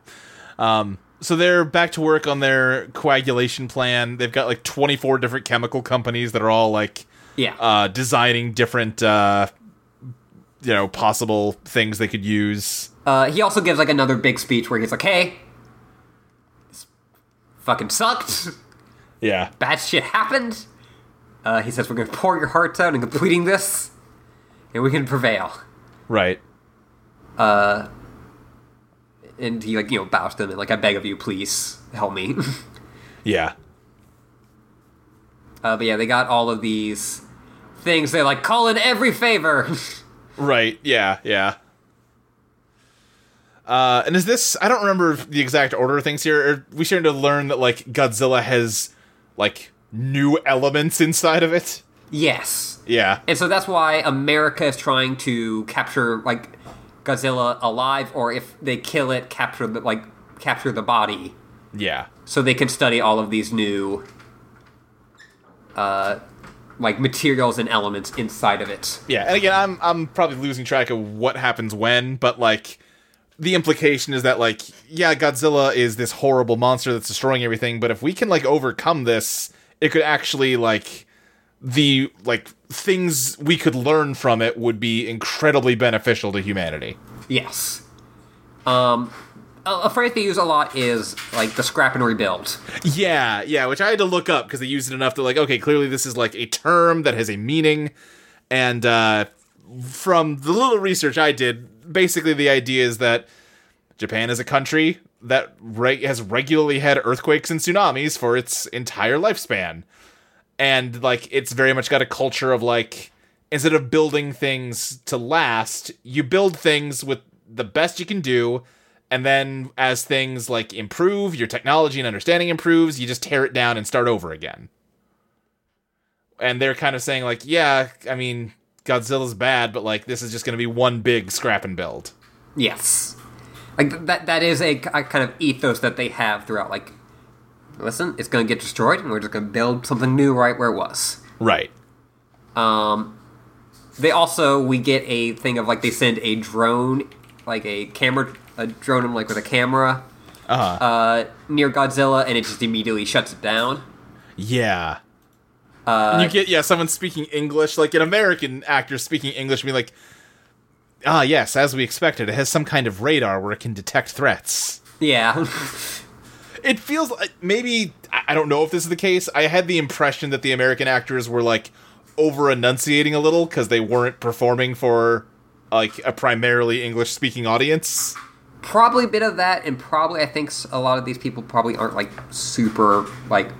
Um, so they're back to work on their coagulation plan. They've got like 24 different chemical companies that are all like Yeah, uh, designing different, uh, you know, possible things they could use. Uh, he also gives like another big speech where he's like, "Hey, this fucking sucked. Yeah, Bad shit happened." Uh, he says, "We're gonna pour your hearts out in completing this, and we can prevail." right. And he like you know bows to them and like, "I beg of you, please help me." Yeah, Uh, but yeah, they got all of these things. They like call in every favor. right. Yeah, yeah. Uh, and is this? I don't remember the exact order of things here. Are we starting to learn that like Godzilla has like new elements inside of it? Yes. Yeah. And so that's why America is trying to capture like Godzilla alive, or if they kill it, capture the like capture the body, Yeah. so they can study all of these new, uh, like materials and elements inside of it. Yeah. And again, I'm I'm probably losing track of what happens when, but like the implication is that like yeah, Godzilla is this horrible monster that's destroying everything, but if we can like overcome this, it could actually like the like things we could learn from it would be incredibly beneficial to humanity. Yes. Um, a, a phrase they use a lot is like the scrap and rebuild. Yeah, yeah, which I had to look up because they used it enough to like, okay, clearly this is like a term that has a meaning. And uh, from the little research I did, basically the idea is that Japan is a country that re- has regularly had earthquakes and tsunamis for its entire lifespan. And like, it's very much got a culture of like, instead of building things to last, you build things with the best you can do. And then as things like improve, your technology and understanding improves, you just tear it down and start over again. And they're kind of saying, like, yeah, I mean, Godzilla's bad, but like, this is just going to be one big scrap and build. Yes. Like th- that that is a, k- a kind of ethos that they have throughout like listen, it's going to get destroyed and we're just going to build something new right where it was. Right. Um they also we get a thing of like they send a drone like a camera a drone like with a camera Uh huh. uh near Godzilla and it just immediately shuts it down. Yeah. you get yeah, someone speaking English, like an American actor speaking English, be like, ah, yes, as we expected, it has some kind of radar where it can detect threats. Yeah. It feels like maybe I I don't know if this is the case. I had the impression that the American actors were like over enunciating a little because they weren't performing for like a primarily English speaking audience. probably a bit of that and probably i think s- a lot of these people probably aren't like super like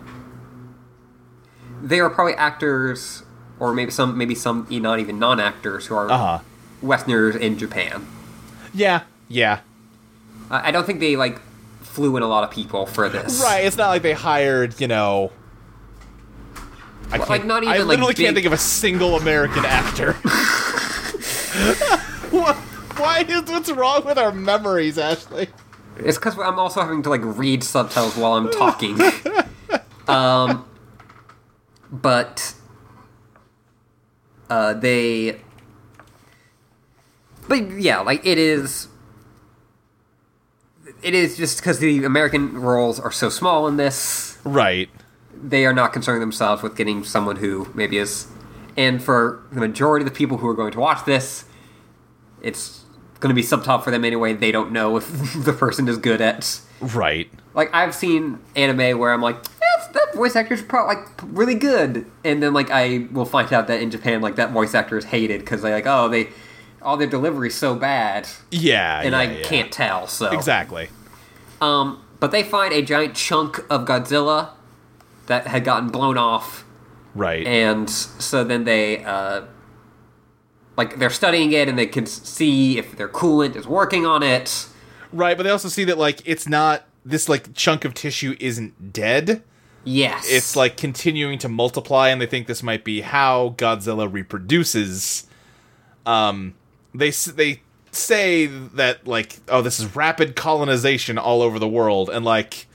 they are probably actors or maybe some maybe some e- not even non-actors who are Uh-huh. westerners in japan Yeah, yeah, I i don't think they like flew in a lot of people for this right. It's not like they hired you know. I Well, like, can't- not I even, like, literally can't big- think of a single American actor. What- Why is what's wrong with our memories, Ashley? it's because i'm also having to like read subtitles while i'm talking um but uh they but yeah like it is it is just because the american roles are so small in this Right. they are not concerning themselves with getting someone who maybe is and for the majority of the people who are going to watch this it's going to be subtitled for them anyway they don't know if the person is good at Right. like I've seen anime where I'm like, that's, that voice actor's probably like p- really good, and then like I will find out that in Japan like that voice actor is hated because they like oh they all their delivery's so bad, Yeah. and yeah, I yeah. can't tell. So Exactly. Um, but they find a giant chunk of Godzilla that had gotten blown off, Right. and so then they uh, like they're studying it and they can s- see if their coolant is working on it. Right, but they also see that like it's not this like chunk of tissue isn't dead. Yes, It's like continuing to multiply, and they think this might be how Godzilla reproduces. Um, they s- they say that like oh this is rapid colonization all over the world, and like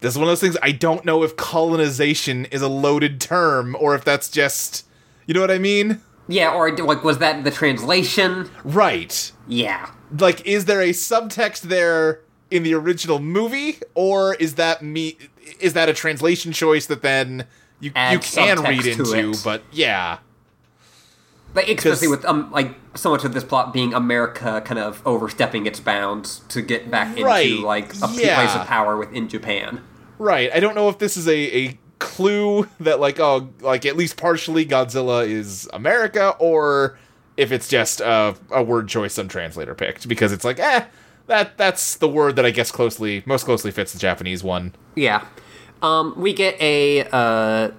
this is one of those things I don't know if colonization is a loaded term or if that's just you know what I mean. yeah, or like was that the translation? Right. Yeah. like is there a subtext there in the original movie or is that me is that a translation choice that then you Add you can subtext read to into it. but yeah Like especially 'Cause- with um, like so much of this plot being America kind of overstepping its bounds to get back Right, into like a p- yeah. place of power within Japan. right i don't know if this is a, a clue that like oh like at least partially godzilla is america or if it's just a, a word choice some translator picked because it's like eh that that's the word that i guess closely most closely fits the japanese one Yeah, um, we get a uh,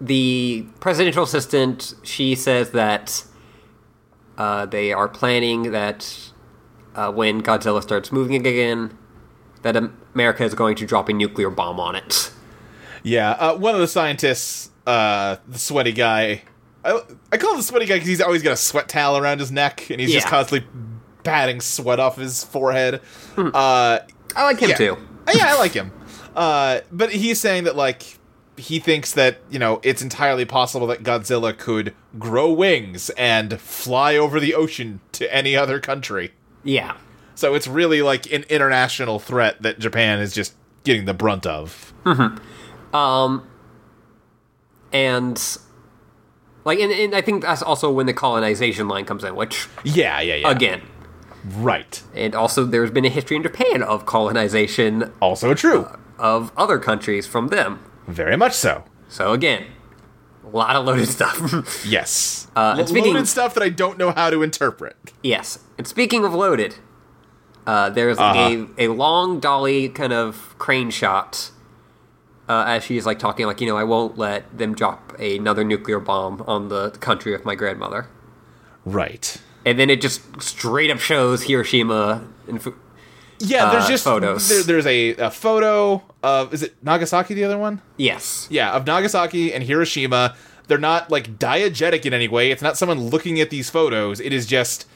the presidential assistant. She says that uh, they are planning that uh, when Godzilla starts moving again, that Am- America is going to drop a nuclear bomb on it. Yeah, uh, one of the scientists uh, the sweaty guy. I, I call him the sweaty guy because he's always got a sweat towel around his neck and he's just Yeah. constantly patting sweat off his forehead. Uh, I like him yeah. too. Uh, yeah, I like him. Uh, but he's saying that like he thinks that you know it's entirely possible that Godzilla could grow wings and fly over the ocean to any other country. Yeah. So it's really like an international threat that Japan is just getting the brunt of. Um, and like, and, and I think that's also when the colonization line comes in, which Yeah, yeah, yeah. again, Right. and also there's been a history in Japan of colonization Also true. of other countries from them. Very much so. So again, a lot of loaded stuff. Yes. Uh, and Lo- speaking- loaded stuff that I don't know how to interpret. yes. And speaking of loaded, uh, there's a, a long dolly kind of crane shot uh, as she's like talking, like, you know, I won't let them drop another nuclear bomb on the country of my grandmother. Right. And then it just straight up shows Hiroshima. In Fu- Yeah, Uh, there's just photos. There, there's a, a photo of is it Nagasaki the other one? yes. Yeah, of Nagasaki and Hiroshima. They're not like diegetic in any way. It's not someone looking at these photos. It is just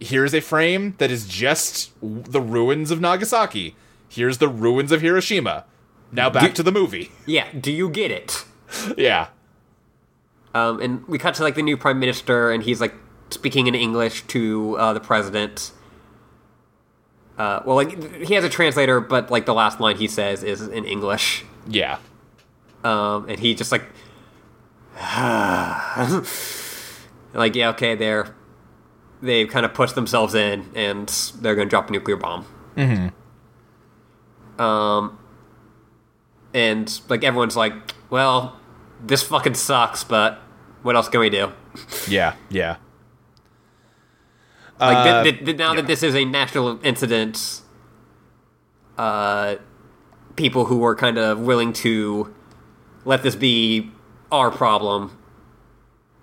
here's a frame that is just w- the ruins of Nagasaki. Here's the ruins of Hiroshima. Now back to the movie. Yeah. Do you get it? yeah. Um, and we cut to like the new prime minister, and he's like speaking in English to uh, the president. Uh, well, like he has a translator, but like the last line he says is in English, Yeah. um, and he just like, like yeah, okay, they're they've kind of pushed themselves in, and they're going to drop a nuclear bomb. Mm-hmm. Um, and like everyone's like, well, this fucking sucks, but what else can we do? Yeah. Yeah. Like Uh, th- th- th- now that this is a national incident, uh, people who were kind of willing to let this be our problem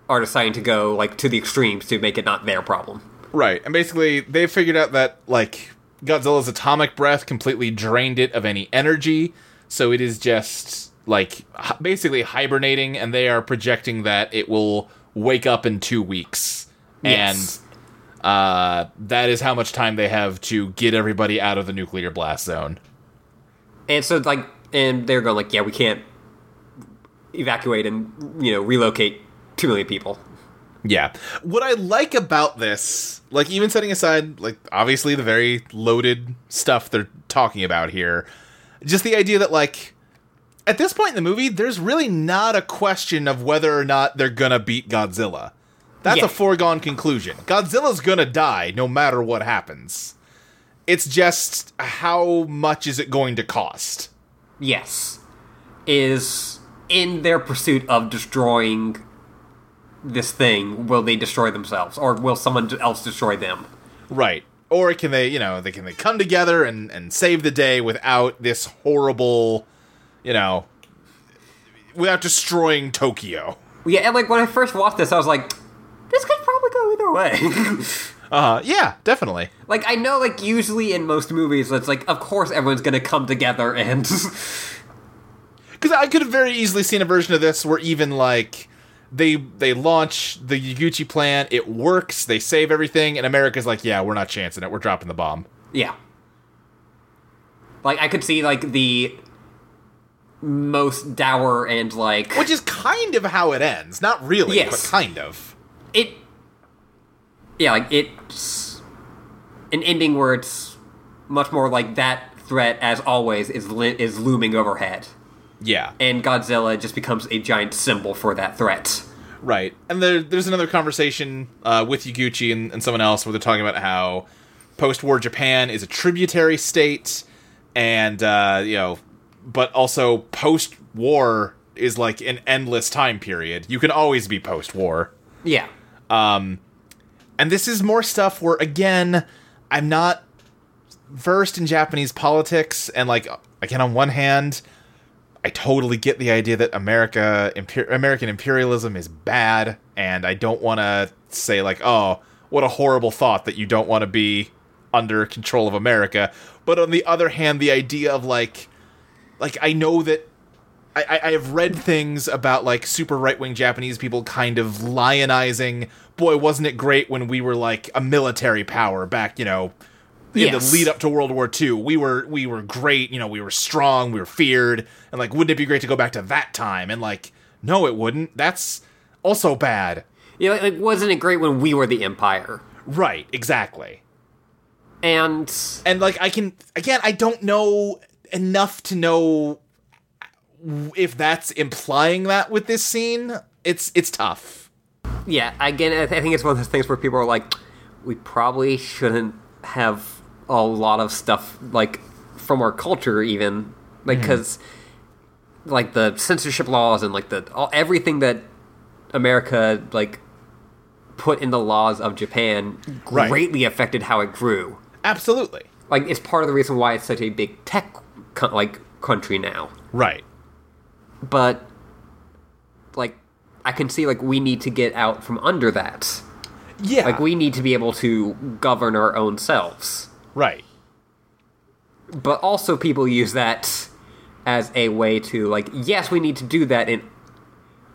are deciding to go like to the extremes to make it not their problem. Right. And basically, they figured out that, like, Godzilla's atomic breath completely drained it of any energy. So it is just, like, hi- basically hibernating, and they are projecting that it will wake up in two weeks. Yes. And uh, that is how much time they have to get everybody out of the nuclear blast zone. And so like and they're going like, yeah, we can't evacuate and you know relocate two million people. Yeah. What I like about this, like even setting aside like obviously the very loaded stuff they're talking about here, just the idea that like at this point in the movie there's really not a question of whether or not they're going to beat Godzilla. That's Yeah. a foregone conclusion. Godzilla's going to die no matter what happens. It's just how much is it going to cost? Yes, is in their pursuit of destroying this thing. Will they destroy themselves, or will someone else destroy them? Right. Or can they, you know, they can they come together and and save the day without this horrible, you know, without destroying Tokyo. Yeah, and like when I first watched this, I was like, this could probably go either way. Uh yeah, definitely. like I know, like usually in most movies, it's like of course everyone's gonna come together and Cuz I could have very easily seen a version of this where even like they they launch the Yaguchi plan, it works, they save everything and America's like, "Yeah, we're not chancing it. We're dropping the bomb." yeah. Like I could see like the most dour and like Which is kind of how it ends. Not really, Yes. but kind of. it yeah like it's an ending where it's much more like that threat as always is li- is looming overhead Yeah. and godzilla just becomes a giant symbol for that threat Right. And there, there's another conversation uh, with Yaguchi and, and someone else where they're talking about how post war Japan is a tributary state, and, uh, you know, but also post war is like an endless time period. You can always be post war. yeah And this is more stuff where, again, I'm not versed in Japanese politics. And, like, again, on one hand, I totally get the idea that America, imper- American imperialism is bad. And I don't want to say, like, oh, what a horrible thought that you don't want to be under control of America. But on the other hand, the idea of, like, like I know that I, I- I have read things about like super right wing Japanese people kind of lionizing. Boy, wasn't it great when we were like a military power back, you know, in Yes. the lead up to World War II. We were we were great, you know, we were strong, we were feared, and like, wouldn't it be great to go back to that time? And like, no, it wouldn't. That's also bad. You know, like, wasn't it great when we were the empire? Right? Exactly. And and like i can again i don't know enough to know if that's implying that with this scene it's it's tough yeah, again, I, th- I think it's one of those things where people are like, we probably shouldn't have a lot of stuff like from our culture, even like because like the censorship laws and like the all, everything that America like put in the laws of Japan Right. greatly affected how it grew. absolutely Like it's part of the reason why it's such a big tech co- like country now. right but like I can see like we need to get out from under that. yeah Like we need to be able to govern our own selves. right But also people use that as a way to like yes, we need to do that and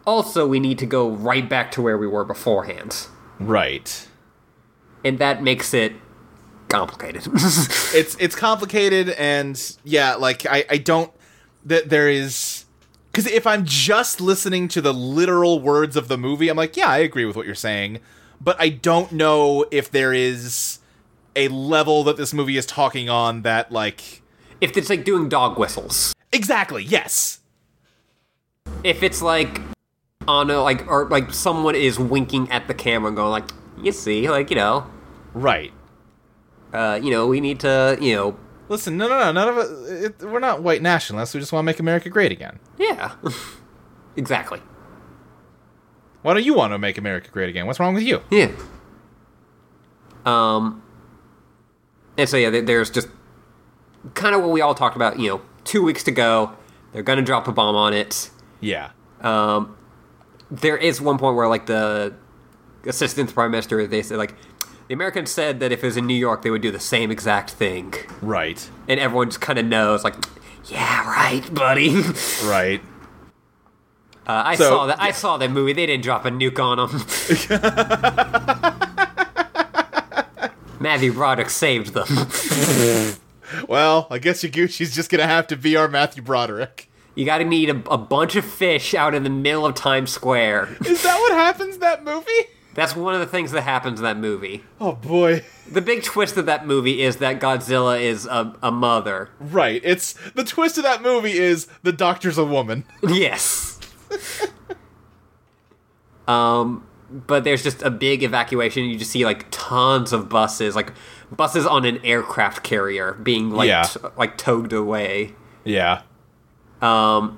also we need to go right back to where we were beforehand. right And that makes it complicated. it's it's complicated and yeah like i i don't that there is because if i'm just listening to the literal words of the movie i'm like yeah i agree with what you're saying but i don't know if there is a level that this movie is talking on that like if it's like doing dog whistles. Exactly. Yes. If it's like on a like or like someone is winking at the camera and going like you see like you know Right. uh, you know, we need to, you know, Listen, no, no, no, none of us. It, we're not white nationalists. We just want to make America great again. yeah, exactly, Why don't you want to make America great again? What's wrong with you? yeah. Um, and so yeah, there- there's just kind of what we all talked about. You know, two weeks to go, they're gonna drop a bomb on it. Yeah. Um, there is one point where like the assistant prime minister, they said like the Americans said that if it was in New York, they would do the same exact thing, Right. and everyone just kind of knows like. Yeah, right, buddy. Right. Uh, I So- saw that. I saw that movie. They didn't drop a nuke on them. Matthew Broderick saved them. Well, I guess Yaguchi's just gonna have to be our Matthew Broderick. you got to need a, a bunch of fish out in the middle of Times Square. Is that what happens in that movie? That's one of the things that happens in that movie. Oh boy. The big twist of that movie is that Godzilla is a, a mother. Right. It's the twist of that movie is the doctor's a woman. Yes. um, but there's just a big evacuation. You just see like tons of buses, like buses on an aircraft carrier being like Yeah. t- like towed away. Yeah. Um,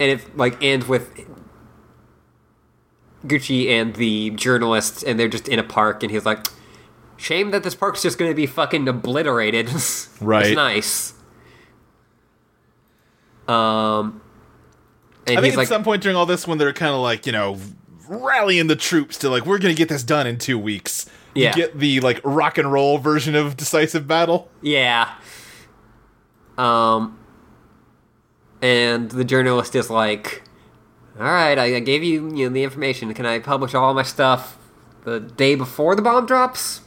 and it like ends with Gucci and the journalist, and they're just in a park, and he's like, "Shame that this park's just going to be fucking obliterated." Right. it's nice. Um, and I think he's at like, some point during all this, when they're kind of like you know rallying the troops to like we're gonna get this done in two weeks. Yeah. You get the like rock and roll version of decisive battle. "Yeah." Um, and the journalist is like, "All right, I, I gave you, you know, the information. Can I publish all my stuff the day before the bomb drops?"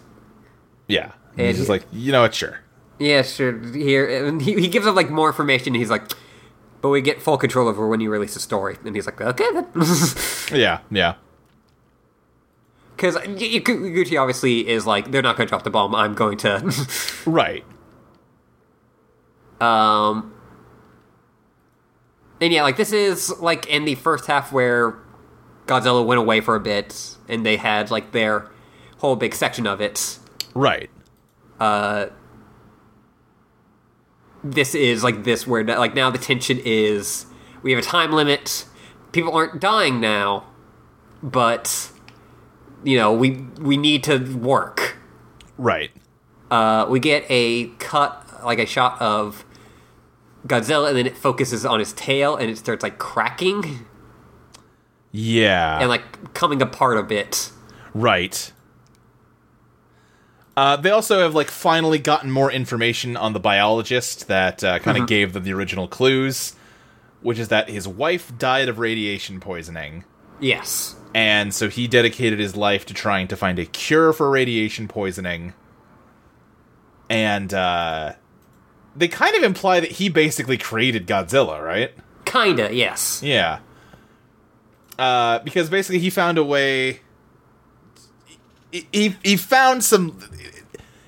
Yeah. And he's just he- like, you know what, sure. Yeah, sure. Here, and he, he gives up like more information. he's like, but we get full control over when you release a story. And he's like, okay, because Yeah, yeah. uh, Gucci obviously is like, they're not going to drop the bomb. I'm going to. Right. um, and yeah, like this is like in the first half where Godzilla went away for a bit, and they had like their whole big section of it. Right. this is like this where like now the tension is we have a time limit people aren't dying now but you know we we need to work Right. uh, we get a cut like a shot of godzilla and then it focuses on his tail and it starts like cracking Yeah. and like coming apart a bit right. Uh, they also have like finally Mm-hmm. gotten more information on the biologist that uh, kind of gave them the original clues. which is that his wife died of radiation poisoning. Yes. And so he dedicated his life to trying to find a cure for radiation poisoning. And uh, they kind of imply that he basically created Godzilla, right? Kinda, yes. Yeah. Uh, because basically he found a way. He, he, he found some.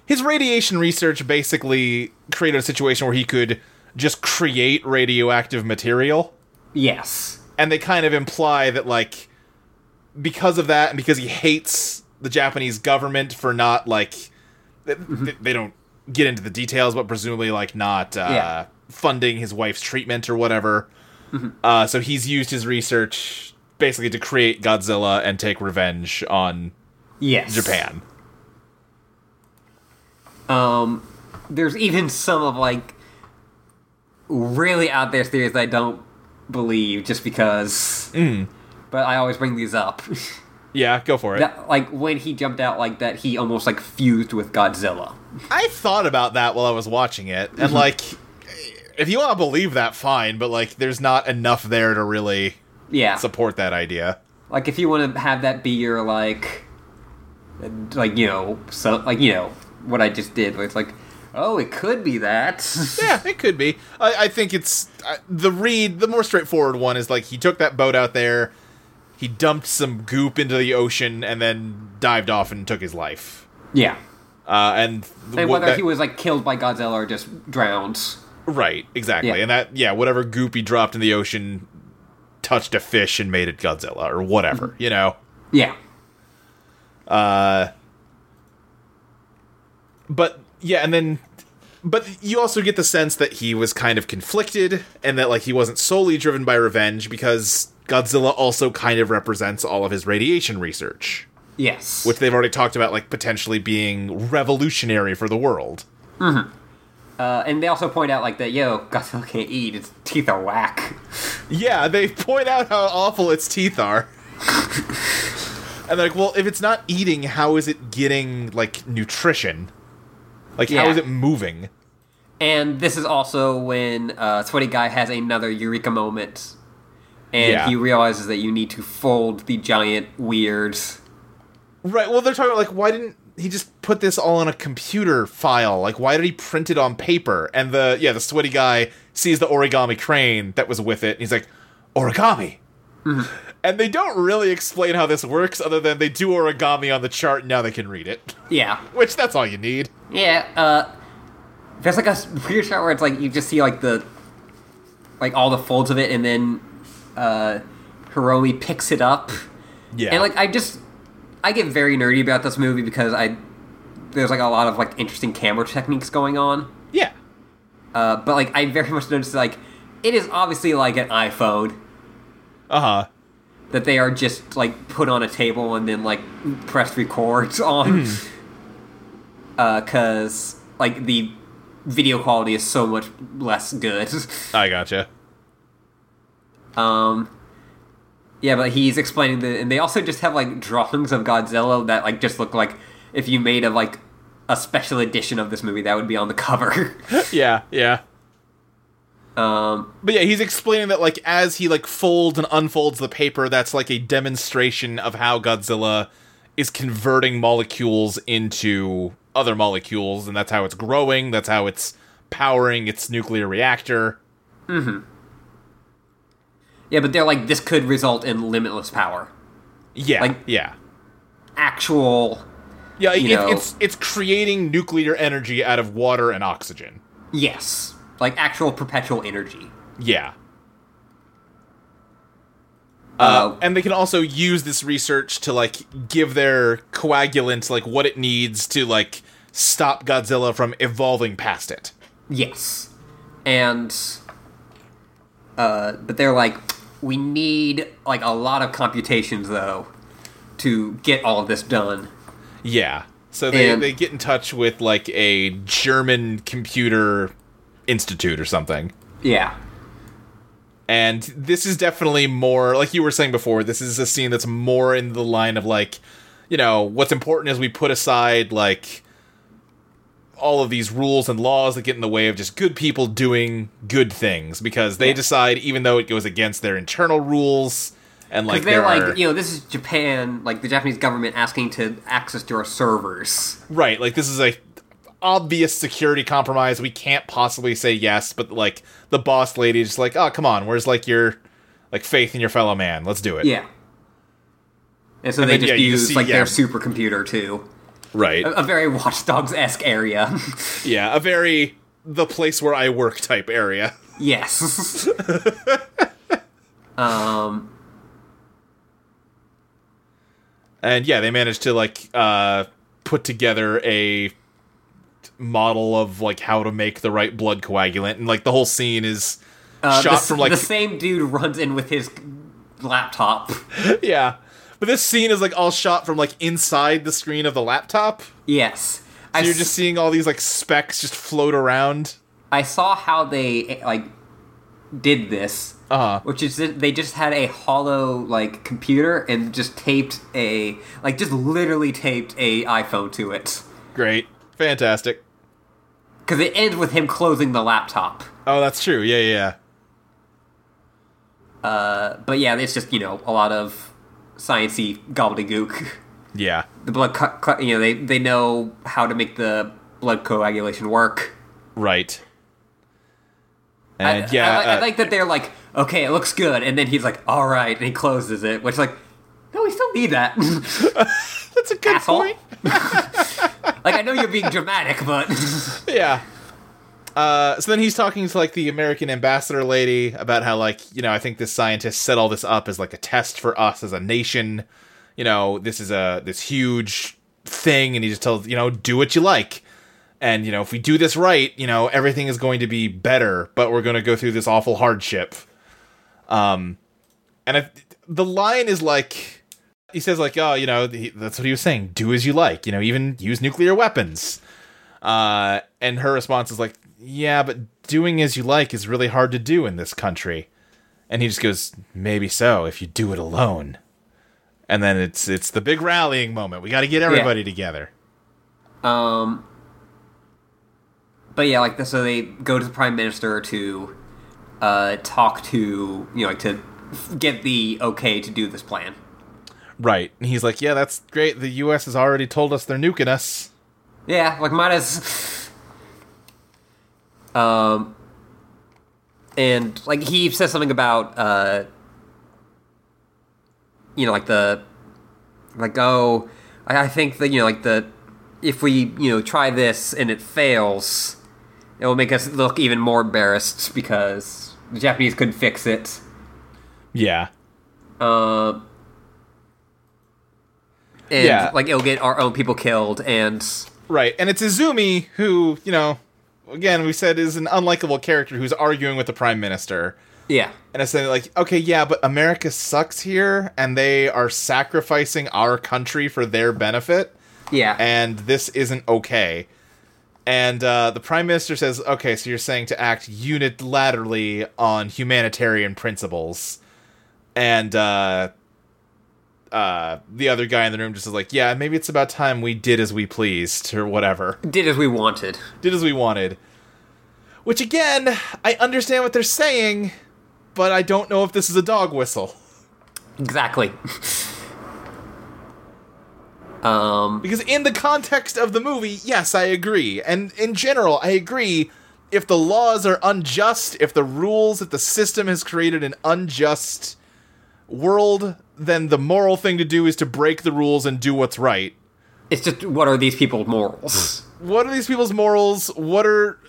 His radiation research basically created a situation where he could just create radioactive material Yes. and they kind of imply that like because of that and because he hates the Japanese government for not like th- th- Mm-hmm. they don't get into the details but presumably like not uh, Yeah. Mm-hmm. funding his wife's treatment or whatever uh, so he's used his research basically to create Godzilla and take revenge on Yes. Japan Um, there's even some of like really out there theories that I don't believe just because. Mm. But I always bring these up. yeah go for it that, like when he jumped out like that, he almost like fused with Godzilla. I thought about that while I was watching it Mm-hmm. and like if you want to believe that fine but like there's not enough there to really Yeah. support that idea like if you want to have that be your like, like you know, so like you know what I just did, where it's like, oh, it could be that. Yeah, it could be. I, I think it's uh, the read. The more straightforward one is like he took that boat out there, he dumped some goop into the ocean, and then dived off and took his life. yeah. Uh, and th- And what whether that- he was like killed by Godzilla or just drowned. right, exactly, Yeah. and that yeah, whatever goop he dropped in the ocean touched a fish and made it Godzilla or whatever, Mm-hmm. you know. Yeah. Uh, but yeah, and then but you also get the sense that he was kind of conflicted and that like he wasn't solely driven by revenge because Godzilla also kind of represents all of his radiation research, Yes. which they've already talked about like potentially being revolutionary for the world. Uh, and they also point out like that, yo, Godzilla can't eat; its teeth are whack. Yeah, they point out how awful its teeth are. and they're like, well, if it's not eating, how is it getting like nutrition? Like how Yeah. is it moving? And this is also when uh, Sweaty Guy has another eureka moment, and Yeah. he realizes that you need to fold the giant weird. Right. Well, they're talking about like why didn't he just put this all on a computer file? Like why did he print it on paper? And the yeah, the sweaty guy sees the origami crane that was with it, and he's like, origami. and they don't really explain how this works, other than they do origami on the chart. And now they can read it, Yeah, which that's all you need. yeah. Uh, there's like a s- weird shot where it's like you just see like the, like all the folds of it, and then uh, Hiromi picks it up, Yeah. and like I just, I get very nerdy about this movie because I, there's like a lot of like interesting camera techniques going on. yeah. Uh, but like I very much noticed like it is obviously like an iPhone Uh huh. that they are just like put on a table and then like pressed records on because like the video quality is so much less good. I gotcha. Um, yeah, but he's explaining the and they also just have like drawings of Godzilla that like just look like if you made a like a special edition of this movie that would be on the cover. Yeah. Yeah. um, But yeah, he's explaining that like as he like folds and unfolds the paper, that's like a demonstration of how Godzilla is converting molecules into other molecules, and that's how it's growing. That's how it's powering its nuclear reactor. Yeah, but they're like, this could result in limitless power. Yeah, Like- yeah, Actual. yeah. It, you know- it's it's creating nuclear energy out of water and oxygen. Yes. Like actual perpetual energy. Yeah, Uh, and they can also use this research to like give their coagulant like what it needs to like stop Godzilla from evolving past it. yes. And. Uh, but they're like, we need like a lot of computations though to get all of this done. Yeah. So they, And- they get in touch with like a German computer institute or something. Yeah. And this is definitely more like you were saying before, this is a scene that's more in the line of like, you know, what's important is we put aside like all of these rules and laws that get in the way of just good people doing good things because they Yeah. decide, even though it goes against their internal rules, and like Because they're there like, are- you know, this is Japan, like the Japanese government asking to access to our servers. right, like this is a obvious security compromise. We can't possibly say yes, but like the boss lady is just like, oh come on, where's like your like faith in your fellow man? Let's do it. Yeah. And so they then, just yeah, you use just see- like yeah. their supercomputer too. right. A very Watchdogs esque area. yeah, a very the place where I work type area. yes. um. And yeah, they managed to like uh put together a model of like how to make the right blood coagulant and like the whole scene is uh, shot the, from like the same dude runs in with his laptop. yeah. But this scene is like all shot from like inside the screen of the laptop. So Yes. I you're s- just seeing all these like specks just float around. I saw how they eh, like did this, Uh-huh. which is that they just had a hollow like computer and just taped a like just literally taped a iPhone to it Great. Fantastic. because it ends with him closing the laptop. Oh, that's true. Yeah, yeah, yeah. But yeah, it's just you know a lot of sciency gobbledygook. Yeah. The blood, co- co- you know, they they know how to make the blood coagulation work. Right. I- And yeah, I, like- I uh, like that they're like, okay, it looks good, and then he's like, all right, and he closes it, which like, no, we still need that. that's a good asshole. point. like I know you're being dramatic, but Yeah. Uh, so then he's talking to like the American ambassador lady about how like you know I think this scientist set all this up as like a test for us as a nation. You know this is a this huge thing, and he just tells you know do what you like, and you know if we do this right, you know everything is going to be better, but we're going to go through this awful hardship. Um, and I, the line is like he says like oh you know he, that's what he was saying do as you like you know even use nuclear weapons. Uh, and her response is like, "Yeah, but doing as you like is really hard to do in this country." And he just goes, "Maybe so if you do it alone." And then it's it's the big rallying moment. We got to get everybody together. um, but yeah, like so they go to the prime minister to uh talk to you know like to get the okay to do this plan. Right. And he's like, "Yeah, that's great. The US has already told us they're nuking us." Yeah, like might as. Um, and like he says something about uh, you know, like the, like oh, I, I think that you know, like the, if we you know try this and it fails, it will make us look even more embarrassed because the Japanese couldn't fix it. Yeah. Uh, and Yeah. like it'll get our own people killed and. Right. And it's Izumi who, you know, again, we said is an unlikable character who's arguing with the prime minister. Yeah. and it's like okay yeah but america sucks here and they are sacrificing our country for their benefit Yeah. and this isn't okay and uh, the prime minister says okay so you're saying to act unilaterally on humanitarian principles and uh, uh, the other guy in the room just is like yeah maybe it's about time we did as we pleased or whatever did as we wanted. did as we wanted. Which again, I understand what they're saying, but I don't know if this is a dog whistle Exactly. um, because in the context of the movie, yes, I agree. And in general, I agree if the laws are unjust, if the rules that the system has created an unjust world, then the moral thing to do is to break the rules and do what's right. it's just what are these people's morals? what are these people's morals what are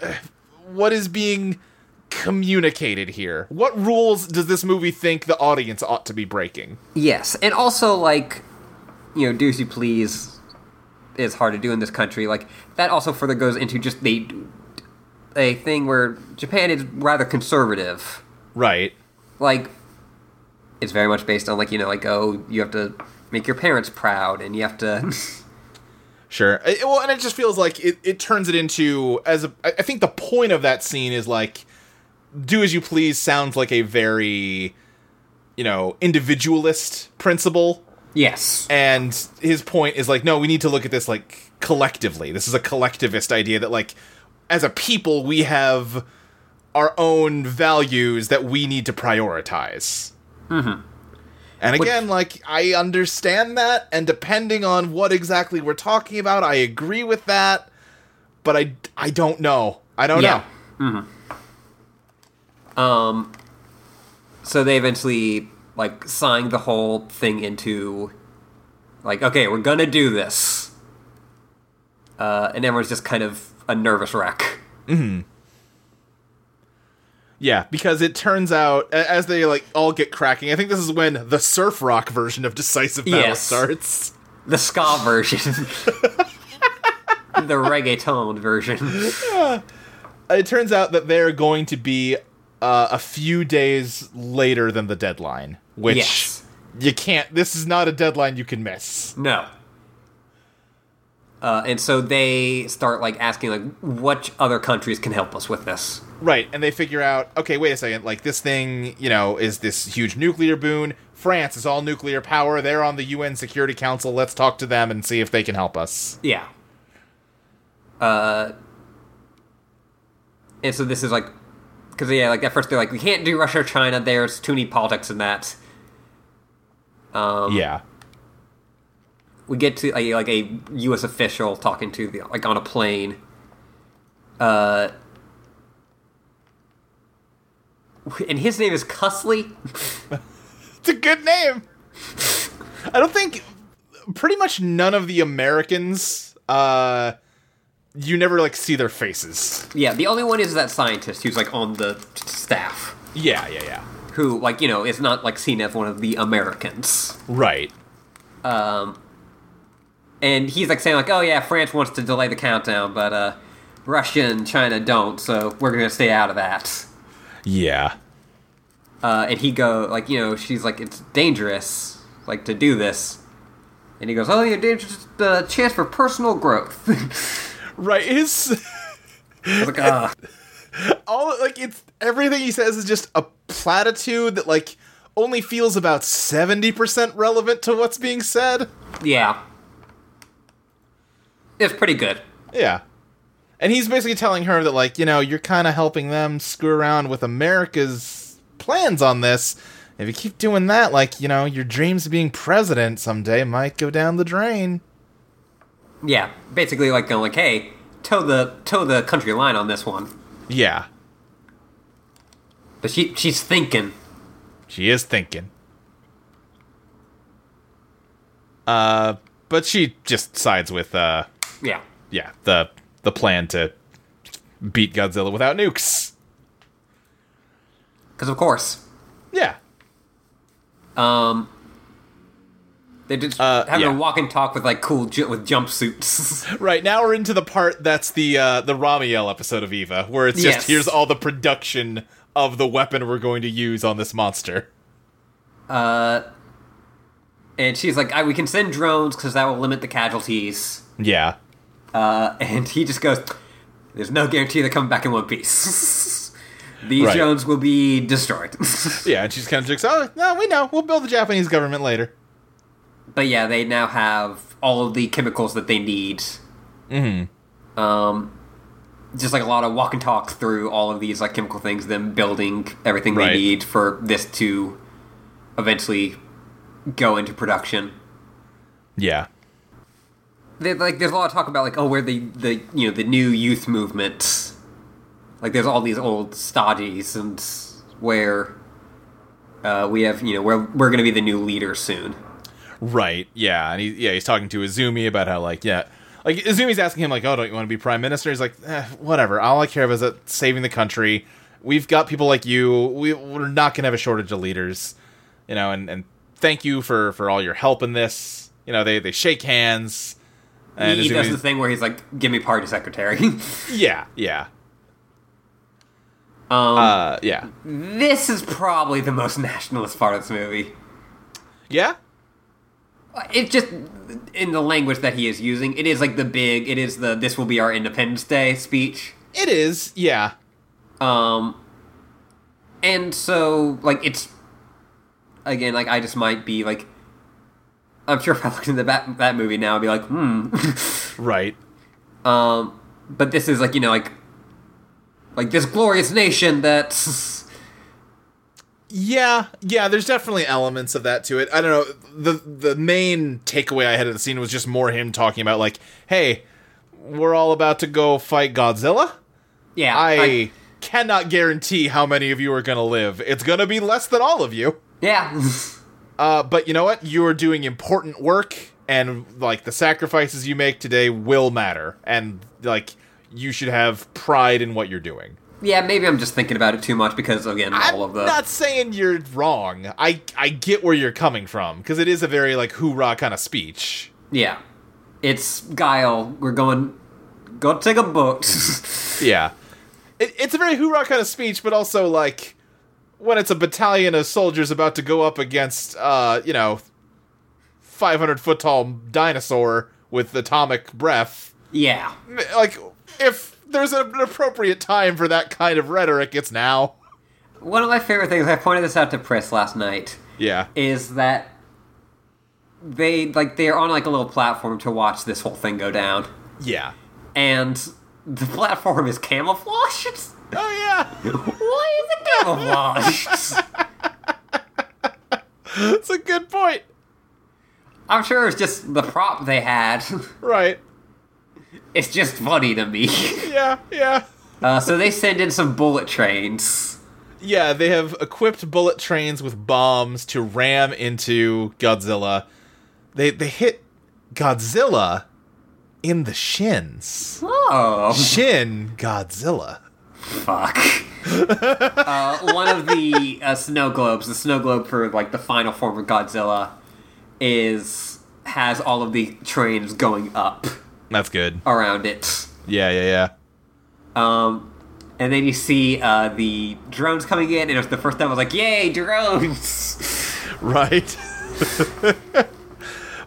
what is being communicated here what rules does this movie think the audience ought to be breaking yes, and also like, you know, do as you please is hard to do in this country. Like that also further goes into just the a thing where Japan is rather conservative. right Like, it's very much based on like you know like oh you have to make your parents proud and you have to sure It- well and it just feels like it, it turns it into as a, I I think the point of that scene is like do as you please sounds like a very you know individualist principle Yes. and his point is like no we need to look at this like collectively this is a collectivist idea that like as a people we have our own values that we need to prioritize Mm-hmm. and again like i understand that and depending on what exactly we're talking about i agree with that but i i don't know i don't yeah. know Mhm. Um. So they eventually like signed the whole thing into, like, okay, we're gonna do this. Uh, and everyone's just kind of a nervous wreck. Yeah, because it turns out a- as they like all get cracking. I think this is when the surf rock version of decisive battle Yes. starts. The ska version. the reggaeton version. It turns out that they're going to be uh, a few days later than the deadline, which Yes. you can't. This is not a deadline you can miss. No. Uh, and so they start like asking like what other countries can help us with this. Right, and they figure out, okay, wait a second, like this thing, you know, is this huge nuclear boon. France is all nuclear power. They're on the UN Security Council. Let's talk to them and see if they can help us. Yeah. Uh, and so this is like, because yeah, like at first they're like, we can't do Russia or China. There's too many politics in that. yeah. We get to a, like a U.S. official talking to the like on a plane. Uh, and his name is Cusley. It's a good name. I don't think pretty much none of the Americans uh you never like see their faces. Yeah, the only one is that scientist who's like on the staff, Yeah, yeah, yeah. who like you know is not like seen as one of the Americans. Right. and he's like saying like, "Oh yeah, France wants to delay the countdown, but uh, Russia and China don't, so we're gonna stay out of that." Yeah. Uh, and he go like, you know, she's like, "It's dangerous, like to do this," and he goes, "Oh, you're dangerous. The chance for personal growth." Right. His I was like, ah, all like it's everything he says is just a platitude that like only feels about 70% relevant to what's being said. yeah, it's pretty good. Yeah. And he's basically telling her that, like, you know, you're kind of helping them screw around with America's plans on this. If you keep doing that, like, you know, your dreams of being president someday might go down the drain. Yeah, basically like going like, "Hey, toe the toe the country line on this one," Yeah. but she she's thinking. She is thinking. Uh, but she just sides with, uh, Yeah, yeah, the the plan to beat Godzilla without nukes. because of course. Yeah. Um, they just Uh, having yeah. a walk and talk with like cool ju- with jumpsuits. Right now we're into the part that's the uh, the Ramiel episode of Eva, where it's just Yes. here's all the production of the weapon we're going to use on this monster. and she's like, I, "We can send drones because that will limit the casualties." Yeah, Uh, and he just goes, "There's no guarantee they're coming back in one piece. These Right. drones will be destroyed." yeah, and she's kind of just oh no, we know we'll build the Japanese government later. but yeah, they now have all of the chemicals that they need. Mm-hmm. Mm-hmm. Um, just like a lot of walk and talk through all of these like chemical things, them building everything Right. they need for this to eventually go into production. Yeah, There like, there's a lot of talk about like, oh, where the the you know the new youth movement. Like, there's all these old stodgies and where uh, we have you know we're we're gonna be the new leader soon. right. Yeah, and he, yeah he's talking to Izumi about how like yeah, like Izumi's asking him like oh don't you want to be prime minister? He's like eh, whatever. All I care about is that saving the country. We've got people like you. We, we're not gonna have a shortage of leaders. you know, and, and thank you for, for all your help in this. You know, they, they shake hands. And he, he does Izumi's- the thing where he's like, "Give me party secretary." yeah, yeah, Um, uh, yeah, this is probably the most nationalist part of this movie. yeah, It's just in the language that he is using. It is like the big. It is the "This will be our Independence Day" speech. it is. Yeah, Um, and so like it's again like I just might be like I'm sure if I looked into that that movie now, I'd be like, hmm. Right. um, but this is like you know like like this glorious nation that Yeah, yeah, there's definitely elements of that to it. I don't know. The the main takeaway I had of the scene was just more him talking about like, "Hey, we're all about to go fight Godzilla. yeah I, cannot guarantee how many of you are going to live. It's going to be less than all of you. yeah Uh, but you know what? You are doing important work and like the sacrifices you make today will matter and like you should have pride in what you're doing." yeah maybe I'm just thinking about it too much because again all of the I'm not saying you're wrong. I I get where you're coming from because it is a very like hoorah kind of speech. yeah it's Guile we're going go take a book Yeah, it, it's a very hoorah kind of speech, but also like when it's a battalion of soldiers about to go up against uh you know 500 foot tall dinosaur with atomic breath. yeah m- Like if there's an appropriate time for that kind of rhetoric, it's now. one of my favorite things I pointed this out to Press last night Yeah. is that they like they're on like a little platform to watch this whole thing go down Yeah. and the platform is camouflaged Oh yeah. why is it camouflaged That's a good point. i'm sure it's just the prop they had Right. it's just funny to me Yeah. Yeah. uh, so they send in some bullet trains Yeah, they have equipped bullet trains with bombs to ram into Godzilla. They they hit Godzilla in the shins. oh Shin Godzilla. fuck uh, one of the uh, snow globes the snow globe for like the final form of godzilla is has all of the trains going up That's good. around it Yeah, yeah, yeah. Um, and then you see uh, the drones coming in, and it was the first time I was like, "Yay, drones!" Right. but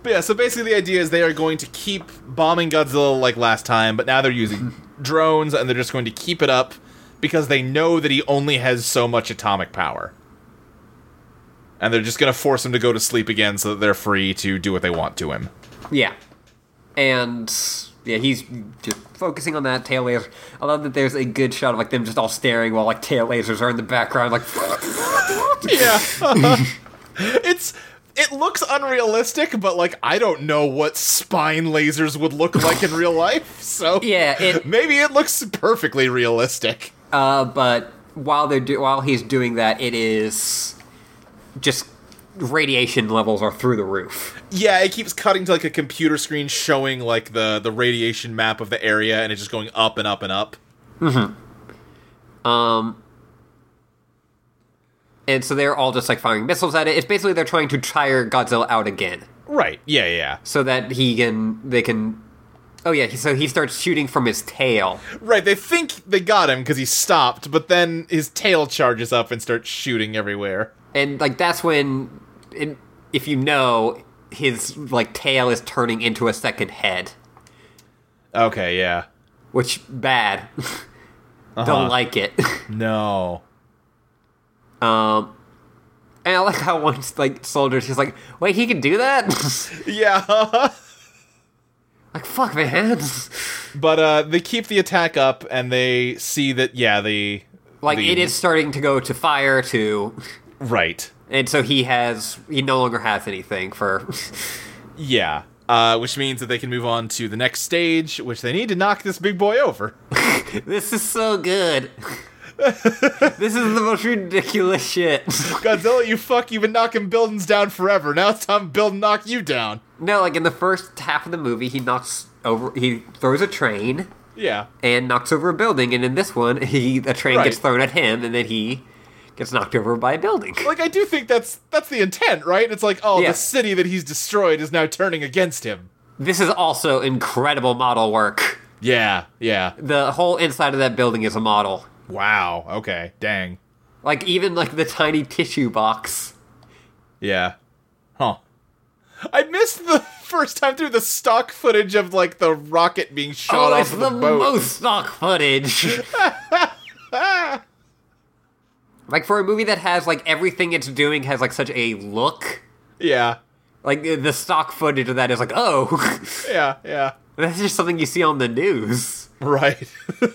yeah, so basically the idea is they are going to keep bombing Godzilla like last time, but now they're using drones and they're just going to keep it up because they know that he only has so much atomic power. And they're just going to force him to go to sleep again so that they're free to do what they want to him. yeah, and yeah, he's just focusing on that tail laser. I love that there's a good shot of like them just all staring while like tail lasers are in the background, like Yeah. it's it looks unrealistic, but like I don't know what spine lasers would look like in real life. So yeah. It, maybe it looks perfectly realistic. uh, but while they're do- while he's doing that, it is just radiation levels are through the roof. Yeah, it keeps cutting to like a computer screen showing like the the radiation map of the area, and it's just going up and up and up. Um, and so they're all just like firing missiles at it. It's basically they're trying to tire Godzilla out again, Right. Yeah. Yeah. so that he can they can. Oh yeah, he- so he starts shooting from his tail. Right. They think they got him because he stopped, but then his tail charges up and starts shooting everywhere. and like that's when it, if you know his like tail is turning into a second head Okay. Yeah. which bad don't like it No. um and i like how once like soldiers he's like wait he can do that Yeah. like fuck man but uh, they keep the attack up, and they see that yeah the like the- it is starting to go to fire to right. and so he has he no longer has anything for Yeah. Uh, which means that they can move on to the next stage, which they need to knock this big boy over. this is so good this is the most ridiculous shit Godzilla, you fuck, you've been knocking buildings down forever. Now it's time Bill to knock you down. No, like in the first half of the movie, he knocks over, he throws a train Yeah. and knocks over a building, and in this one, he a train Right. gets thrown at him, and then he gets knocked over by a building. Like I do think that's that's the intent, right? It's like, oh, Yeah. the city that he's destroyed is now turning against him. This is also incredible model work. Yeah, yeah. The whole inside of that building is a model. Wow. Okay. Dang. Like even like the tiny tissue box. Yeah. Huh. I missed the first time through the stock footage of like the rocket being shot Oh, off it's of the, boat. most stock footage. like for a movie that has like everything it's doing has like such a look. Yeah. Like the stock footage of that is like, oh, Yeah, yeah. that's just something you see on the news. Right.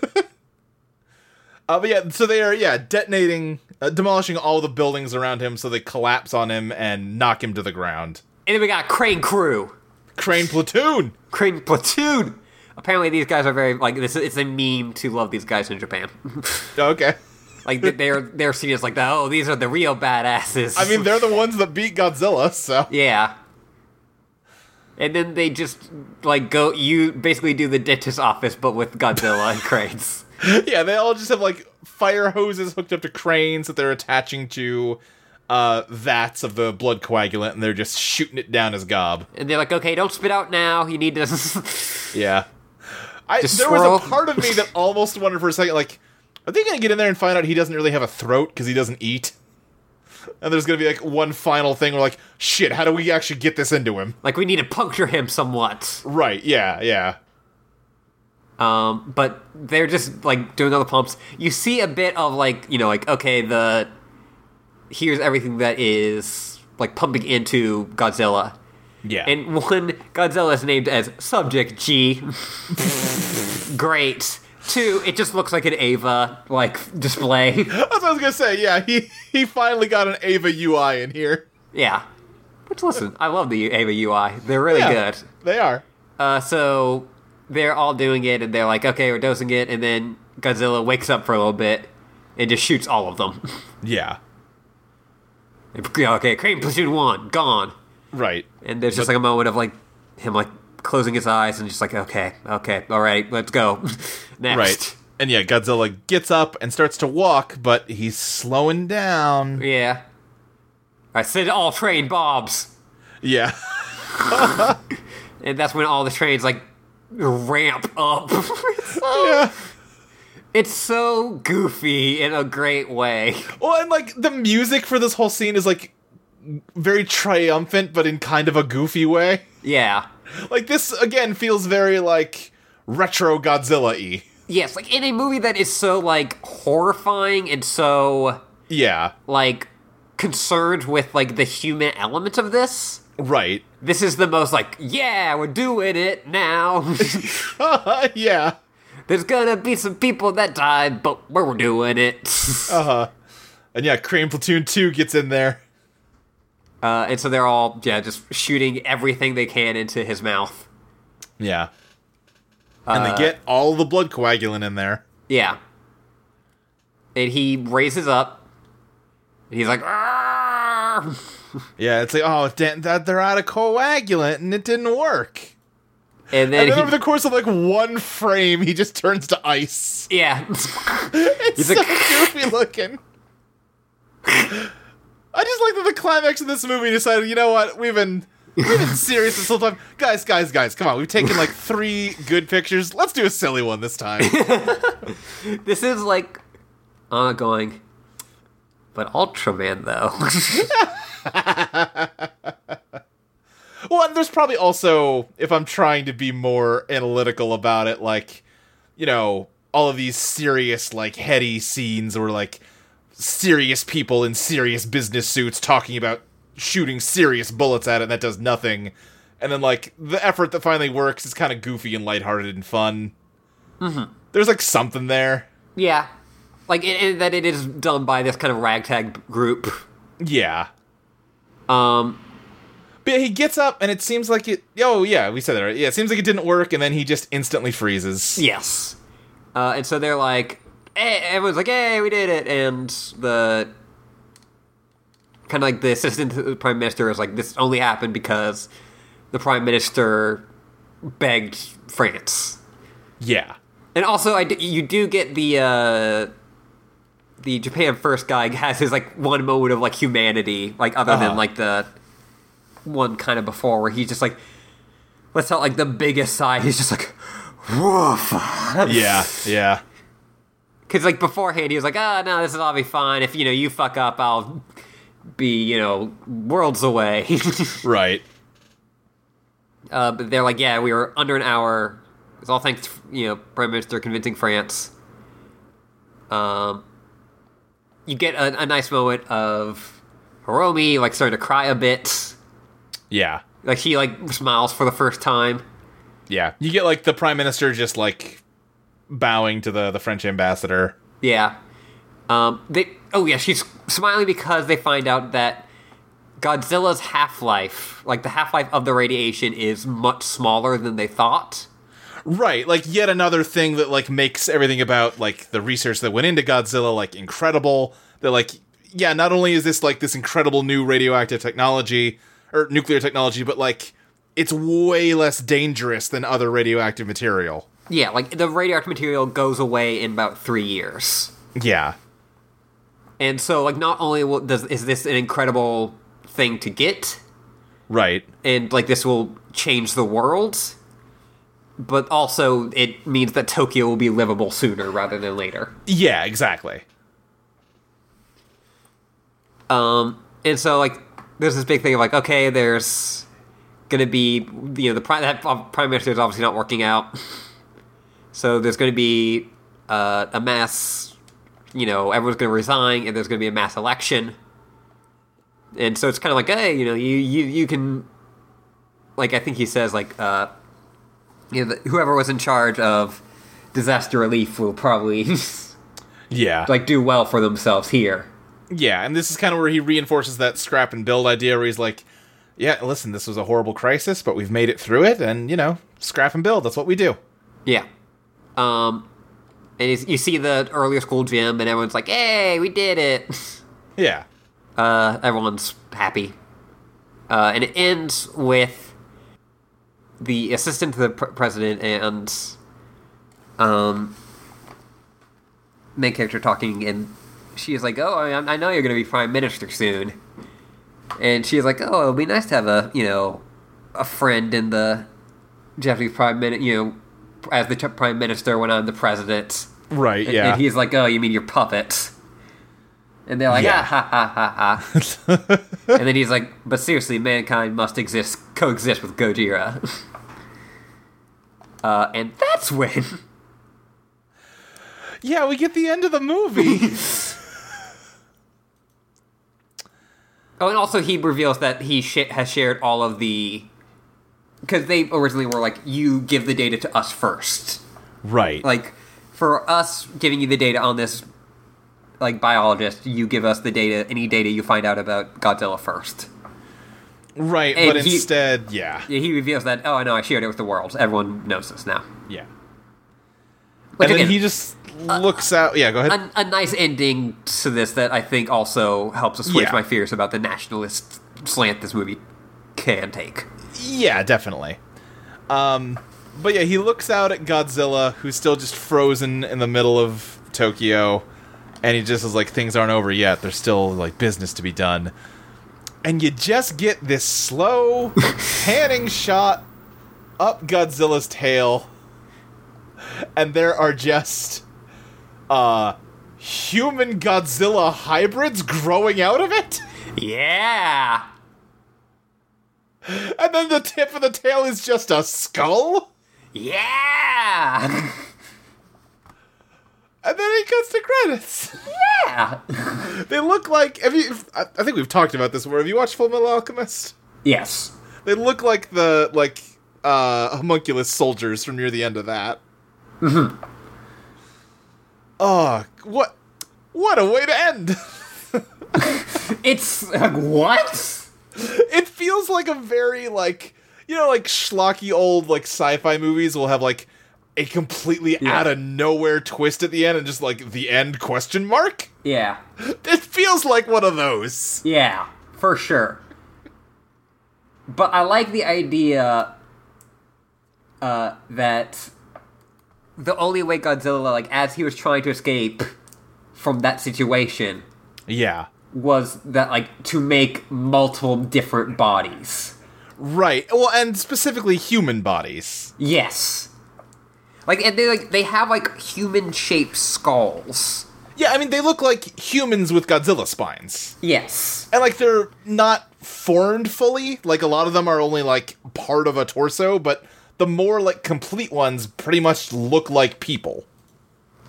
uh, but yeah, so they are yeah detonating, uh, demolishing all the buildings around him, so they collapse on him and knock him to the ground. And then we got Crane Crew, Crane platoon. Crane Platoon. Apparently, these guys are very like this. It's a meme to love these guys in Japan. Okay. like they- they're they're seen as like, the, oh, these are the real badasses. I mean, they're the ones that beat Godzilla, so Yeah. And then they just like go. You basically do the dentist's office, but with Godzilla and cranes. yeah, they all just have like fire hoses hooked up to cranes that they're attaching to uh vats of the blood coagulant, and they're just shooting it down his gob. And they're like, okay, don't spit out now. You need to. Yeah. I, Just there swirl. was a part of me that almost wondered for a second, like, are they going to get in there and find out he doesn't really have a throat because he doesn't eat? And there's going to be, like, one final thing where, like, shit, how do we actually get this into him? like, we need to puncture him somewhat. Right, yeah, yeah. Um, but they're just like doing all the pumps. You see a bit of like, you know, like okay, the here's everything that is like pumping into Godzilla. Yeah. And one, Godzilla is named as Subject G. Great. Two, it just looks like an Ava like display. That's what I was going to say, yeah, he, he finally got an Ava UI in here. yeah. Which listen, I love the Ava UI. They're really Yeah, good. They are. Uh, so they're all doing it, and they're like, "Okay, we're dosing it," and then Godzilla wakes up for a little bit and just shoots all of them. Yeah. okay, Crane Platoon One gone, Right. and there's just like a moment of like him like closing his eyes and just like, "Okay, okay, all right, let's go." Next, Right. And yeah, Godzilla gets up and starts to walk, but he's slowing down. yeah. I said all train bobs, Yeah. and that's when all the trains like ramp up. yeah. it's so goofy in a great way. Well, and like the music for this whole scene is like very triumphant, but in kind of a goofy way. Yeah. Like this again feels very like retro Godzilla y. Yes, like in a movie that is so like horrifying and so Yeah, like concerned with like the human element of this. right. This is the most like, yeah, we're doing it now. yeah. There's gonna be some people that die, but we're doing it. Uh huh. And yeah, Crane Platoon 2 gets in there. Uh, and so they're all yeah, just shooting everything they can into his mouth. Yeah. And they get all the blood coagulant in there. Yeah. And he raises up. And he's like, "Argh!" Yeah, it's like, oh, damn, that they're out of coagulant and it didn't work. and then, And then he, over the course of like one frame, he just turns to ice. yeah, It's He's so like- goofy looking. I just like that the climax of this movie decided, you know what, we've been we've been serious this whole time. Guys, guys, guys, come on, we've taken like three good pictures. Let's do a silly one this time. This is like uh going but Ultraman though. well, and there's probably also, if I'm trying to be more analytical about it, like, you know, all of these serious, like heady scenes where like serious people in serious business suits talking about shooting serious bullets at it and that does nothing. And then like the effort that finally works is kind of goofy and lighthearted and fun. There's like something there. yeah. Like it, it, that it is done by this kind of ragtag group. Yeah. Um But he gets up and it seems like it oh yeah, we said that right. Yeah, it seems like it didn't work and then he just instantly freezes. yes. Uh and so they're like hey, everyone's like hey, we did it and the kind of like the assistant to the prime minister is like this only happened because the prime minister begged France. Yeah. And also, I d- you do get the uh, the Japan first guy has his like one moment of like humanity, like other Uh-huh. than like the one kind of before where he's just like, let's not like the biggest sigh. He's just like, woof. Yeah, yeah. Because like beforehand, he was like, oh no, this is all be fine. If you know you fuck up, I'll be you know worlds away. Right. uh, but they're like, yeah, we were under an hour. It's all thanks, to, you know, Prime Minister convincing France. Um, you get a, a nice moment of Hiromi like starting to cry a bit, Yeah. Like he like smiles for the first time. Yeah. You get like the prime minister just like bowing to the the French ambassador. Yeah. Um, they. Oh yeah, she's smiling because they find out that Godzilla's half life, like the half life of the radiation, is much smaller than they thought. Right. Like yet another thing that like makes everything about like the research that went into Godzilla like incredible. That like yeah, not only is this like this incredible new radioactive technology or nuclear technology, but like it's way less dangerous than other radioactive material. Yeah, like the radioactive material goes away in about three years. Yeah. And so, like, not only will, does is this an incredible thing to get, Right. and like this will change the world, but also it means that Tokyo will be livable sooner rather than later. Yeah, exactly. Um, and so like there's this big thing of like, okay, there's gonna be you know the prime that uh, prime minister is obviously not working out, so there's gonna be uh, a mass, you know, everyone's gonna resign, and there's gonna be a mass election, and so it's kind of like, hey, you know, you you you can, like I think he says like, uh, you know, the, whoever was in charge of disaster relief will probably Yeah. like do well for themselves here. Yeah, and this is kind of where he reinforces that scrap and build idea where he's like, yeah, listen, this was a horrible crisis, but we've made it through it, and, you know, scrap and build, that's what we do. Yeah. Um, and it's- you see the earlier school gym, and everyone's like, "Hey, we did it!" Yeah. Uh, everyone's happy. Uh, and it ends with the assistant to the pr- president and um, main character talking, and she's like, "Oh, I, I know you're going to be prime minister soon." And she's like, "Oh, it would be nice to have a you know a friend in the Japanese prime minister, you know, as the t- prime minister when I'm the president." Right, And- And he's like, "Oh, you mean your puppet?" And they're like, Yeah. "Ah, ha, ha, ha, ha." and then he's like, "But seriously, mankind must exist, coexist with Gojira." uh, and that's when yeah, we get the end of the movie. Oh, and also he reveals that he sh- has shared all of the. Because they originally were like, you give the data to us first. right. Like, for us giving you the data on this, like, biologist, you give us the data, any data you find out about Godzilla first. right, and but he- instead, yeah. Yeah, he reveals that, oh, I know, I shared it with the world. Everyone knows this now. Yeah. Which, and again, then uh, he just looks out. Yeah, go ahead. a, a nice ending to this that I think also helps assuage Yeah. my fears about the nationalist slant this movie can take. Yeah, definitely. Um, but yeah, he looks out at Godzilla, who's still just frozen in the middle of Tokyo, and he just is like, things aren't over yet. There's still like business to be done. And you just get this slow panning shot up Godzilla's tail, and there are just uh human Godzilla hybrids growing out of it. Yeah! And then the tip of the tail is just a skull. Yeah! And then it cuts to credits. yeah! They look like have you? if- I I think we've talked about this. Where have you watched Full Metal Alchemist? Yes. They look like the like uh homunculus soldiers from near the end of that. Oh, what what a way to end! It's like, what? it feels like a very like you know like schlocky old like sci-fi movies will have like a completely Yeah. out of nowhere twist at the end and just like the end question mark. Yeah. It feels like one of those. Yeah, for sure. But I like the idea uh, that the only way Godzilla, like, as he was trying to escape from that situation, Yeah. was that, like, to make multiple different bodies. Right. Well, and specifically human bodies. Yes. Like, and they, like, they have, like, human shaped skulls. Yeah, I mean they look like humans with Godzilla spines. Yes. And like they're not formed fully. Like a lot of them are only like part of a torso, but the more like complete ones pretty much look like people.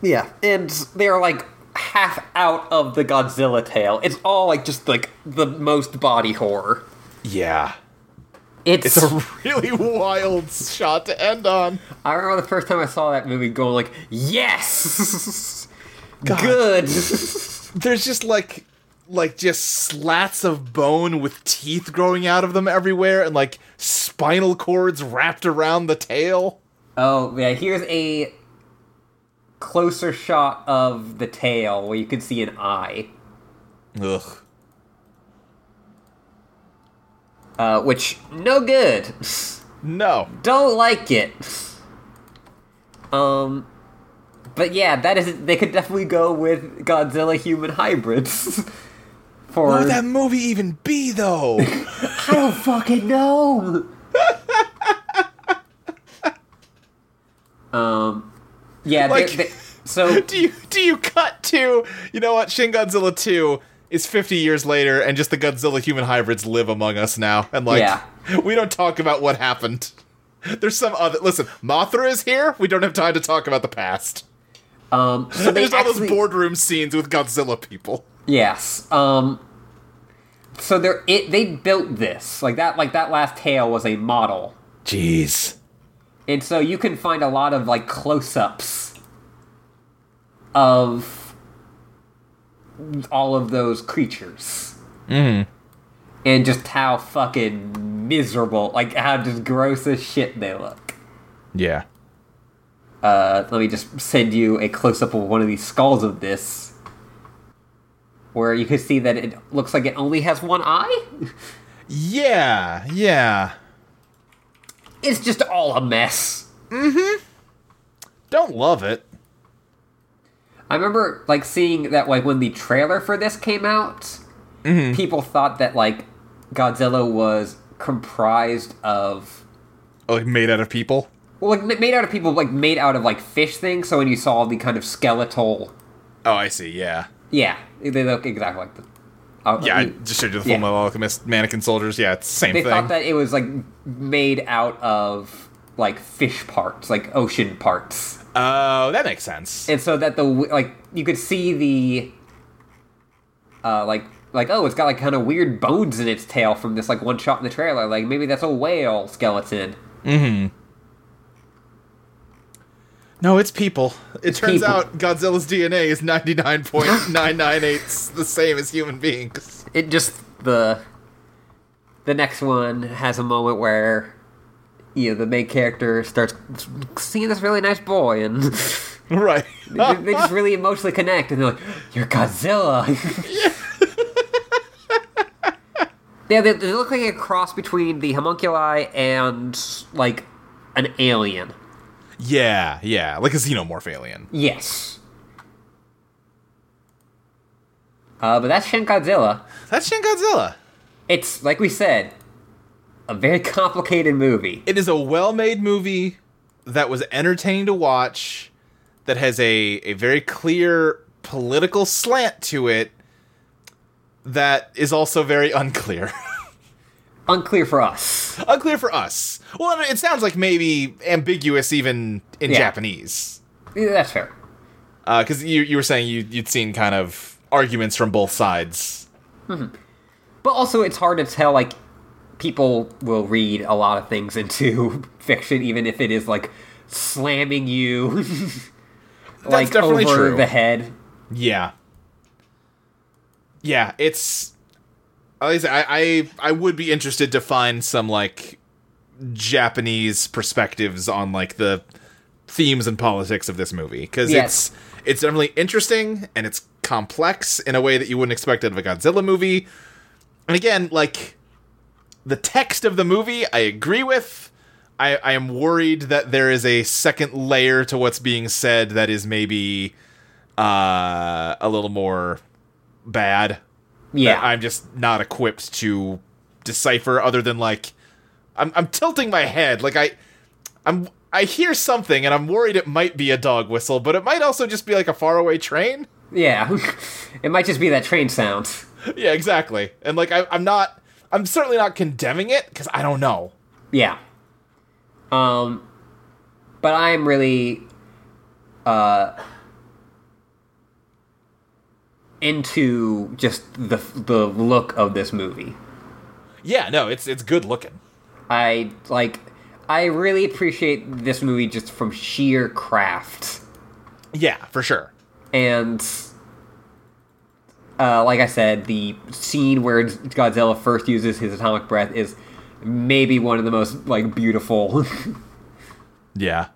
Yeah. And they're like half out of the Godzilla tail. It's all like just like the most body horror. Yeah. It's, It's a really wild shot to end on. I remember the first time I saw that movie going like, yes, God. good. There's just like like just slats of bone with teeth growing out of them everywhere and like spinal cords wrapped around the tail. oh yeah, here's a closer shot of the tail where you can see an eye, Ugh. uh, which no good. No. Don't like it. Um, but yeah, that is. They could definitely go with Godzilla human hybrids. For What would that movie even be though? I don't fucking know. um, yeah. they- Like- they- so do you do you cut to you know what Shin Godzilla 2 is 50 years later and just the Godzilla human hybrids live among us now and like Yeah. we don't talk about what happened. There's some other listen, Mothra is here. We don't have time to talk about the past. um, so they There's all actually those boardroom scenes with Godzilla people. yes. Um, so they're it. They built this like that. Like that last tail was a model, Jeez. and so you can find a lot of like close-ups of all of those creatures. And just how fucking miserable, like how just gross as shit they look. Yeah. Uh, let me just send you a close up of one of these skulls of this, where you can see that it looks like it only has one eye. Yeah. Yeah. It's just all a mess. Don't love it. I remember like seeing that like when the trailer for this came out, Mm-hmm. people thought that like Godzilla was comprised of Oh, Like made out of people. well, like ma- made out of people like made out of like fish things. So when you saw the kind of skeletal, Oh, I see. Yeah. yeah, they look exactly like the. uh, Yeah, I you- just showed you the Yeah. Full Metal Alchemist mannequin soldiers. Yeah, it's the same they thing. thought that it was like made out of like fish parts, like ocean parts, Oh, that makes sense. and so that the w- like you could see the uh like like oh it's got like kind of weird bones in its tail from this like one shot in the trailer like maybe that's a whale skeleton No, it's people. It turns people. out Godzilla's DNA is 99.998 the same as human beings. it just the the next one has a moment where you know the main character starts seeing this really nice boy and Right. they they just really emotionally connect, and they're like, "You're Godzilla." yeah, they, they look like a cross between the homunculi and like an alien. yeah, yeah. Like a xenomorph alien. Yes. Uh, but that's Shin Godzilla. That's Shin Godzilla. It's like we said, a very complicated movie. It is a well made movie that was entertaining to watch, that has a, a very clear political slant to it, that is also very unclear. Unclear for us. unclear for us. Well, it sounds like maybe ambiguous even in Yeah. Japanese. Yeah, That's fair. because Uh, you you were saying you you'd seen kind of arguments from both sides. But also, it's hard to tell, like, people will read a lot of things into fiction, even if it is, like, slamming you, like, definitely over true. the head. Yeah, yeah. It's like I, say, I I I would be interested to find some like Japanese perspectives on like the themes and politics of this movie because Yes. it's it's definitely interesting and it's complex in a way that you wouldn't expect out of a Godzilla movie. And again, like the text of the movie, I agree with. I, I am worried that there is a second layer to what's being said that is maybe uh, a little more bad. Yeah. I'm just not equipped to decipher other than like I'm I'm tilting my head like I I'm I hear something and I'm worried it might be a dog whistle, but it might also just be like a faraway train. yeah. it might just be that train sound. yeah, exactly. And like I, I'm not I'm certainly not condemning it because I don't know. Yeah. Um, but I'm really, uh, into just the the look of this movie. Yeah, no, it's it's good looking. I like. I really appreciate this movie just from sheer craft, Yeah, for sure. and uh, like I said, the scene where Godzilla first uses his atomic breath is maybe one of the most like beautiful Yeah.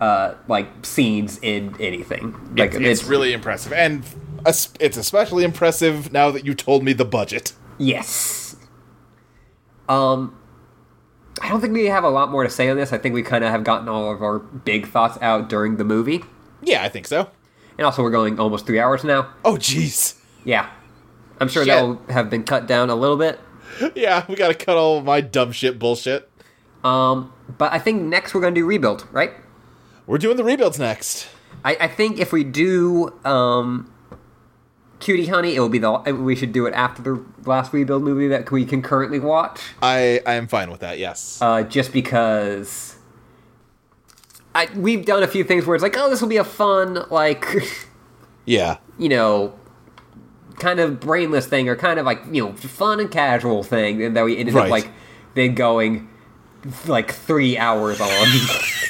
uh, like scenes in anything. Like it's, it's really impressive, and es- it's especially impressive now that you told me the budget. Yes. Um, I don't think we have a lot more to say on this. I think we kind of have gotten all of our big thoughts out during the movie, Yeah, I think so. and also we're going almost three hours now. Oh, jeez. Yeah, I'm sure Shit. that'll have been cut down a little bit. Yeah, we gotta cut all of my dumb shit bullshit. Um, but I think next we're gonna do rebuild, right? We're doing the rebuilds next. I, I think if we do um, Cutie Honey, it will be the we should do it after the last rebuild movie that we can currently watch. I I am fine with that. Yes. uh, just because I, we've done a few things where it's like, oh, this will be a fun, like, yeah. you know, kind of brainless thing, or kind of like, you know, fun and casual thing, and then we ended Right. up like then going like three hours on.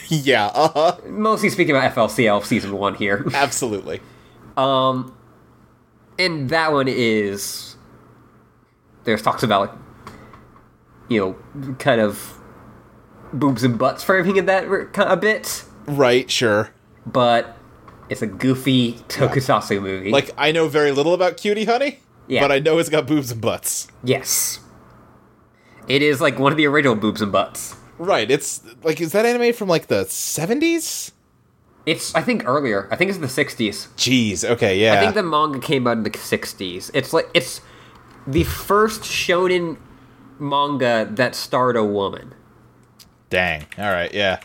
Yeah. Uh huh. Mostly speaking about FLCL season one here, Absolutely. and that one is there's talks about like, you know, kind of boobs and butts for everything in that re- a bit. Right. Sure. but it's a goofy tokusatsu movie. Like I know very little about Cutie Honey, Yeah. but I know it's got boobs and butts. yes, it is like one of the original boobs and butts. Right. It's like is that anime from like the seventies? It's I think earlier. I think it's the '60s. Jeez. Okay. Yeah. I think the manga came out in the '60s. It's like it's the first shonen manga that starred a woman. Dang. All right. Yeah.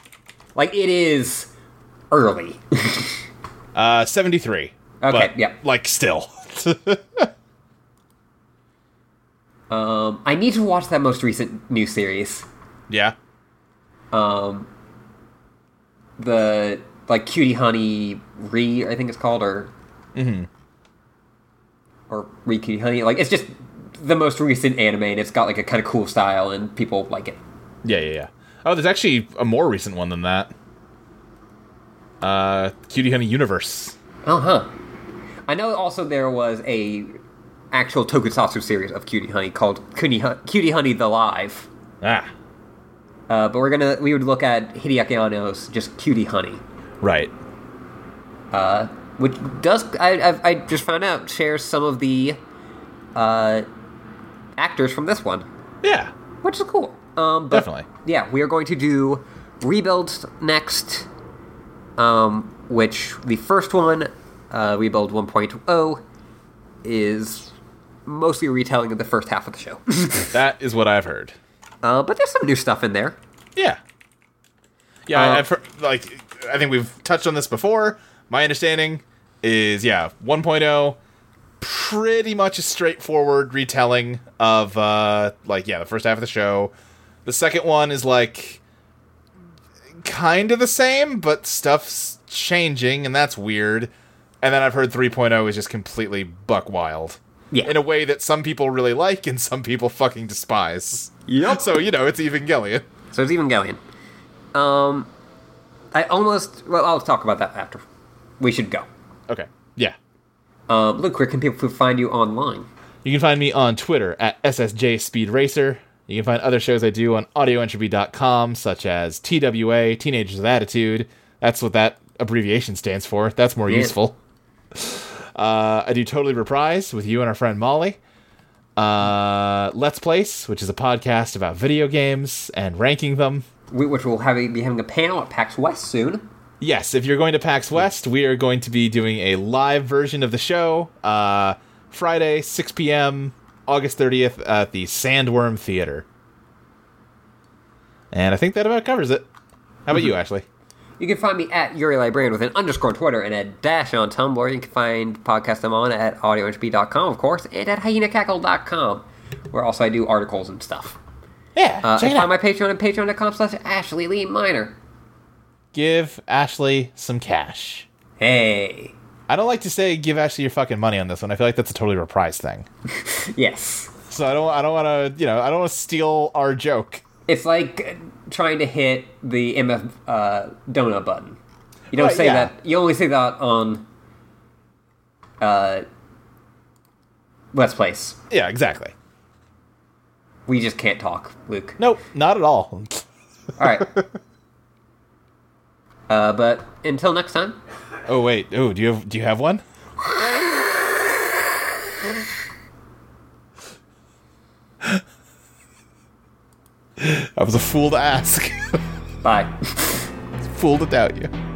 Like it is early. Uh, seventy three. Okay, yeah. Like still. um, I need to watch that most recent new series. yeah. Um, the like Cutie Honey Re, I think it's called, or or Re Cutie Honey. Like it's just the most recent anime, and it's got like a kind of cool style, and people like it. Yeah. Yeah. Yeah. Oh, there's actually a more recent one than that. Uh, Cutie Honey Universe. Uh huh. I know. Also, there was a actual tokusatsu series of Cutie Honey called Cutie, Hun- Cutie Honey the Live. Ah. Uh, but we're gonna we would look at Hideaki Anno's just Cutie Honey. Right. uh, which does I, I, I just found out shares some of the uh, actors from this one, Yeah. which is cool. Um, but Definitely. yeah, we are going to do rebuilds next, um, which the first one, uh, rebuild 1.0, is mostly a retelling of the first half of the show, That is what I've heard. uh, but there's some new stuff in there. Yeah. Yeah, Uh, I- I've heard, like I think we've touched on this before. My understanding is yeah, 1.0 pretty much a straightforward retelling of uh like yeah, the first half of the show. The second one is like kind of the same, but stuff's changing and that's weird. And then I've heard 3.0 is just completely buck wild. Yeah. In a way that some people really like and some people fucking despise. Yep. So, you know, it's Evangelion. So it's Evangelion. Um, I almost well, I'll talk about that after. We should go. Okay. Yeah. Um, Luke, where can people find you online? You can find me on Twitter at SSJ Speed Racer. You can find other shows I do on audioentropy.com, such as TWA, Teenagers with Attitude. That's what that abbreviation stands for. That's more Yeah. useful. Uh, I do Totally Reprise with you and our friend Molly. Uh, Let's Place, which is a podcast about video games and ranking them. We, which will have a, be having a panel at PAX West soon. Yes, if you're going to PAX West, we are going to be doing a live version of the show uh, Friday, 6 p.m., August 30th at the Sandworm Theater. And I think that about covers it. How about you, Ashley? You can find me at Yuri Librarian with an underscore on Twitter and a dash on Tumblr. You can find the podcast I'm on at audioentropy.com, of course, and at hyenacackle.com, where also I do articles and stuff. Yeah, Uh, check and it find out. my Patreon at patreon.com slash Ashley Lee Minor. Give Ashley some cash. Hey. I don't like to say give Ashley your fucking money on this one. I feel like that's a totally reprised thing. Yes. So I don't I don't want to you know I don't want to steal our joke. It's like trying to hit the MF uh, donut button. You don't Right, say yeah. that. You only say that on uh, Let's Place. Yeah, exactly. We just can't talk, Luke. Nope, not at all. All right. uh, but until next time, Oh wait, oh do you have, do you have one? I was a fool to ask, bye. fool to doubt you.